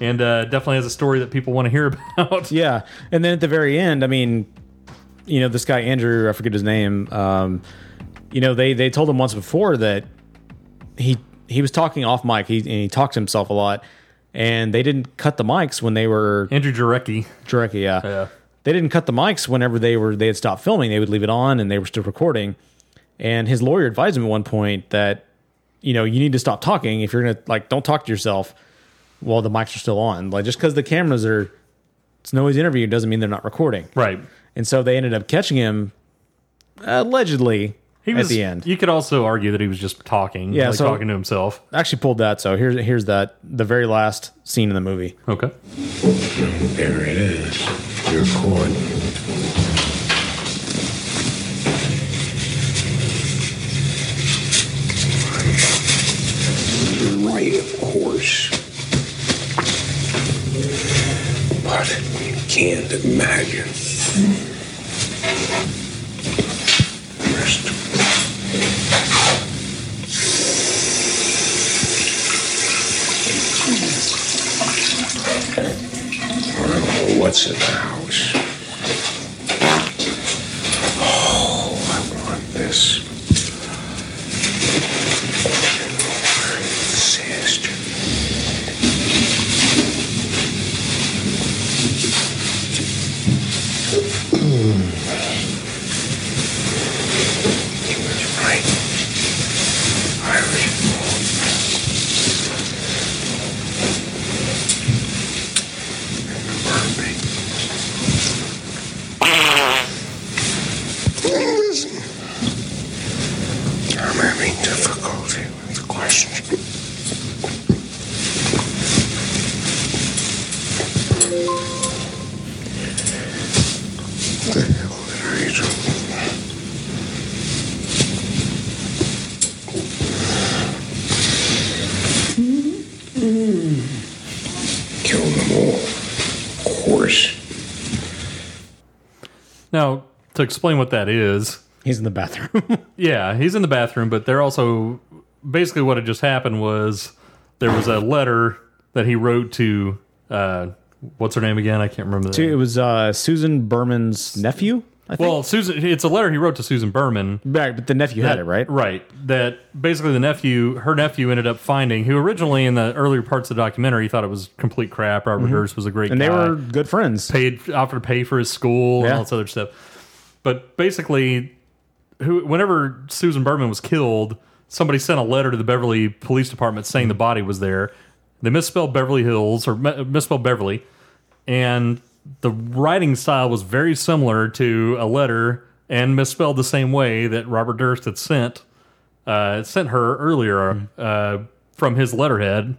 Speaker 6: and uh, definitely has a story that people want to hear [laughs] about.
Speaker 2: Yeah, and then at the very end, I mean, you know, this guy Andrew, I forget his name. Um, you know, they they told him once before that he he was talking off mic. He and he talked to himself a lot, and they didn't cut the mics when they were
Speaker 6: Andrew Jarecki.
Speaker 2: Jarecki, yeah. yeah. They didn't cut the mics whenever they were they had stopped filming. They would leave it on, and they were still recording. And his lawyer advised him at one point that you know you need to stop talking if you're gonna like don't talk to yourself while the mics are still on. Like just because the cameras are it's nobody's interview doesn't mean they're not recording.
Speaker 6: Right.
Speaker 2: And so they ended up catching him allegedly
Speaker 6: He was
Speaker 2: at the end.
Speaker 6: You could also argue that he was just talking,
Speaker 2: Yeah,
Speaker 6: like
Speaker 2: so-
Speaker 6: talking to himself.
Speaker 2: I actually pulled that. So here's here's that the very last scene in the movie.
Speaker 6: Okay.
Speaker 12: There it is. Your court. You're right, of course. [laughs] But you can't imagine. Rest. Well, What's in the house? Oh, I want this. Disaster. He was right. Irish. Listen. I'm having difficulty with the question. The hell did I do? Kill them all. Of course.
Speaker 6: Now, to explain what that is,
Speaker 2: he's in the bathroom. [laughs]
Speaker 6: yeah, he's in the bathroom, but they're also basically what had just happened was there was a letter that he wrote to uh, what's her name again? I can't remember. The
Speaker 2: Two- It was uh, Susan Berman's nephew. I think.
Speaker 6: Well, Susan, it's a letter he wrote to Susan Berman.
Speaker 2: Right, but the nephew had it, right?
Speaker 6: Right. That basically the nephew, her nephew, ended up finding who originally in the earlier parts of the documentary thought it was complete crap. Robert
Speaker 2: Mhm.
Speaker 6: Durst was a great
Speaker 2: and
Speaker 6: guy
Speaker 2: they were good friends.
Speaker 6: paid offered to pay for his school and
Speaker 2: Yeah.
Speaker 6: all this other stuff. But basically, who whenever Susan Berman was killed, somebody sent a letter to the Beverly Police Department saying the body was there. They misspelled Beverly Hills or me- misspelled Beverly, and the writing style was very similar to a letter and misspelled the same way that Robert Durst had sent uh, sent her
Speaker 2: Mm-hmm.
Speaker 6: earlier uh, from his letterhead,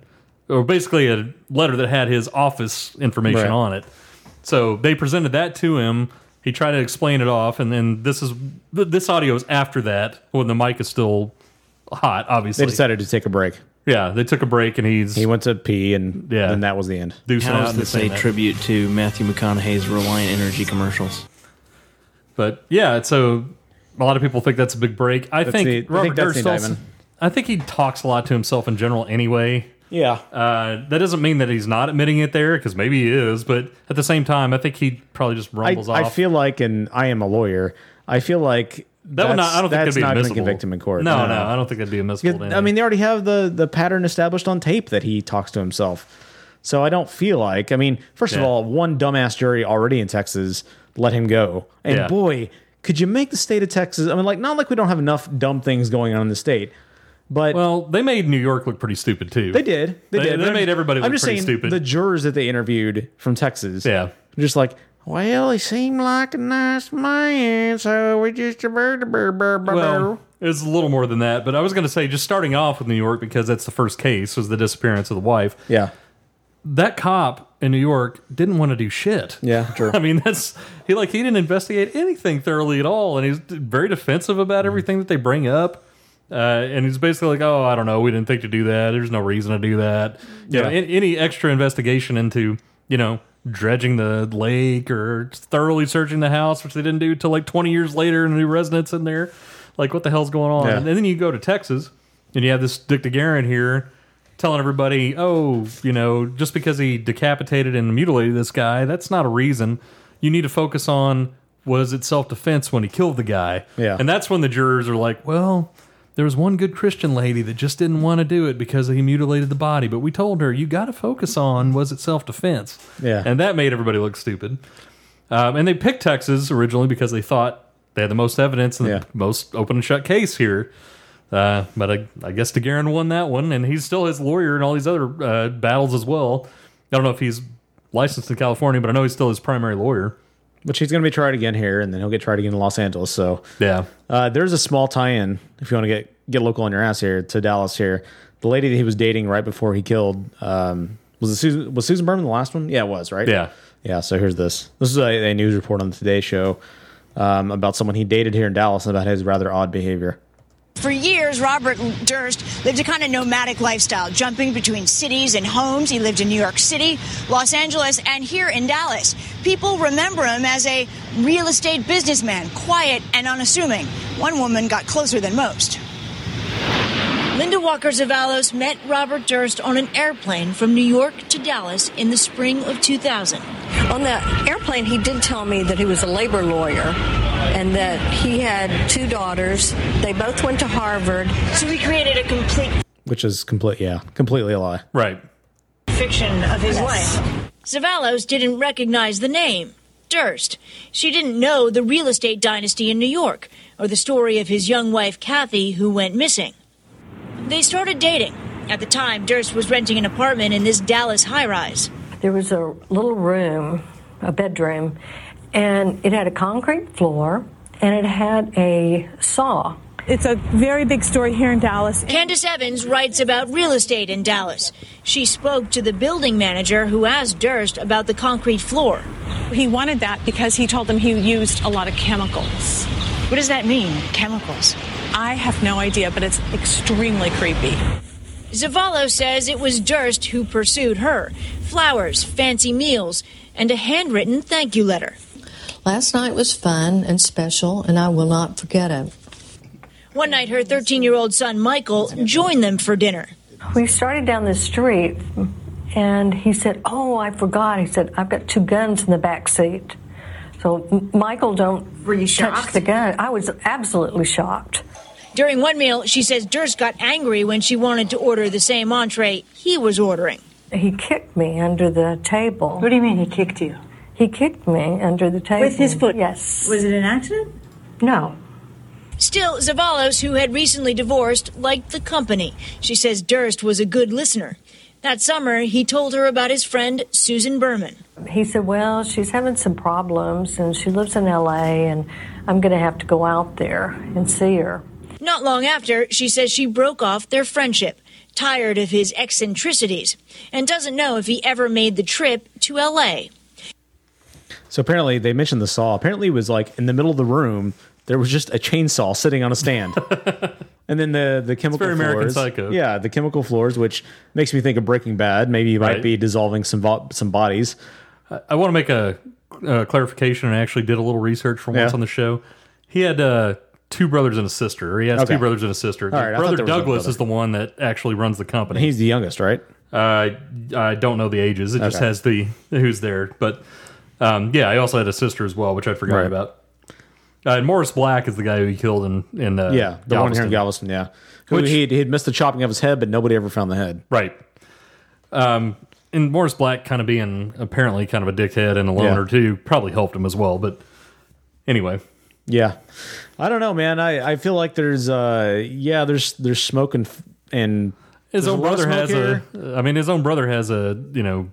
Speaker 6: or basically a letter that had his office information
Speaker 2: Right.
Speaker 6: on it. So they presented that to him. He tried to explain it off, and then this is th- this audio is after that when the mic is still hot. Obviously,
Speaker 2: They decided to take a break.
Speaker 6: Yeah, they took a break, and he's
Speaker 2: he went to pee, and
Speaker 6: Yeah.
Speaker 2: then that was the end.
Speaker 6: Deuce
Speaker 1: How
Speaker 6: out
Speaker 1: is
Speaker 6: and
Speaker 1: this
Speaker 6: saying
Speaker 1: a
Speaker 6: that.
Speaker 1: tribute to Matthew McConaughey's Reliant Energy commercials?
Speaker 6: But yeah, so a lot of people think that's a big break. I
Speaker 1: That's
Speaker 6: think
Speaker 1: the- I
Speaker 6: Robert
Speaker 1: think that's the
Speaker 6: Durst also-
Speaker 1: indictment.
Speaker 6: I think he talks a lot to himself in general anyway.
Speaker 2: Yeah.
Speaker 6: Uh, that doesn't mean that he's not admitting it there, because maybe he is, but at the same time, I think he probably just
Speaker 2: I,
Speaker 6: rumbles
Speaker 2: I
Speaker 6: off.
Speaker 2: feel like, and I am a lawyer. I feel like
Speaker 6: that would not, I don't think
Speaker 2: that's
Speaker 6: that'd be
Speaker 2: not going to
Speaker 6: admissible.
Speaker 2: convict him in court.
Speaker 6: No, no, I don't think that'd be admissible. to
Speaker 2: I mean, they already have the the pattern established on tape that he talks to himself. So I don't feel like. I mean, first of
Speaker 6: Yeah.
Speaker 2: all, one dumbass jury already in Texas let him go, and
Speaker 6: Yeah.
Speaker 2: boy, could you make the state of Texas? I mean, like not like we don't have enough dumb things going on in the state, but
Speaker 6: well, they made New York look pretty stupid too.
Speaker 2: They did. They,
Speaker 6: They-
Speaker 2: did.
Speaker 6: they
Speaker 2: But I'm-
Speaker 6: made everybody
Speaker 2: I'm
Speaker 6: look
Speaker 2: just
Speaker 6: pretty
Speaker 2: saying,
Speaker 6: stupid.
Speaker 2: The jurors that they interviewed from Texas,
Speaker 6: yeah,
Speaker 2: just like. Well, he seemed like a nice man, so we just
Speaker 6: Well, it's a little more than that, but I was going to say just starting off with New York because that's the first case was the disappearance of the wife.
Speaker 2: Yeah.
Speaker 6: That cop in New York didn't want to do shit. [laughs]
Speaker 2: Yeah, true.
Speaker 6: I mean, that's he like he didn't investigate anything thoroughly at all, and he's very defensive
Speaker 2: Mm-hmm.
Speaker 6: about everything that they bring up. Uh, and he's basically like, "Oh, I don't know. We didn't think to do that. There's no reason to do that." You know,
Speaker 2: Yeah.
Speaker 6: an- any extra investigation into you know dredging the lake or thoroughly searching the house, which they didn't do till like 20 years later, and new residents in there. Like, what the hell's going on?
Speaker 2: Yeah.
Speaker 6: And then you go to Texas, and you have this Dick DeGarren here telling everybody, oh, you know, just because he decapitated and mutilated this guy, that's not a reason. You need to focus on was it self defense when he killed the guy?
Speaker 2: Yeah.
Speaker 6: And that's when the jurors are like, well, there was one good Christian lady that just didn't want to do it because he mutilated the body, but we told her, you got to focus on was it self defense?
Speaker 2: Yeah.
Speaker 6: And that made everybody look stupid. Um, and they picked Texas originally because they thought they had the most evidence and the most open and shut case here. Uh, but I, I guess DeGuerin won that one, and he's still his lawyer in all these other uh, battles as well. I don't know if he's licensed in California, but I know he's still his primary lawyer.
Speaker 2: Which he's going to be tried again here, and then he'll get tried again in Los Angeles. So
Speaker 6: yeah,
Speaker 2: uh, there's a small tie-in if you want to get get local on your ass here to Dallas. Here, the lady that he was dating right before he killed um, was it Susan was Susan Berman the last one? Yeah, it was right.
Speaker 6: Yeah.
Speaker 2: yeah. So here's this. This is a, a news report on the Today Show um, about someone he dated here in Dallas and about his rather odd behavior.
Speaker 14: For years, Robert Durst lived a kind of nomadic lifestyle, jumping between cities and homes. He lived in New York City, Los Angeles, and here in Dallas. People remember him as a real estate businessman, quiet and unassuming. One woman got closer than most. Linda Walker Zavalos met Robert Durst on an airplane from New York to Dallas in the spring of 2000.
Speaker 3: On the airplane, he did tell me that he was a labor lawyer and that he had two daughters. They both went to Harvard.
Speaker 14: So we created a complete
Speaker 2: Which is complete, yeah, completely a lie.
Speaker 6: Right.
Speaker 14: fiction of his
Speaker 3: Yes.
Speaker 14: life. Zavalos didn't recognize the name, Durst. She didn't know the real estate dynasty in New York or the story of his young wife, Kathy, who went missing. They started dating. At the time, Durst was renting an apartment in this Dallas high rise.
Speaker 3: There was a little room, a bedroom, and it had a concrete floor and it had a saw.
Speaker 8: It's a very big story here in Dallas.
Speaker 14: Candace Evans writes about real estate in Dallas. She spoke to the building manager who asked Durst about the concrete floor.
Speaker 8: He wanted that because he told them he used a lot of chemicals.
Speaker 14: What does that mean, chemicals?
Speaker 8: I have no idea, but it's extremely creepy.
Speaker 14: Zavallo says it was Durst who pursued her. Flowers, fancy meals, and a handwritten thank you letter.
Speaker 3: Last night was fun and special, and I will not forget it.
Speaker 14: One night, her 13 year old son Michael joined them for dinner.
Speaker 3: We started down the street, and he said, "Oh, I forgot." He said, "I've got two guns in the back seat." So, M- Michael, don't Were you touch the gun. I was absolutely shocked.
Speaker 14: During one meal, she says Durst got angry when she wanted to order the same entree he was ordering.
Speaker 3: He kicked me under the table. What do you mean he kicked you? He kicked me under the table
Speaker 14: With his
Speaker 3: foot. Yes. Was it an accident? No.
Speaker 14: Still, Zavalos, who had recently divorced, liked the company. She says Durst was a good listener. That summer, he told her about his friend Susan Berman.
Speaker 3: He said, "Well, she's having some problems, and she lives in L.A., and I'm going to have to go out there and see her."
Speaker 14: Not long after, she says she broke off their friendship, tired of his eccentricities, and doesn't know if he ever made the trip to LA.
Speaker 2: So apparently they mentioned the saw. Apparently it was like in the middle of the room. There was just a chainsaw sitting on a [laughs] stand. and then the the chemical
Speaker 6: very American
Speaker 2: floors.
Speaker 6: Psycho.
Speaker 2: Yeah, the chemical floors, which makes me think of Breaking Bad. Maybe you might
Speaker 6: Right.
Speaker 2: be dissolving some vo- some bodies.
Speaker 6: I, I want to make a uh, clarification, and I actually did a little research for once
Speaker 2: Yeah.
Speaker 6: on the show. He had uh, two brothers and a sister. or He has
Speaker 2: Okay.
Speaker 6: two brothers and a sister.
Speaker 2: All right, I thought
Speaker 6: brother
Speaker 2: there was one
Speaker 6: Douglas
Speaker 2: brother.
Speaker 6: is the one that actually runs the company.
Speaker 2: He's the youngest, right?
Speaker 6: Uh, I don't know the ages. It just
Speaker 2: Okay.
Speaker 6: has the who's there. But um, yeah, I also had a sister as well, which I forgot
Speaker 2: Right.
Speaker 6: about. Uh, and Morris Black is the guy who he killed in in uh,
Speaker 2: yeah, the one here in
Speaker 6: Galveston.
Speaker 2: Galveston. Yeah, who
Speaker 6: Which-
Speaker 2: he'd, he'd missed the chopping of his head, but nobody ever found the head.
Speaker 6: Right. Um, and Morris Black kind of being apparently kind of a dickhead and a loner too probably helped him as well. But anyway,
Speaker 2: Yeah, I don't know, man. I, I feel like there's uh yeah there's there's smoke and f- and
Speaker 6: his
Speaker 2: there's
Speaker 6: own
Speaker 2: a lot of smoke
Speaker 6: brother has
Speaker 2: here.
Speaker 6: a. I mean, his own brother has a you know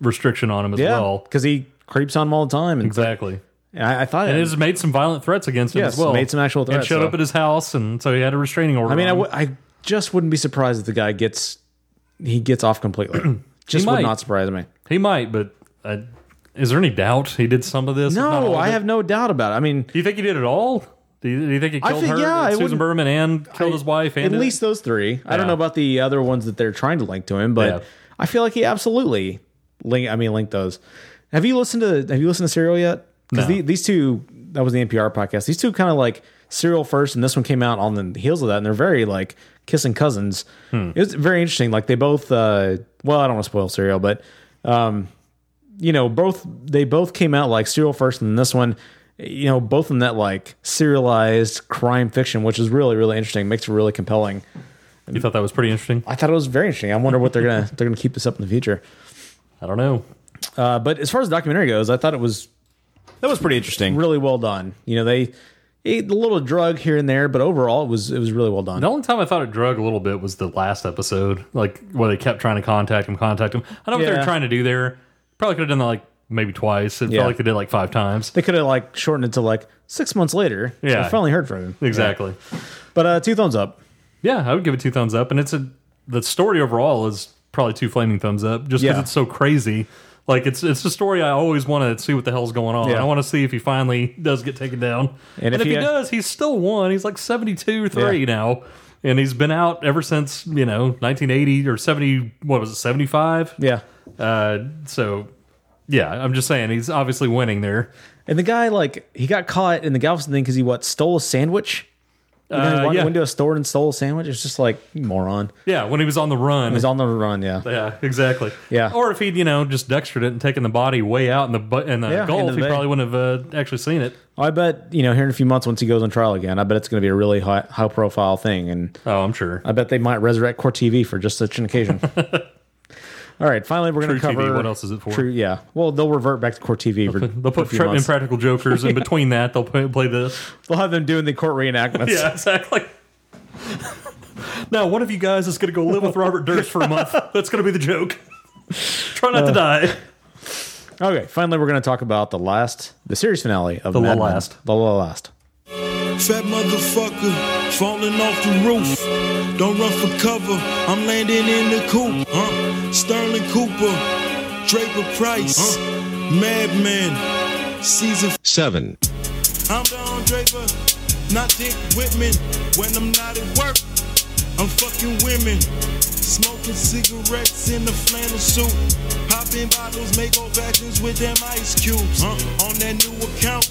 Speaker 6: restriction on him as
Speaker 2: yeah
Speaker 6: well.
Speaker 2: because he creeps on him all the time. And,
Speaker 6: Exactly.
Speaker 2: and I, I thought
Speaker 6: And has made some violent threats against him
Speaker 2: Yes,
Speaker 6: as well.
Speaker 2: made some actual
Speaker 6: And
Speaker 2: threats,
Speaker 6: showed
Speaker 2: so.
Speaker 6: up at his house, and so he had a restraining order.
Speaker 2: I mean, I,
Speaker 6: on him.
Speaker 2: w- I just wouldn't be surprised if the guy gets he gets off
Speaker 6: [clears throat]
Speaker 2: completely. just
Speaker 6: He
Speaker 2: would
Speaker 6: might.
Speaker 2: not surprise me.
Speaker 6: He might, but uh, is there any doubt he did some of this? if not all
Speaker 2: No,
Speaker 6: of
Speaker 2: I
Speaker 6: it?
Speaker 2: have no doubt about it. I mean,
Speaker 6: Do you think he did it all? Do you, do you think he
Speaker 2: I
Speaker 6: killed
Speaker 2: think-
Speaker 6: her,
Speaker 2: yeah,
Speaker 6: and
Speaker 2: I
Speaker 6: Susan
Speaker 2: wouldn't-
Speaker 6: Berman, and killed his wife?
Speaker 2: at
Speaker 6: And
Speaker 2: least those three. I
Speaker 6: Yeah.
Speaker 2: don't know about the other ones that they're trying to link to him, but
Speaker 6: Yeah.
Speaker 2: I feel like he absolutely link. I mean, link those. Have you listened to Have you listened to Serial yet? Because
Speaker 6: No.
Speaker 2: these two, that was the NPR podcast. These two kind of like Serial first, and this one came out on the heels of that, and they're very like kissing cousins.
Speaker 6: Hmm.
Speaker 2: It was very interesting. Like they both, uh, well, I don't want to spoil Serial, but um, you know, both they both came out like Serial first, and this one, you know, both in that like serialized crime fiction, which is really really interesting. Makes it really compelling.
Speaker 6: You thought that was pretty interesting.
Speaker 2: I thought it was very interesting. I wonder what they're gonna they're gonna keep this up in the future.
Speaker 6: I don't know.
Speaker 2: Uh, but as far as the documentary goes, I thought it was that was pretty interesting. Really well done. You know, they ate a little drug here and there, but overall it was it was really well done.
Speaker 6: The only time I thought it drug a little bit was the last episode, like where they kept trying to contact him, contact him. I know what they
Speaker 2: Yeah.
Speaker 6: were trying to do there. Probably could have done that like maybe twice. It
Speaker 2: Yeah.
Speaker 6: felt like they did like five times.
Speaker 2: They could have like shortened it to like six months later.
Speaker 6: Yeah.
Speaker 2: I finally heard from him.
Speaker 6: Exactly.
Speaker 2: But uh, two thumbs up.
Speaker 6: Yeah, I would give it two thumbs up. And it's a the story overall is probably two flaming thumbs up, just because
Speaker 2: Yeah.
Speaker 6: it's so crazy. Like it's it's a story I always want to see what the hell's going on.
Speaker 2: Yeah.
Speaker 6: I want to see if he finally does get taken down. And, if, he, does, he's still one. He's like seventy two or three
Speaker 2: Yeah.
Speaker 6: now, and he's been out ever since you know nineteen eighty or seventy. What was it seventy five?
Speaker 2: Yeah.
Speaker 6: Uh, so yeah, I'm just saying he's obviously winning there.
Speaker 2: And the guy like he got caught in the Galveston thing because he what stole a sandwich. He
Speaker 6: Uh,
Speaker 2: went,
Speaker 6: yeah.
Speaker 2: went to a store and stole a sandwich. It's just like you moron.
Speaker 6: Yeah, when he was on the run,
Speaker 2: He was on the run. Yeah.
Speaker 6: [laughs] Yeah, exactly.
Speaker 2: Yeah.
Speaker 6: Or if he'd, you know, just dextered it and taken the body way out in the bu- in the
Speaker 2: Yeah,
Speaker 6: Gulf,
Speaker 2: into the
Speaker 6: he
Speaker 2: bay.
Speaker 6: probably wouldn't have uh, actually seen it.
Speaker 2: I bet you know here in a few months once he goes on trial again, I bet it's going to be a really high, high profile thing. And
Speaker 6: oh, I'm sure.
Speaker 2: I bet they might resurrect Court TV for just such an
Speaker 6: [laughs]
Speaker 2: occasion. All right, finally we're going to
Speaker 6: True
Speaker 2: cover
Speaker 6: TV, what else is it for?
Speaker 2: True, yeah. Well, they'll revert back to Court TV. For,
Speaker 6: They'll put Trip and Practical Jokers
Speaker 2: [laughs]
Speaker 6: in between that. They'll play, play this.
Speaker 2: They'll have them doing the court reenactments.
Speaker 6: [laughs] yeah, exactly. now, one of you guys is going to go live with Robert Durst for
Speaker 2: [laughs]
Speaker 6: a month. That's going to be the joke. Try
Speaker 2: Uh.
Speaker 6: not to die.
Speaker 2: Okay, finally we're going to talk about the last, the series finale of
Speaker 6: The
Speaker 2: Mad Men.
Speaker 6: last.
Speaker 2: the last.
Speaker 16: Fat motherfucker falling off the roof. Don't run for cover. I'm landing in the coop. Huh? Sterling Cooper, Draper Price, huh? Madman, season
Speaker 17: Seven.
Speaker 16: I'm Don Draper, not Dick Whitman. When I'm not at work, I'm fucking women. Smoking cigarettes in a flannel suit. Popping bottles, make old fashions with them ice cubes. Huh? On that new account,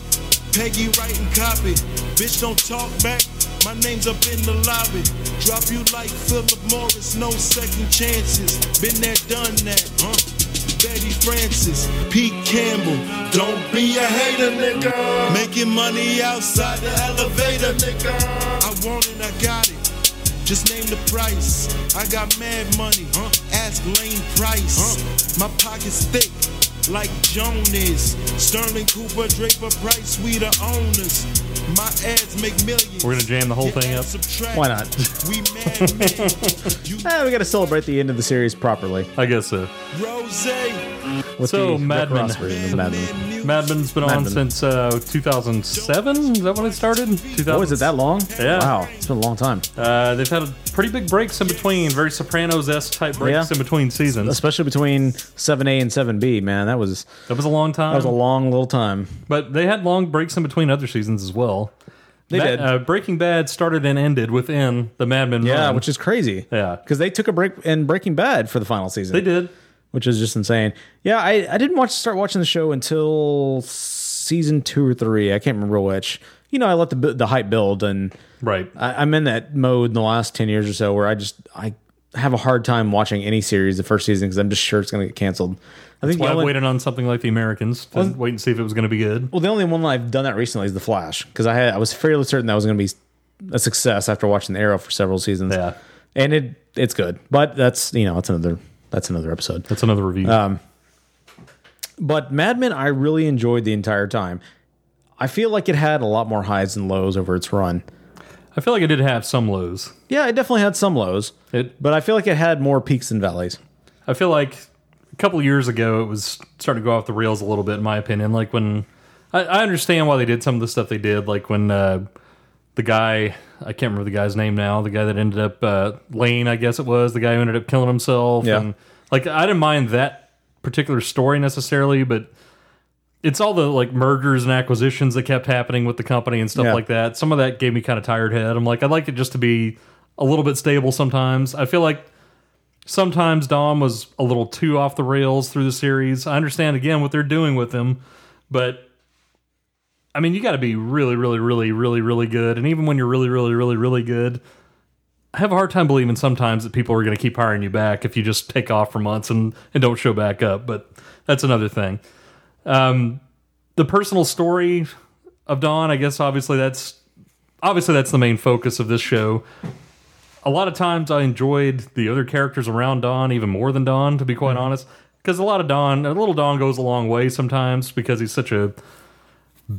Speaker 16: Peggy writing copy. Bitch, don't talk back. My name's up in the lobby. Drop you like Philip Morris, no second chances. Been there, done that. Huh? Betty Francis, Pete Campbell. Don't be a hater, nigga. Making money outside the elevator, nigga. I want it, I got it. Just name the price. I got mad money. Huh? Ask Lane Price. My [laughs] pocket's thick, like Joan is. Sterling Cooper, Draper Price, we the owners. My ads make millions.
Speaker 6: We're going to jam the whole thing up.
Speaker 2: Why not?
Speaker 6: [laughs]
Speaker 16: We
Speaker 2: [laughs]
Speaker 16: mad men.
Speaker 2: Eh, we got to celebrate the end of the series properly.
Speaker 6: I guess so.
Speaker 16: Rose.
Speaker 2: With
Speaker 6: so,
Speaker 2: the
Speaker 6: Mad
Speaker 2: Rick
Speaker 6: Men.
Speaker 2: Ross version of Mad Men.
Speaker 6: Mad Men's been
Speaker 2: Mad
Speaker 6: on
Speaker 2: Men.
Speaker 6: since uh, 2007. Is that when it started? 2000.
Speaker 2: Oh, is it that long?
Speaker 6: Yeah.
Speaker 2: Wow, it's been a long time.
Speaker 6: Uh, they've had pretty big breaks in between, very Sopranos esque type breaks
Speaker 2: Yeah.
Speaker 6: in between seasons.
Speaker 2: Especially between 7A and 7B, man. That was
Speaker 6: That was a long time.
Speaker 2: that was a long little time.
Speaker 6: but they had long breaks in between other seasons as well.
Speaker 2: They
Speaker 6: Ma-
Speaker 2: did.
Speaker 6: Uh, Breaking Bad started and ended within the Mad Men.
Speaker 2: Yeah,
Speaker 6: run.
Speaker 2: which is crazy.
Speaker 6: Um, Yeah.
Speaker 2: Cuz they took a break in Breaking Bad for the final season.
Speaker 6: They did.
Speaker 2: Which is just insane. Yeah, I I didn't watch start watching the show until season 2 or 3. I can't remember which. You know, I let the bu- the hype build and
Speaker 6: Right.
Speaker 2: I, I'm in that mode in the last 10 years or so where I just I have a hard time watching any series the first season cuz I'm just sure it's going to get canceled. I think
Speaker 6: That's why I
Speaker 2: Ellen-
Speaker 6: waited on something like The Americans to
Speaker 2: Wasn't-
Speaker 6: wait and see if it was going to be good.
Speaker 2: Well, the only one I've done that recently is The Flash because I had I was fairly certain that was going to be a success after watching The Arrow for several seasons. Yeah, and it it's good, but that's you know that's another that's another episode.
Speaker 6: That's another review.
Speaker 2: Um, but Mad Men, I really enjoyed the entire time. I feel like it had a lot more highs and lows over its run.
Speaker 6: I feel like it did have some lows.
Speaker 2: Yeah, it definitely had some lows,
Speaker 6: it,
Speaker 2: but I feel like it had more peaks and valleys.
Speaker 6: I feel like a couple of years ago it was starting to go off the rails a little bit, in my opinion. Like when I, I understand why they did some of the stuff they did, like when uh, the guy I can't remember the guy's name now, the guy that ended up uh, Lane, I guess it was, the guy who ended up killing himself.
Speaker 2: Yeah.
Speaker 6: And, like I didn't mind that particular story necessarily, but it's all the like mergers and acquisitions that kept happening with the company and stuff
Speaker 2: Yeah.
Speaker 6: like that. Some of that gave me kind of tired head. I'm like, I'd like it just to be a little bit stable sometimes. I feel like sometimes Dom was a little too off the rails through the series. I understand again what they're doing with him, but I mean, you got to be really, really, really, really, really good. And even when you're really, really, really, really good, I have a hard time believing sometimes that people are going to keep hiring you back if you just take off for months and, and don't show back up. But that's another thing. Um, the personal story of Dawn, I guess, obviously that's obviously that's the main focus of this show. A lot of times, I enjoyed the other characters around Dawn even more than Dawn, to be
Speaker 2: Mm-hmm.
Speaker 6: quite honest, because a lot of Dawn, a little Dawn goes a long way sometimes because he's such a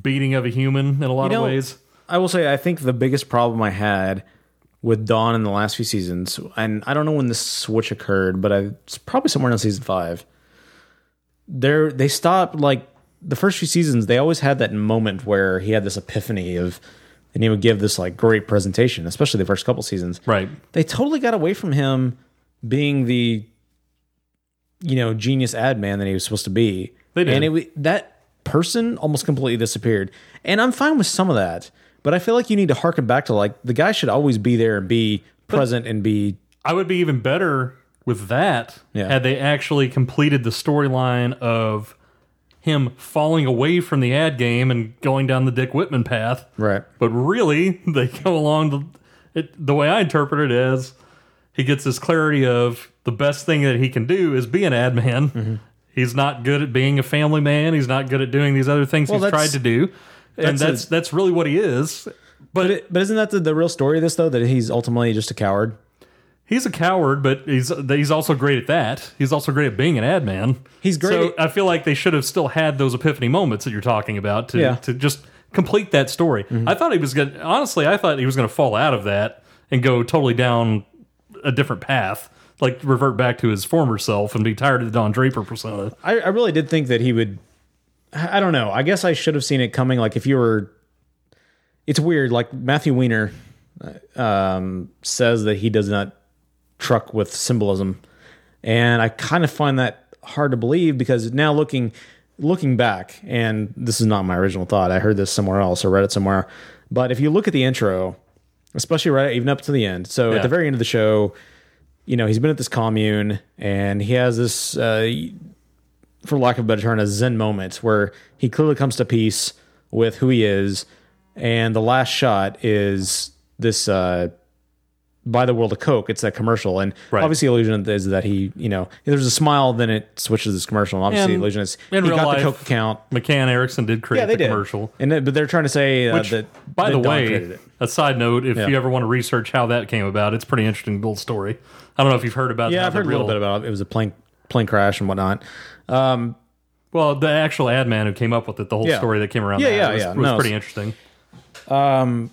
Speaker 6: beating of a human in a lot
Speaker 2: You
Speaker 6: of
Speaker 2: know,
Speaker 6: ways.
Speaker 2: I will say, I think the biggest problem I had with Dawn in the last few seasons, and I don't know when this switch occurred, but I, it's probably somewhere in season five. There, they stopped like the first few seasons. They always had that moment where he had this epiphany of, and he would give this like great presentation, especially the first couple seasons.
Speaker 6: Right.
Speaker 2: They totally got away from him being the, you know, genius ad man that he was supposed to be.
Speaker 6: They did.
Speaker 2: And it, wa- that person almost completely disappeared. And I'm fine with some of that, but I feel like you need to harken back to like the guy should always be there and be present and be
Speaker 6: I would be even better with that
Speaker 2: Yeah.
Speaker 6: had they actually completed the storyline of him falling away from the ad game and going down the Dick Whitman path.
Speaker 2: right.
Speaker 6: But really, [laughs] they go along the it, the way I interpret it is he gets this clarity of the best thing that he can do is be an ad man.
Speaker 2: Mm-hmm.
Speaker 6: He's not good at being a family man. He's not good at doing these other things
Speaker 2: Well,
Speaker 6: he's tried
Speaker 2: that's-
Speaker 6: to do, and
Speaker 2: that's a-
Speaker 6: that's that's really what he is. But
Speaker 2: it, but isn't that the, the real story of this though? That he's ultimately just a coward.
Speaker 6: He's a coward, but he's he's also great at that. He's also great at being an ad man. He's
Speaker 2: great
Speaker 6: So I feel like they should have still had those epiphany moments that you're talking about to
Speaker 2: Yeah. Mm-hmm.
Speaker 6: to just complete that story. I thought he was going. to Honestly, I thought he was going to fall out of that and go totally down a different path, like revert back to his former self and be tired of the Don Draper persona.
Speaker 2: I, I really did think that he would. I I don't know. I guess I should have seen it coming. Like if you were, it's weird. Like Matthew Weiner uh, um, says that he does not truck with symbolism, and I kind of find that hard to believe because now looking looking back, and this is not my original thought. I heard this somewhere else or read it somewhere. But if you look at the intro, especially right even up to the end, so
Speaker 6: Yeah.
Speaker 2: at the very end of the show, you know he's been at this commune and he has this uh, for lack of a better term a zen moment where he clearly comes to peace with who he is and the last shot is this uh by the world of coke it's that commercial and obviously illusion is that he you know there's a smile then it switches to this commercial and obviously
Speaker 6: And
Speaker 2: illusion is
Speaker 6: in
Speaker 2: he
Speaker 6: real
Speaker 2: got
Speaker 6: life,
Speaker 2: the coke account
Speaker 6: McCann Erickson did create
Speaker 2: Yeah, they
Speaker 6: the
Speaker 2: did.
Speaker 6: commercial.
Speaker 2: and then, but they're trying to say uh,
Speaker 6: Which,
Speaker 2: that
Speaker 6: by
Speaker 2: that
Speaker 6: the
Speaker 2: Don created
Speaker 6: way,
Speaker 2: it.
Speaker 6: a side note: if
Speaker 2: Yeah.
Speaker 6: you ever want to research how that came about, it's a pretty interesting little story. I don't know if you've heard about.
Speaker 2: yeah
Speaker 6: how
Speaker 2: i've
Speaker 6: the
Speaker 2: heard a little
Speaker 6: real-
Speaker 2: bit about it it was a plane plane crash and whatnot um
Speaker 6: Well, the actual ad man who came up with it, the whole
Speaker 2: Yeah.
Speaker 6: story that came around
Speaker 2: Yeah,
Speaker 6: that
Speaker 2: yeah,
Speaker 6: was,
Speaker 2: yeah.
Speaker 6: was
Speaker 2: No,
Speaker 6: pretty
Speaker 2: it's-
Speaker 6: interesting.
Speaker 2: Um,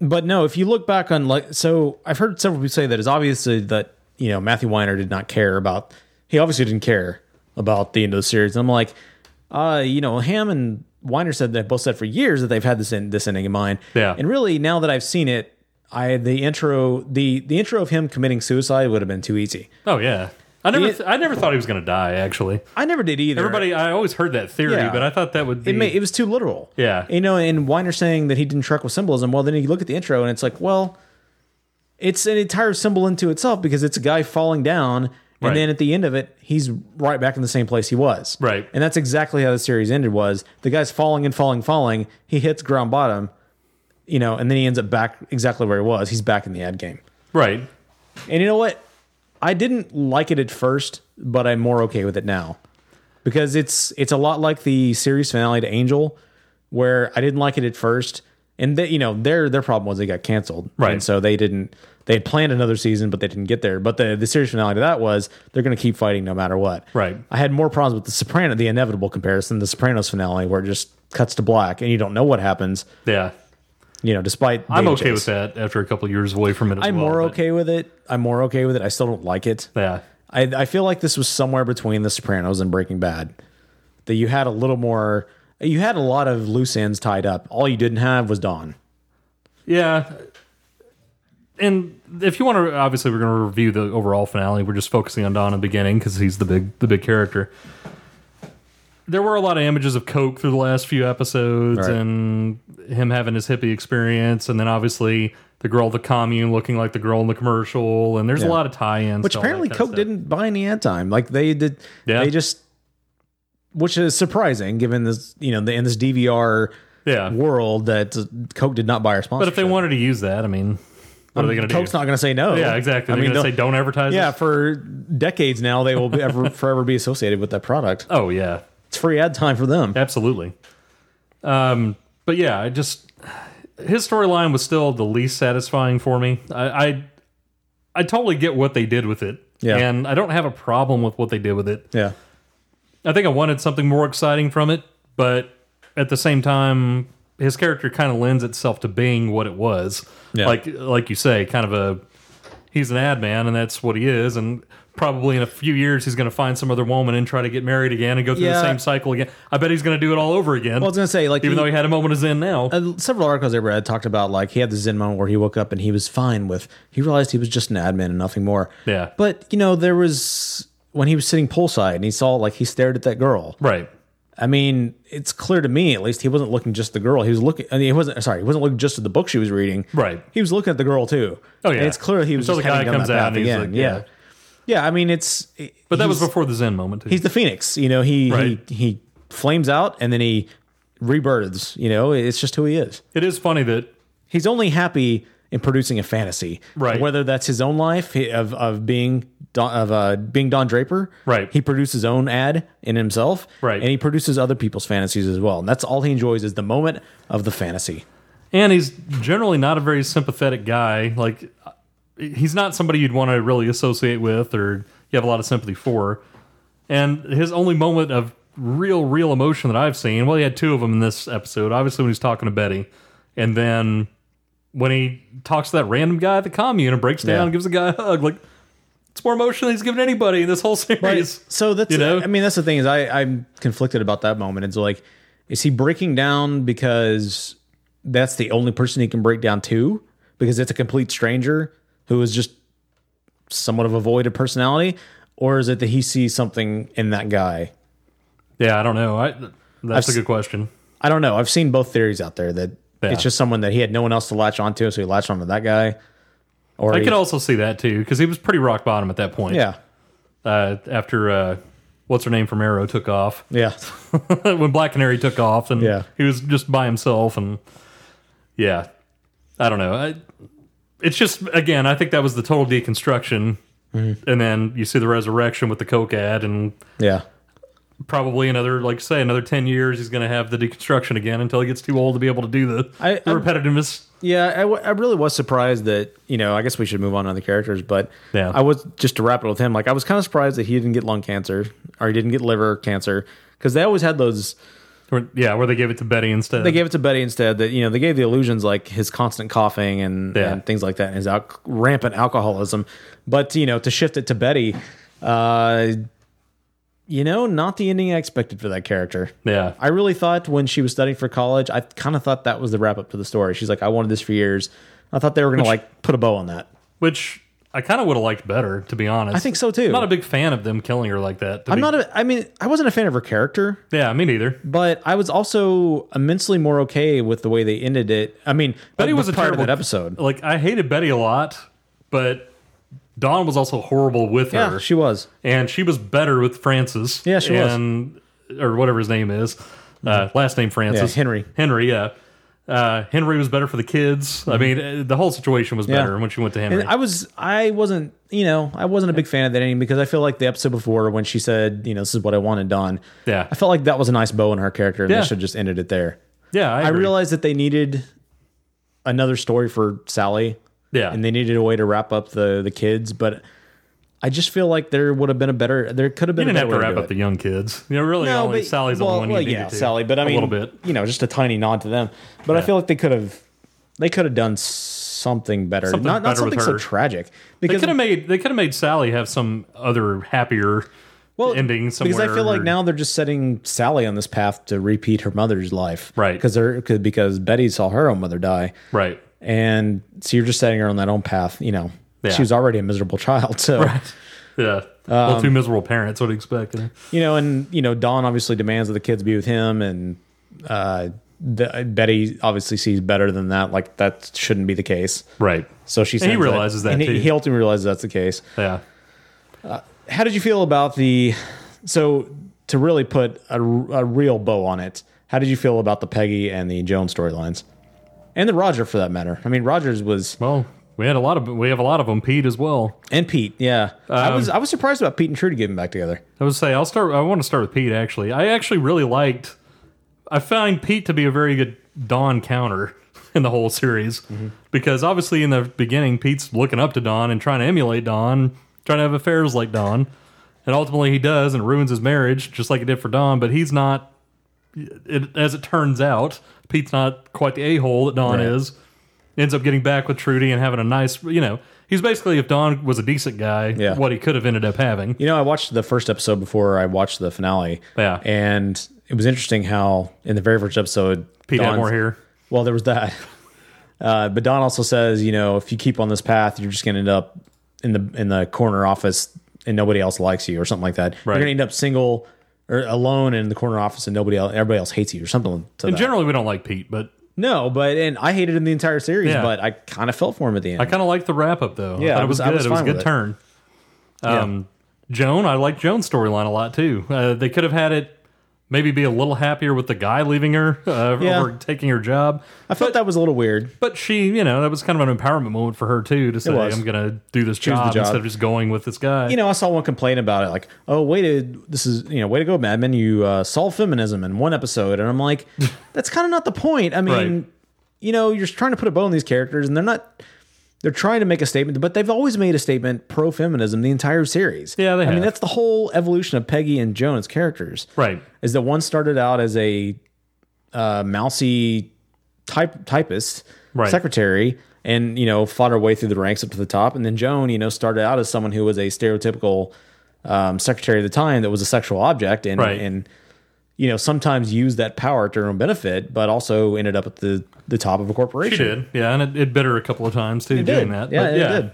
Speaker 2: but no, if you look back on like, so I've heard several people say that it's obviously that you know Matthew Weiner did not care about. He obviously didn't care about the end of the series. And I'm like, uh, you know, Ham and Weiner said that both said for years that they've had this in, this ending in mind.
Speaker 6: Yeah.
Speaker 2: And really, now that I've seen it, I the intro the the intro of him committing suicide would have been too easy.
Speaker 6: Oh yeah, I never,
Speaker 2: It-
Speaker 6: th- I never thought he was going to die. Actually,
Speaker 2: I never did either.
Speaker 6: Everybody, I always heard that theory,
Speaker 2: Yeah.
Speaker 6: but I thought that would be.
Speaker 2: It may, it was too literal.
Speaker 6: yeah,
Speaker 2: you know, and Weiner saying that he didn't truck with symbolism. Well, then you look at the intro and it's like, well, it's an entire symbol into itself because it's a guy falling down, and
Speaker 6: Right.
Speaker 2: then at the end of it, he's right back in the same place he was.
Speaker 6: Right.
Speaker 2: and that's exactly how the series ended. Was the guy's falling and falling, falling? He hits ground bottom, you know, and then he ends up back exactly where he was. He's back in the ad game.
Speaker 6: right.
Speaker 2: And you know what? I didn't like it at first, but I'm more okay with it now because it's it's a lot like the series finale to Angel, where I didn't like it at first, and they, you know their their problem was they got canceled,
Speaker 6: Right.
Speaker 2: And so they didn't they had planned another season, but they didn't get there. But the the series finale to that was they're going to keep fighting no matter what,
Speaker 6: Right.
Speaker 2: I had more problems with the Soprano, the inevitable comparison, the Sopranos finale, where it just cuts to black and you don't know what happens.
Speaker 6: Yeah,
Speaker 2: You know, despite
Speaker 6: I'm
Speaker 2: the
Speaker 6: okay
Speaker 2: ages.
Speaker 6: with that after a couple years away from it. As
Speaker 2: I'm
Speaker 6: well,
Speaker 2: more
Speaker 6: but-
Speaker 2: okay with it. I'm more okay with it. I still don't like it.
Speaker 6: Yeah.
Speaker 2: I, I feel like this was somewhere between The Sopranos and Breaking Bad. That you had a little more, you had a lot of loose ends tied up. All you didn't have was Dawn.
Speaker 6: Yeah. And if you want to, obviously, we're going to review the overall finale. We're just focusing on Don in the beginning because he's the big, the big character. There were a lot of images of Coke through the last few episodes,
Speaker 2: Right.
Speaker 6: and him having his hippie experience, and then obviously the girl, of the commune, looking like the girl in the commercial, and there's a
Speaker 2: Yeah.
Speaker 6: lot of tie-ins.
Speaker 2: Which
Speaker 6: to all that
Speaker 2: apparently
Speaker 6: kind of
Speaker 2: Coke
Speaker 6: stuff.
Speaker 2: didn't buy any ad time. Like they did, they just, which is surprising given this, you know, the, in this DVR world that Coke did not buy our sponsor.
Speaker 6: But if they wanted to use that, I mean, what are they going to do?
Speaker 2: Coke's not going to say no.
Speaker 6: Yeah, exactly. They're gonna
Speaker 2: they'll-
Speaker 6: say, "Don't advertise
Speaker 2: Yeah,
Speaker 6: us."
Speaker 2: for decades now, they will be ever, forever be associated with that product.
Speaker 6: Oh yeah,
Speaker 2: it's free ad time for them.
Speaker 6: Absolutely. Um, but yeah, I just his storyline was still the least satisfying for me. I, I I totally get what they did with it,
Speaker 2: Yeah.
Speaker 6: and I don't have a problem with what they did with it.
Speaker 2: Yeah.
Speaker 6: I think I wanted something more exciting from it, but at the same time, his character kind of lends itself to being what it was.
Speaker 2: Yeah.
Speaker 6: Like like you say, kind of a he's an ad man, and that's what he is, and. Probably in a few years, he's going to find some other woman and try to get married again and go through
Speaker 2: Yeah.
Speaker 6: the same cycle again. I bet he's going to do it all over again.
Speaker 2: Well, I was gonna say like
Speaker 6: even though he had a moment of zen now.
Speaker 2: Uh, several articles I read talked about like he had the zen moment where he woke up and he was fine with he realized he was just an admin and nothing more.
Speaker 6: Yeah.
Speaker 2: But you know there was when he was sitting poolside and he saw like he stared at that girl.
Speaker 6: Right.
Speaker 2: I mean, it's clear to me at least he wasn't looking just at the girl. He was looking. I mean, he wasn't sorry. He wasn't looking just at the book she was reading.
Speaker 6: Right.
Speaker 2: He was looking at the girl too.
Speaker 6: Oh, yeah.
Speaker 2: And it's clear he was
Speaker 6: Until
Speaker 2: just
Speaker 6: the guy
Speaker 2: heading down
Speaker 6: comes
Speaker 2: that
Speaker 6: out
Speaker 2: path
Speaker 6: and he's
Speaker 2: again.
Speaker 6: like,
Speaker 2: yeah.
Speaker 6: yeah.
Speaker 2: Yeah, I mean it's.
Speaker 6: But that was
Speaker 2: he's-
Speaker 6: before the Zen moment. Too.
Speaker 2: He's the phoenix. You know, he
Speaker 6: Right.
Speaker 2: he he flames out and then he rebirths. You know, it's just who he is.
Speaker 6: It is funny that
Speaker 2: he's only happy in producing a fantasy,
Speaker 6: Right.
Speaker 2: Whether that's his own life he- of of being Don, of uh, being Don Draper, right? He produced his own ad in himself, right? And he produces other people's fantasies as well. And that's all he enjoys is the moment of the fantasy.
Speaker 6: and he's generally not a very sympathetic guy. Like he's not somebody you'd want to really associate with or you have a lot of sympathy for. And his only moment of real, real emotion that I've seen, well, he had two of them in this episode. Obviously, when he's talking to Betty, and then when he talks to that random guy at the commune and breaks down,
Speaker 2: Yeah.
Speaker 6: and gives the guy a hug, like. It's more emotion than he's given anybody in this whole series.
Speaker 2: So that's
Speaker 6: you know,
Speaker 2: I mean, that's the thing is I I'm conflicted about that moment. It's like, is he breaking down because that's the only person he can break down to because it's a complete stranger who is just somewhat of a void of personality, or is it that he sees something in that guy?
Speaker 6: Yeah, I don't know. I that's
Speaker 2: I've
Speaker 6: a
Speaker 2: s-
Speaker 6: good question.
Speaker 2: I don't know. I've seen both theories out there that
Speaker 6: Yeah.
Speaker 2: it's just someone that he had no one else to latch onto, so he latched onto that guy. Or
Speaker 6: I
Speaker 2: he-
Speaker 6: could also see that too because he was pretty rock bottom at that point.
Speaker 2: Yeah.
Speaker 6: Uh, after uh, what's her name from Arrow took off. [laughs]
Speaker 2: Yeah.
Speaker 6: when Black Canary took off, and yeah. he was just by himself, and yeah, I don't know. I, it's just again, I think that was the total deconstruction,
Speaker 2: Mhm.
Speaker 6: and then you see the resurrection with the Coke ad, and
Speaker 2: yeah.
Speaker 6: probably another, like say, another ten years, he's going to have the deconstruction again until he gets too old to be able to do the,
Speaker 2: I-
Speaker 6: the
Speaker 2: I'm-
Speaker 6: repetitiveness.
Speaker 2: Yeah, I, w- I really was surprised that you know. I guess we should move on to the characters, but yeah. I was just to wrap it with him. Like I was kind of surprised that he didn't get lung cancer or he didn't get liver cancer because they always had those.
Speaker 6: yeah, where they gave it to Betty instead.
Speaker 2: They gave it to Betty instead. That you know they gave the illusions like his constant coughing and,
Speaker 6: Yeah.
Speaker 2: and things like that and his al- rampant alcoholism, but you know to shift it to Betty, uh, you know not the ending I expected for that character.
Speaker 6: Yeah.
Speaker 2: I really thought when she was studying for college, I kind of thought that was the wrap up to the story. She's like, I wanted this for years. I thought they were going
Speaker 6: Which-
Speaker 2: to like put a bow on that.
Speaker 6: which I kind of would have liked better, to be honest.
Speaker 2: I think so, too.
Speaker 6: I'm not a big fan of them killing her like that. to
Speaker 2: I'm
Speaker 6: be-
Speaker 2: not. A, I mean, I wasn't a fan of her character.
Speaker 6: Yeah, me neither.
Speaker 2: But I was also immensely more okay with the way they ended it. I mean,
Speaker 6: Betty
Speaker 2: uh,
Speaker 6: was a
Speaker 2: prior to
Speaker 6: terrible
Speaker 2: that episode.
Speaker 6: Like I hated Betty a lot, but Dawn was also horrible with
Speaker 2: Yeah,
Speaker 6: her.
Speaker 2: she was,
Speaker 6: and she was better with Francis.
Speaker 2: Yeah, she was. Mm-hmm.
Speaker 6: and, was, or whatever his name is, uh, last name Francis
Speaker 2: Yeah, Henry.
Speaker 6: Henry, yeah. Uh, Henry was better for the kids. I mean, uh, the whole situation was
Speaker 2: Mm-hmm. Yeah.
Speaker 6: better when she went to Henry.
Speaker 2: And I was, I wasn't, you know, I wasn't a big fan of that ending because I feel like the episode before when she said, you know, this is what I wanted done.
Speaker 6: Yeah.
Speaker 2: I felt like that was a nice bow on her character and
Speaker 6: Yeah.
Speaker 2: they should have just ended it there.
Speaker 6: yeah, I,
Speaker 2: I,
Speaker 6: agree.
Speaker 2: realized that they needed another story for Sally.
Speaker 6: Yeah.
Speaker 2: And they needed a way to wrap up the the kids, but I just feel like there would have been a better there could have
Speaker 6: You
Speaker 2: been
Speaker 6: didn't
Speaker 2: a
Speaker 6: have
Speaker 2: better
Speaker 6: to
Speaker 2: way
Speaker 6: wrap
Speaker 2: do
Speaker 6: up
Speaker 2: it.
Speaker 6: the young kids. You know, really,
Speaker 2: No,
Speaker 6: only
Speaker 2: but-
Speaker 6: Sally's the
Speaker 2: well,
Speaker 6: only one you
Speaker 2: well,
Speaker 6: needed
Speaker 2: yeah,
Speaker 6: to.
Speaker 2: Sally, but I mean
Speaker 6: a little bit.
Speaker 2: You know, just a tiny nod to them. But I feel like they could have they could have done something better.
Speaker 6: Something
Speaker 2: not not
Speaker 6: better with
Speaker 2: something so
Speaker 6: her.
Speaker 2: tragic.
Speaker 6: they
Speaker 2: Because
Speaker 6: could have made they could have made Sally have some other happier ending somewhere.
Speaker 2: because I feel like
Speaker 6: or-
Speaker 2: now they're just setting Sally on this path to repeat her mother's life, right? Because they're 'cause- because Betty saw her own mother die,
Speaker 6: right?
Speaker 2: And so you're just setting her on that own path. You know,
Speaker 6: Yeah.
Speaker 2: she was already a miserable child, so
Speaker 6: Right. [laughs] yeah, well,
Speaker 2: Um,
Speaker 6: two miserable parents would expect. eh?
Speaker 2: you know, and you know, Don obviously demands that the kids be with him, and uh, the, Betty obviously sees better than that. Like that shouldn't be the case,
Speaker 6: right?
Speaker 2: So she
Speaker 6: And he
Speaker 2: sends it-
Speaker 6: realizes that
Speaker 2: and he,
Speaker 6: too.
Speaker 2: he ultimately realizes that's the case.
Speaker 6: Yeah.
Speaker 2: Uh, how did you feel about the? So to really put a, a real bow on it, How did you feel about the Peggy and the Joan storylines, and the Roger for that matter? I mean, Rogers was
Speaker 6: well. We had a lot of we have a lot of them. Pete as well,
Speaker 2: and Pete. Yeah, I
Speaker 6: Um,
Speaker 2: was I was surprised about Pete and Trudy getting back together.
Speaker 6: I would say I'll start. I want to start with Pete. Actually, I actually really liked. I find Pete to be a very good Don counter [laughs] in the whole series because obviously in the beginning Pete's looking up to Don and trying to emulate Don, trying to have affairs like Don, and ultimately he does and ruins his marriage just like it did for Don. But he's not. It, as it turns out, Pete's not quite the a hole that Don
Speaker 17: Right.
Speaker 6: is. Ends up getting back with Trudy and having a nice, you know, he's basically if Don was a decent guy,
Speaker 2: Yeah.
Speaker 6: what he could have ended up having.
Speaker 2: You know, I watched the first episode before I watched the finale. Yeah. And it was interesting how in the very first episode,
Speaker 6: Pete had
Speaker 2: Don's-
Speaker 6: more hair.
Speaker 2: Well, there was that. [laughs] Uh, but Don also says, you know, if you keep on this path, you're just going to end up in the in the corner office and nobody else likes you or something like that.
Speaker 6: Right.
Speaker 2: You're going to end up single or alone in the corner office and nobody else, everybody else hates you or something. To
Speaker 6: and
Speaker 2: that.
Speaker 6: generally, we don't like Pete, but
Speaker 2: no, but and I hated him the entire series,
Speaker 6: Yeah.
Speaker 2: but I kind of felt for him at the end.
Speaker 6: I kind of liked the wrap up though.
Speaker 2: Yeah, I
Speaker 6: I thought it was
Speaker 2: was- I
Speaker 6: good.
Speaker 2: was
Speaker 6: it was a
Speaker 2: fine
Speaker 6: good
Speaker 2: with it.
Speaker 6: turn. Um, Joan, I like Joan's storyline a lot too. Uh, they could have had it maybe be a little happier with the guy leaving her uh,
Speaker 2: Yeah.
Speaker 6: over taking her job.
Speaker 2: I felt that was a little weird,
Speaker 6: but she, you know, that was kind of an empowerment moment for her too to say,
Speaker 2: was.
Speaker 6: "I'm going to do this
Speaker 2: Choose the
Speaker 6: job,
Speaker 2: job.
Speaker 6: instead of just going with this guy."
Speaker 2: you know, I saw one complain about it, like, "Oh, way to this is you know, way to go, Mad Men. You uh, solve feminism in one episode," and I'm
Speaker 6: [laughs]
Speaker 2: like, "That's kind of not the point." I mean,
Speaker 6: Right.
Speaker 2: you know, you're just trying to put a bow on these characters, and they're not. They're trying to make a statement, but they've always made a statement pro feminism the entire series. Yeah,
Speaker 6: they
Speaker 2: I mean,
Speaker 6: have.
Speaker 2: that's the whole evolution of Peggy and Joan's characters.
Speaker 6: Right.
Speaker 2: Is that one started out as a uh, mousy type typist
Speaker 6: Right.
Speaker 2: secretary and you know fought her way through the ranks up to the top and then joan you know started out as someone who was a stereotypical um, secretary at the time that was a sexual object and
Speaker 6: Right.
Speaker 2: and you know sometimes used that power to her own benefit but also ended up at the the top of a corporation
Speaker 6: She did, yeah, and it, it bit her a couple of times too
Speaker 2: It
Speaker 6: doing
Speaker 2: did.
Speaker 6: that.
Speaker 2: Yeah,
Speaker 6: but
Speaker 2: it
Speaker 6: yeah.
Speaker 2: did.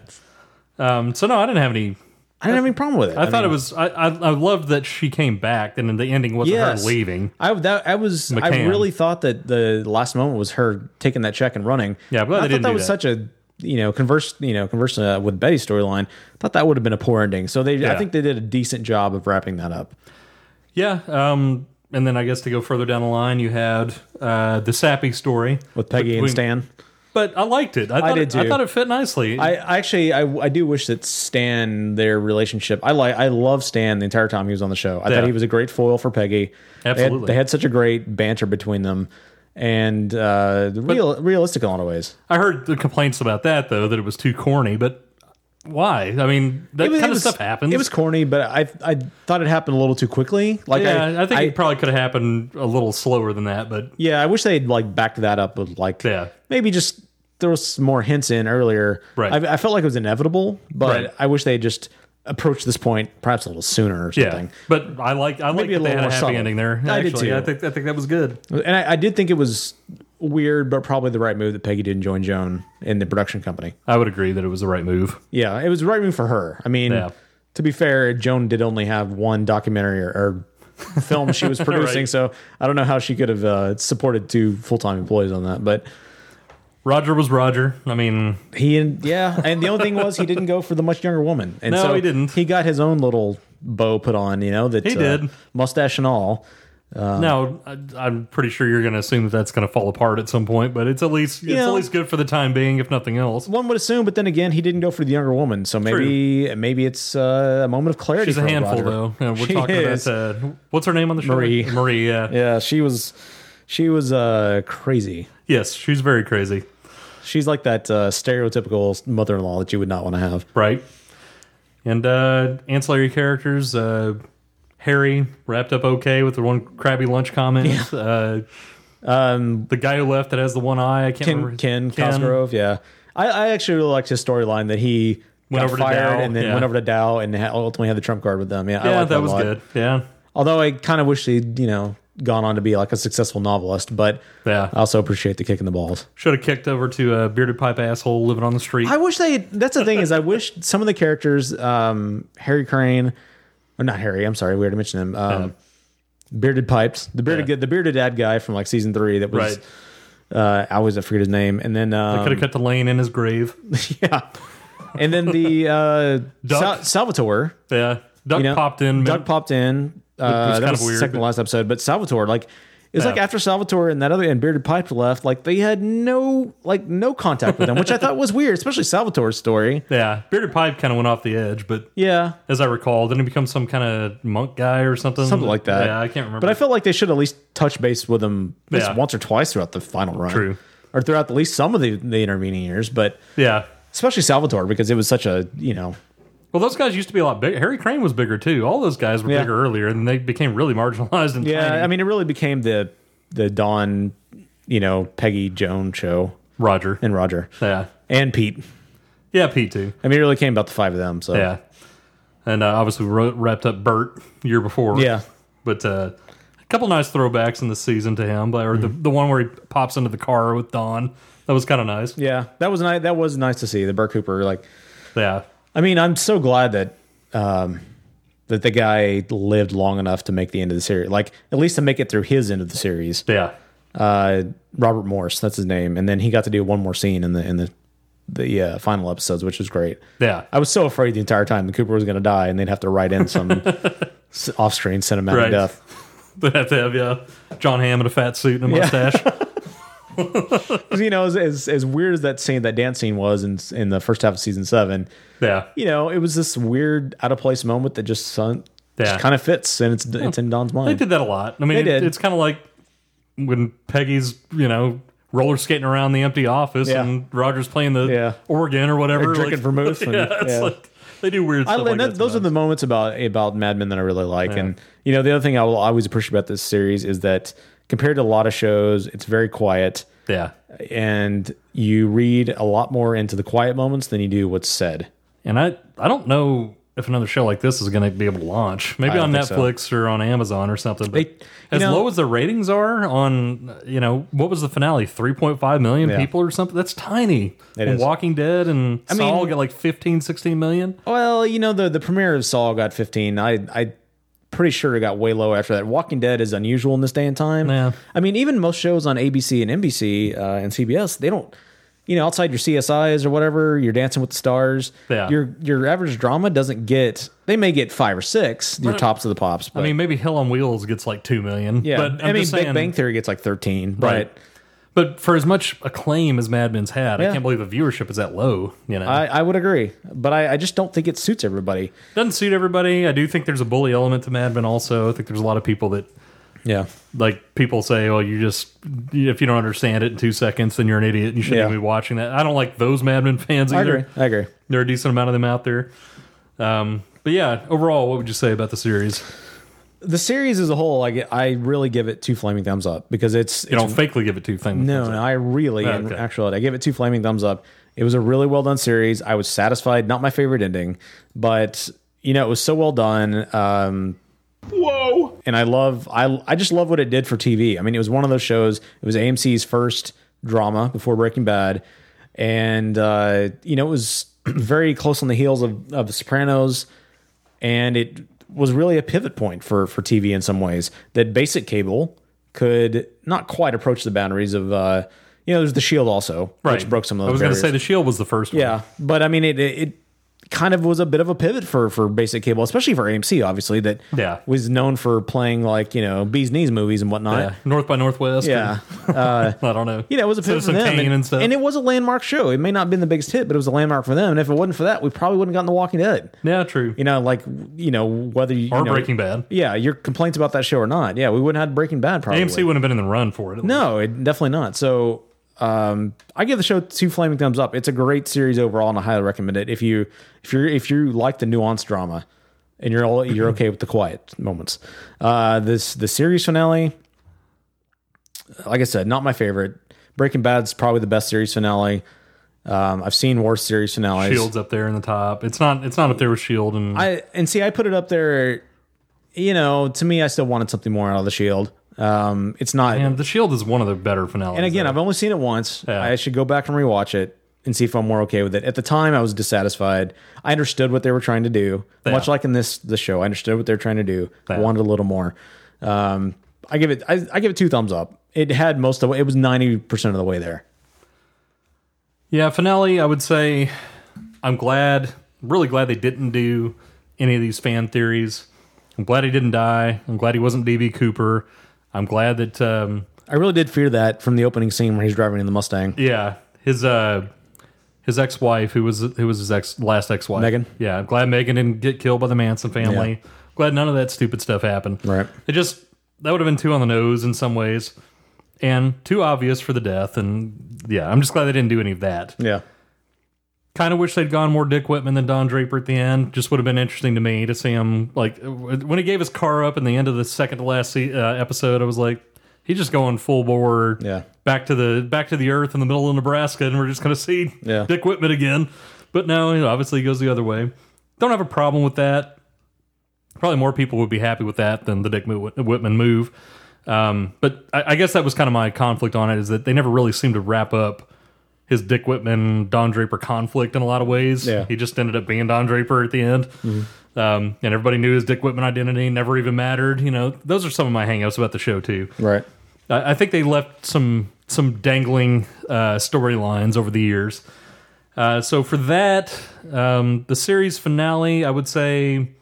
Speaker 6: Um, so no, I didn't have any.
Speaker 2: I didn't have any problem with it. I
Speaker 6: I, thought
Speaker 2: mean-
Speaker 6: it was. I, I I loved that she came back, and then the ending wasn't
Speaker 2: Yes.
Speaker 6: her leaving.
Speaker 2: I that I was I
Speaker 6: McCann.
Speaker 2: really thought that the last moment was her taking that check and running.
Speaker 6: Yeah, I'm glad
Speaker 2: I
Speaker 6: they
Speaker 2: thought
Speaker 6: didn't
Speaker 2: that
Speaker 6: do
Speaker 2: was
Speaker 6: that.
Speaker 2: such a you know converse you know converse uh, with Betty's storyline. I thought that would have been a poor ending. So they
Speaker 6: Yeah.
Speaker 2: I think they did a decent job of wrapping that up.
Speaker 6: Yeah. Um, and then I guess to go further down the line, you had uh, the sappy story with
Speaker 2: Peggy and Stan.
Speaker 6: But I liked it. I,
Speaker 2: I
Speaker 6: thought
Speaker 2: did
Speaker 6: it, I
Speaker 2: too.
Speaker 6: thought it fit nicely.
Speaker 2: I I actually I, I do wish that Stan their relationship. I like I love Stan the entire time he was on the show. I
Speaker 6: Yeah.
Speaker 2: thought he was a great foil for Peggy. They had-
Speaker 6: Absolutely.
Speaker 2: they had, such a great banter between them, and uh, real realistic in a lot of ways.
Speaker 6: I heard the complaints about that though, that it was too corny. But why? I mean, that
Speaker 2: It was-
Speaker 6: kind
Speaker 2: it
Speaker 6: of
Speaker 2: was-
Speaker 6: stuff happens.
Speaker 2: It was corny, but I I thought it happened a little too quickly. Like
Speaker 6: yeah, I,
Speaker 2: I,
Speaker 6: think it probably could have happened a little slower than that. But
Speaker 2: yeah, I wish they'd like backed that up with like maybe just there was some more hints in earlier.
Speaker 6: Right.
Speaker 2: I, I felt like it was inevitable, but
Speaker 6: Right.
Speaker 2: I wish they just approached this point perhaps a little sooner or
Speaker 6: yeah,
Speaker 2: something.
Speaker 6: but I like I like
Speaker 2: Maybe a
Speaker 6: that they
Speaker 2: little
Speaker 6: had a
Speaker 2: more
Speaker 6: happy
Speaker 2: subtle.
Speaker 6: ending there.
Speaker 2: I did
Speaker 6: actually.
Speaker 2: too.
Speaker 6: I think I think that was good.
Speaker 2: And I, I did think it was weird, but probably the right move that Peggy didn't join Joan in the production company.
Speaker 6: I would agree that it was the right move.
Speaker 2: Yeah, it was the right move for her. I mean,
Speaker 6: Yeah.
Speaker 2: to be fair, Joan did only have one documentary or, or film
Speaker 6: [laughs]
Speaker 2: she was
Speaker 6: Right.
Speaker 2: producing, so I don't know how she could have uh, supported two full time employees on that. But
Speaker 6: Roger was Roger. I mean,
Speaker 2: he and yeah, and the only thing was he didn't go for the much younger woman, and
Speaker 6: No,
Speaker 2: so
Speaker 6: he didn't.
Speaker 2: He got his own little bow put on, you know, that
Speaker 6: He
Speaker 2: uh,
Speaker 6: did.
Speaker 2: mustache and all. Uh,
Speaker 6: now I, I'm pretty sure you're going to assume that that's going to fall apart at some point, but it's at least it's
Speaker 2: You know-
Speaker 6: at least good for the time being, if nothing else.
Speaker 2: One would assume, but then again, he didn't go for the younger woman, so maybe maybe it's uh, a moment of clarity.
Speaker 6: She's a
Speaker 2: for
Speaker 6: handful,
Speaker 2: Roger.
Speaker 6: though. Yeah, we're
Speaker 2: She
Speaker 6: talking
Speaker 2: is.
Speaker 6: about uh, what's her name on the show?
Speaker 2: Marie.
Speaker 6: Marie. Yeah.
Speaker 2: Yeah, she was she was uh crazy.
Speaker 6: Yes, she's very crazy.
Speaker 2: She's like that uh, stereotypical mother-in-law that you would not want to have.
Speaker 6: Right. And uh, ancillary characters. Uh, Harry wrapped up okay with the one crabby lunch comment. Uh,
Speaker 2: um,
Speaker 6: the guy who left that has the one eye. I can't
Speaker 2: Ken,
Speaker 6: remember.
Speaker 2: Ken Cosgrove, yeah. I, I actually really liked his storyline that he
Speaker 6: Went
Speaker 2: got
Speaker 6: over to
Speaker 2: fired
Speaker 6: Dow,
Speaker 2: and then
Speaker 6: yeah.
Speaker 2: went over to Dow and ha- ultimately had the trump card with them. Yeah, I
Speaker 6: Yeah,
Speaker 2: liked
Speaker 6: that
Speaker 2: a
Speaker 6: was
Speaker 2: lot.
Speaker 6: good. Yeah.
Speaker 2: Although I kind of wish he'd you know gone on to be like a successful novelist, but
Speaker 6: yeah,
Speaker 2: I also appreciate the kick in the balls.
Speaker 6: Should have kicked over to a bearded pipe asshole living on the street.
Speaker 2: I wish they. That's the thing is, I wish some of the characters, um, Harry Crane, or not Harry. I'm sorry, we already mentioned him. Um, Bearded Pipes, the bearded the bearded dad guy from like season three. That was.
Speaker 6: Right.
Speaker 2: Uh, I always forget his name, and then
Speaker 6: they
Speaker 2: um,
Speaker 6: [laughs] could have cut the lane in
Speaker 2: [laughs]
Speaker 6: his grave.
Speaker 2: and then the uh,
Speaker 6: Duck.
Speaker 2: Sal- Salvatore.
Speaker 6: Yeah, Duck popped in.
Speaker 2: Duck popped in.
Speaker 6: Which was
Speaker 2: Uh,
Speaker 6: kind
Speaker 2: that
Speaker 6: of
Speaker 2: was the
Speaker 6: weird,
Speaker 2: second to last episode, but Salvatore, like It was like
Speaker 6: Yeah.
Speaker 2: after Salvatore and that other and Bearded Pipe left, like they had no like no contact with them, which I thought was weird, especially Salvatore's story.
Speaker 6: Yeah, Bearded Pipe kind of went off the edge, but
Speaker 2: yeah,
Speaker 6: as I recall, didn't he become some kind of monk guy or something?
Speaker 2: Something like that.
Speaker 6: Mm, Yeah, I can't remember.
Speaker 2: But I felt like they should at least touch base with them at least
Speaker 6: Yeah.
Speaker 2: once or twice throughout the final run.
Speaker 6: True.
Speaker 2: Or throughout at least some of the, the intervening years. But
Speaker 6: yeah.
Speaker 2: Especially Salvatore because it was such a, you know,
Speaker 6: well, those guys used to be a lot bigger. Harry Crane was bigger too. All those guys were
Speaker 2: Yeah.
Speaker 6: bigger earlier, and they became really marginalized and
Speaker 2: yeah,
Speaker 6: tiny.
Speaker 2: I mean, it really became the the Don, you know, Peggy Joan show.
Speaker 6: Roger
Speaker 2: and Roger.
Speaker 6: Yeah,
Speaker 2: and Pete.
Speaker 6: Yeah, Pete too.
Speaker 2: I mean, it really came about the five of them. So
Speaker 6: Yeah. And uh, obviously, we wrote, wrapped up Bert year before.
Speaker 2: Yeah.
Speaker 6: But uh, a couple nice throwbacks in the season to him, but, or the,
Speaker 2: Mm-hmm.
Speaker 6: the one where he pops into the car with Don. That was kind of nice.
Speaker 2: Yeah, that was nice. That was nice to see the Burt Cooper. Like,
Speaker 6: yeah.
Speaker 2: I mean, I'm so glad that um, that the guy lived long enough to make the end of the series. Like, at least to make it through his end of the series.
Speaker 6: Yeah.
Speaker 2: Uh, Robert Morse, that's his name, and then he got to do one more scene in the in the the uh, final episodes, which was great.
Speaker 6: Yeah.
Speaker 2: I was so afraid the entire time the Cooper was going to die, and they'd have to write in some
Speaker 6: [laughs]
Speaker 2: s- off-screen cinematic
Speaker 6: Right.
Speaker 2: death.
Speaker 6: [laughs] They have to have yeah, John Hamm in a fat suit and a
Speaker 2: Yeah. [laughs]
Speaker 6: mustache.
Speaker 2: 'Cause, you know, as, as as weird as that scene, that dance scene was in in the first half of season seven.
Speaker 6: Yeah.
Speaker 2: you know, it was this weird, out of place moment that just, son,
Speaker 6: Yeah.
Speaker 2: just kind of fits, and it's it's in Don's mind.
Speaker 6: They did that a lot. I mean,
Speaker 2: They
Speaker 6: it-
Speaker 2: did.
Speaker 6: it's kind of like when Peggy's, you know, roller skating around the empty office
Speaker 2: Yeah.
Speaker 6: and Roger's playing the organ or whatever.
Speaker 2: Or drinking vermouth and-
Speaker 6: [laughs] yeah, it's
Speaker 2: yeah.
Speaker 6: like they do weird
Speaker 2: I,
Speaker 6: stuff.
Speaker 2: and
Speaker 6: like
Speaker 2: that-
Speaker 6: that
Speaker 2: those are the moments about about Mad Men that I really like. And you know, the other thing I will always appreciate about this series is that compared to a lot of shows, it's very quiet.
Speaker 6: Yeah,
Speaker 2: and you read a lot more into the quiet moments than you do what's said.
Speaker 6: And I I don't know if another show like this is going to be able to launch. Maybe
Speaker 2: I don't
Speaker 6: on
Speaker 2: think so.
Speaker 6: Netflix or on Amazon or something. But as
Speaker 2: know-
Speaker 6: low as the ratings are on, you know, what was the finale? Three point five million
Speaker 2: Yeah.
Speaker 6: people or something. That's tiny.
Speaker 2: It
Speaker 6: and
Speaker 2: is.
Speaker 6: Walking Dead and
Speaker 2: I mean-
Speaker 6: Saul got like 15, 16 million.
Speaker 2: Well, you know the the premiere of Saul got 15. I I pretty sure it got way low after that. Walking Dead is unusual in this day and time. Yeah. I mean, even most shows on ABC and NBC uh, and CBS, they don't. You know, outside your CSIs or whatever, you're Dancing with the Stars.
Speaker 6: Yeah.
Speaker 2: Your your average drama doesn't get. They may get five or six. Your
Speaker 6: But-
Speaker 2: tops of the pops. But
Speaker 6: I mean, maybe Hell on Wheels gets like two million.
Speaker 2: yeah.
Speaker 6: but I'm
Speaker 2: I mean,
Speaker 6: just
Speaker 2: Big
Speaker 6: saying-
Speaker 2: Bang Theory gets like 13. Right.
Speaker 6: But for as much acclaim as Mad Men's had,
Speaker 2: Yeah.
Speaker 6: I can't believe the viewership is that low. You know,
Speaker 2: I, I would agree, but I, I just don't think it suits everybody.
Speaker 6: doesn't suit everybody. I do think there's a bully element to Mad Men. Also, I think there's a lot of people that,
Speaker 2: yeah,
Speaker 6: like people say, "Well, you just if you don't understand it in two seconds, then you're an idiot. and You shouldn't
Speaker 2: Yeah.
Speaker 6: even be watching that." I don't like those Mad Men fans
Speaker 2: I
Speaker 6: either.
Speaker 2: agree. I agree.
Speaker 6: There are a decent amount of them out there. Um, but yeah, overall, what would you say about the series?
Speaker 2: The series as a whole, I, get- I really give it two flaming thumbs up because it's
Speaker 6: You
Speaker 2: it's-
Speaker 6: don't fakely give it two things.
Speaker 2: No, no, I really,
Speaker 6: Oh,
Speaker 2: and
Speaker 6: okay.
Speaker 2: actually, I gave it two flaming thumbs up. It was a really well done series. I was satisfied. Not my favorite ending, but you know, it was so well done. Um, Whoa! And I love, I, I just love what it did for TV. I mean, it was one of those shows. It was AMC's first drama before Breaking Bad, and uh, you know, it was [clears throat] very close on the heels of of The Sopranos, and it was really a pivot point for for TV in some ways. That basic cable could not quite approach the boundaries of uh, you know, there's the Shield also, which broke some of those.
Speaker 6: I was going
Speaker 2: barriers.
Speaker 6: to say the Shield was the first one.
Speaker 2: Yeah, but I mean, it, it it kind of was a bit of a pivot for for basic cable, especially for AMC, obviously that
Speaker 6: Yeah.
Speaker 2: was known for playing like you know bees knees movies and whatnot.
Speaker 6: Yeah. North by Northwest.
Speaker 2: Yeah.
Speaker 6: and- [laughs] I don't know.
Speaker 2: You know, it was a pivot
Speaker 6: Citizen
Speaker 2: for them,
Speaker 6: Kane
Speaker 2: and,
Speaker 6: and stuff.
Speaker 2: and it was a landmark show. It may not have been the biggest hit, but it was a landmark for them. And if it wasn't for that, we probably wouldn't have gotten The Walking Dead.
Speaker 6: Yeah, true.
Speaker 2: You know, like you know whether you
Speaker 6: Or
Speaker 2: you know-
Speaker 6: Breaking Bad.
Speaker 2: Yeah, your complaints about that show or not. Yeah, we wouldn't have had Breaking Bad. Probably
Speaker 6: AMC wouldn't have been in the run for it.
Speaker 2: No, it, definitely not. So um, I give the show two flaming thumbs up. It's a great series overall, and I highly recommend it if you if you if you like the nuanced drama and you're all, you're okay with the quiet moments. Uh, this the series finale, like I said, not my favorite. Breaking Bad's probably the best series finale. Um, I've seen worse series finales.
Speaker 6: Shield's up there in the top. It's not. It's not up there with Shield and
Speaker 2: I and see, I put it up there. You know, to me, I still wanted something more out of the Shield. Um, it's not.
Speaker 6: Man, the Shield is one of the better finales.
Speaker 2: And again,
Speaker 6: though.
Speaker 2: I've only seen it once. I should go back and rewatch it and see if I'm more okay with it. At the time, I was dissatisfied. I understood what they were trying to do,
Speaker 6: Yeah.
Speaker 2: much like in this the show. I understood what they're trying to do. I wanted a little more. Um, I give it. I, I give it two thumbs up. It had most of. It was ninety percent of the way there.
Speaker 6: yeah, finale. I would say I'm glad, really glad they didn't do any of these fan theories. I'm glad he didn't die. I'm glad he wasn't DB Cooper. I'm glad that um,
Speaker 2: I really did fear that from the opening scene where he's driving in the Mustang.
Speaker 6: Yeah, his uh, his ex wife, who was who was his ex last ex wife,
Speaker 2: Megan?
Speaker 6: Yeah, I'm glad Megan didn't get killed by the Manson family.
Speaker 2: Yeah.
Speaker 6: Glad none of that stupid stuff happened.
Speaker 2: Right.
Speaker 6: It just that would have been too on the nose in some ways, and too obvious for the death. And yeah, I'm just glad they didn't do any of that.
Speaker 2: Yeah.
Speaker 6: Kind of wish they'd gone more Dick Whitman than Don Draper at the end. Just would have been interesting to me to see him like when he gave his car up in the end of the second to last se- uh, episode. I was like, he's just going full bore. Yeah. Back to the back to the earth in the middle of Nebraska, and we're just gonna see
Speaker 2: Yeah.
Speaker 6: Dick Whitman again. But no, you know, obviously he goes the other way. Don't have a problem with that. Probably more people would be happy with that than the Dick Mo- Whitman move. Um, but I, I guess that was kind of my conflict on it is that they never really seemed to wrap up his Dick Whitman Don Draper conflict in a lot of ways.
Speaker 2: Yeah.
Speaker 6: He just ended up being Don Draper at the end. Um, and everybody knew his Dick Whitman identity never even mattered. You know, those are some of my hangups about the show too.
Speaker 2: Right.
Speaker 6: I, I think they left some some dangling uh, storylines over the years. Uh, so for that, um, the series finale, I would say,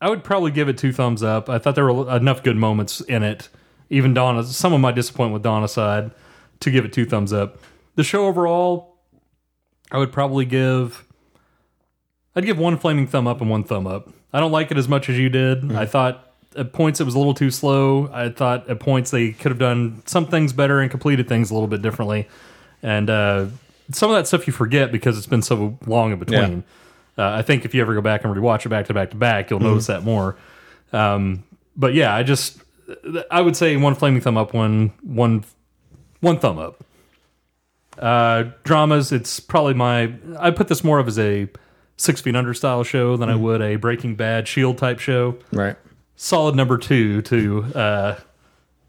Speaker 6: I would probably give it two thumbs up. I thought there were enough good moments in it. Even Donna, some of my disappointment with Donna side, to give it two thumbs up. The show overall, I would probably give. I'd give one flaming thumb up and one thumb up. I don't like it as much as you did. I thought at points it was a little too slow. I thought at points they could have done some things better and completed things a little bit differently. And uh, some of that stuff you forget because it's been so long in between. Uh, I think if you ever go back and rewatch it back to back to back, you'll
Speaker 2: Mhm.
Speaker 6: notice that more. Um, but yeah, I just I would say one flaming thumb up, one one one thumb up. Uh, dramas, it's probably my. I put this more of as a Six Feet Under style show than I would a Breaking Bad Shield type show.
Speaker 2: Right.
Speaker 6: Solid number two to uh,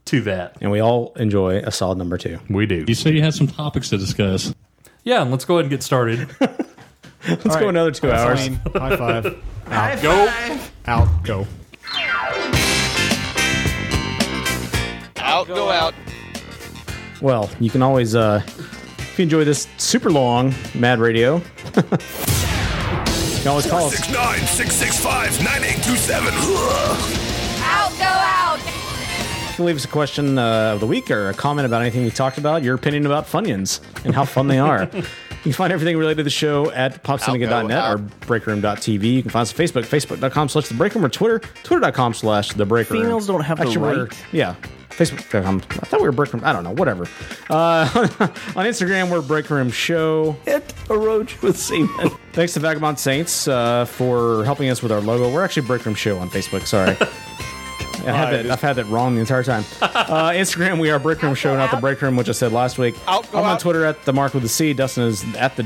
Speaker 6: to that.
Speaker 2: And we all enjoy a solid number two.
Speaker 6: We do.
Speaker 17: You said you had some topics to discuss.
Speaker 6: Yeah, and let's go ahead and get started.
Speaker 2: Let's go another two hours.
Speaker 17: High five.
Speaker 2: High
Speaker 17: Out.
Speaker 2: Go.
Speaker 17: Out. Go.
Speaker 19: Out, go out.
Speaker 2: Well, you can always, uh, if you enjoy this super long Mad Radio, [laughs] you can always call us.
Speaker 20: 469 665 9827.
Speaker 19: Out, go out.
Speaker 2: You can leave us a question uh, of the week or a comment about anything we talked about, your opinion about Funyuns and how fun
Speaker 21: [laughs]
Speaker 2: they are. You can find everything related to the show at popsyndicate.net or breakroom.tv. You can find us on Facebook, facebook.com slash the breakroom or Twitter, twitter.com slash the breakroom.
Speaker 21: Females don't have the
Speaker 2: we're-
Speaker 21: right.
Speaker 2: Yeah. Facebook.com. I thought we were breakroom. I don't know. Whatever. Uh, [laughs] on Instagram, we're breakroom show. It a roach with semen. Thanks to Vagabond Saints uh, for helping us with our logo. We're actually breakroom show on
Speaker 20: [laughs]
Speaker 2: Facebook. Sorry. I had that, I've had that wrong the entire time. Uh, Instagram, we are Brick Room Show, not the Break Room, which I said last week. I'm on Twitter at the Mark with the C. Dustin is at the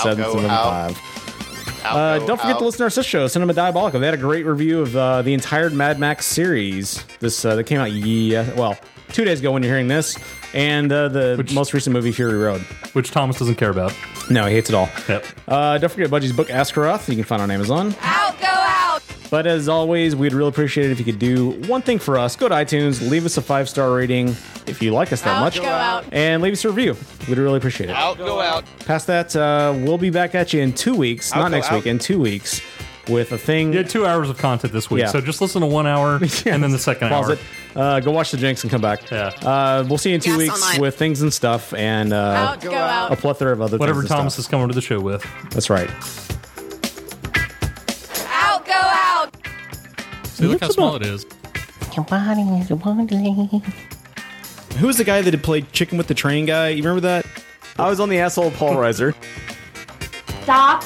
Speaker 2: WS97775. Uh, don't forget
Speaker 20: out.
Speaker 2: to listen to our sister show, Cinema Diabolical. They had a great review of uh, the entire Mad Max series. This uh, that came out, yeah, well, two days ago when you're hearing this, and uh, the most recent movie, Fury Road,
Speaker 6: which Thomas doesn't care about.
Speaker 2: No, he hates it all.
Speaker 6: Yep.
Speaker 2: Uh, don't forget Budgie's book, Askaroth. You can find on Amazon.
Speaker 19: Out, go out.
Speaker 2: But as always, we'd really appreciate it if you could do one thing for us. Go to iTunes, leave us a five star rating if you like us that
Speaker 19: Out,
Speaker 2: much,
Speaker 19: go out.
Speaker 2: and leave us a review. We'd really appreciate it.
Speaker 19: Out, go out.
Speaker 2: Past that, uh, we'll be back at you in two weeks.
Speaker 6: Out,
Speaker 2: not
Speaker 6: go
Speaker 2: next week,
Speaker 6: out.
Speaker 2: in two weeks, with a thing.
Speaker 6: Yeah, two hours of content this week.
Speaker 2: Yeah.
Speaker 6: So just listen to one [laughs] hour and then the second
Speaker 2: Pause
Speaker 6: hour.
Speaker 2: it. Uh, go watch the Jinx and come back. Yeah. Uh, we'll see you in two
Speaker 6: Yes,
Speaker 2: weeks
Speaker 6: online.
Speaker 2: with things and stuff and uh,
Speaker 6: Out, go out.
Speaker 2: a plethora of other
Speaker 6: Whatever
Speaker 2: things.
Speaker 6: Thomas
Speaker 2: and
Speaker 6: is coming to the show with.
Speaker 2: stuff. That's right.
Speaker 19: Out, go out.
Speaker 17: See, look how small it is.
Speaker 2: Your body is Who was the guy that had played Chicken with the Train guy? You remember that? I was on the asshole Paul Reiser.
Speaker 22: Stop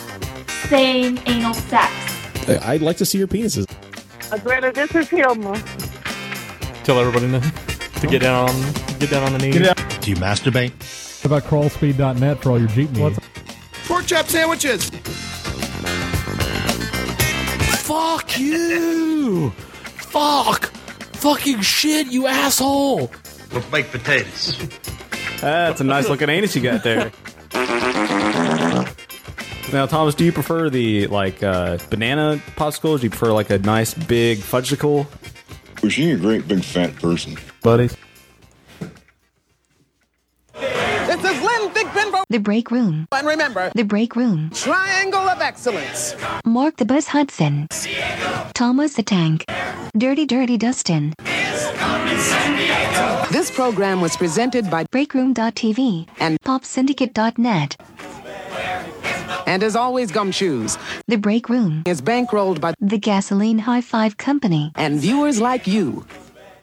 Speaker 22: saying anal sex.
Speaker 17: I'd like to see your penises.
Speaker 22: Greta, this is Hilma.
Speaker 6: Tell everybody now to get down on get down on the knees.
Speaker 26: Do you masturbate?
Speaker 27: How about crawlspeed.net for all your Jeep needs?
Speaker 26: Pork chop sandwiches.
Speaker 23: Fuck you! Fuck! Fucking shit, you asshole!
Speaker 2: With baked potatoes. That's a nice looking anus you got there. [laughs] Now, Thomas, do you prefer the like uh, banana popsicle? Do you prefer like a nice big fudgesicle?
Speaker 8: Was she a great big fat person?
Speaker 2: Buddy.
Speaker 28: This is Lynn Big Benbow. The break room. And remember, the break room. Triangle of excellence. Mark the Buzz Hudson. Thomas the Tank. Dirty Dirty Dustin.
Speaker 8: This program was presented by
Speaker 3: Breakroom.tv and PopSyndicate.net.
Speaker 8: And as always, Gumshoes.
Speaker 3: The Break Room
Speaker 8: is bankrolled by
Speaker 3: The Gasoline High Five Company.
Speaker 8: and viewers like you.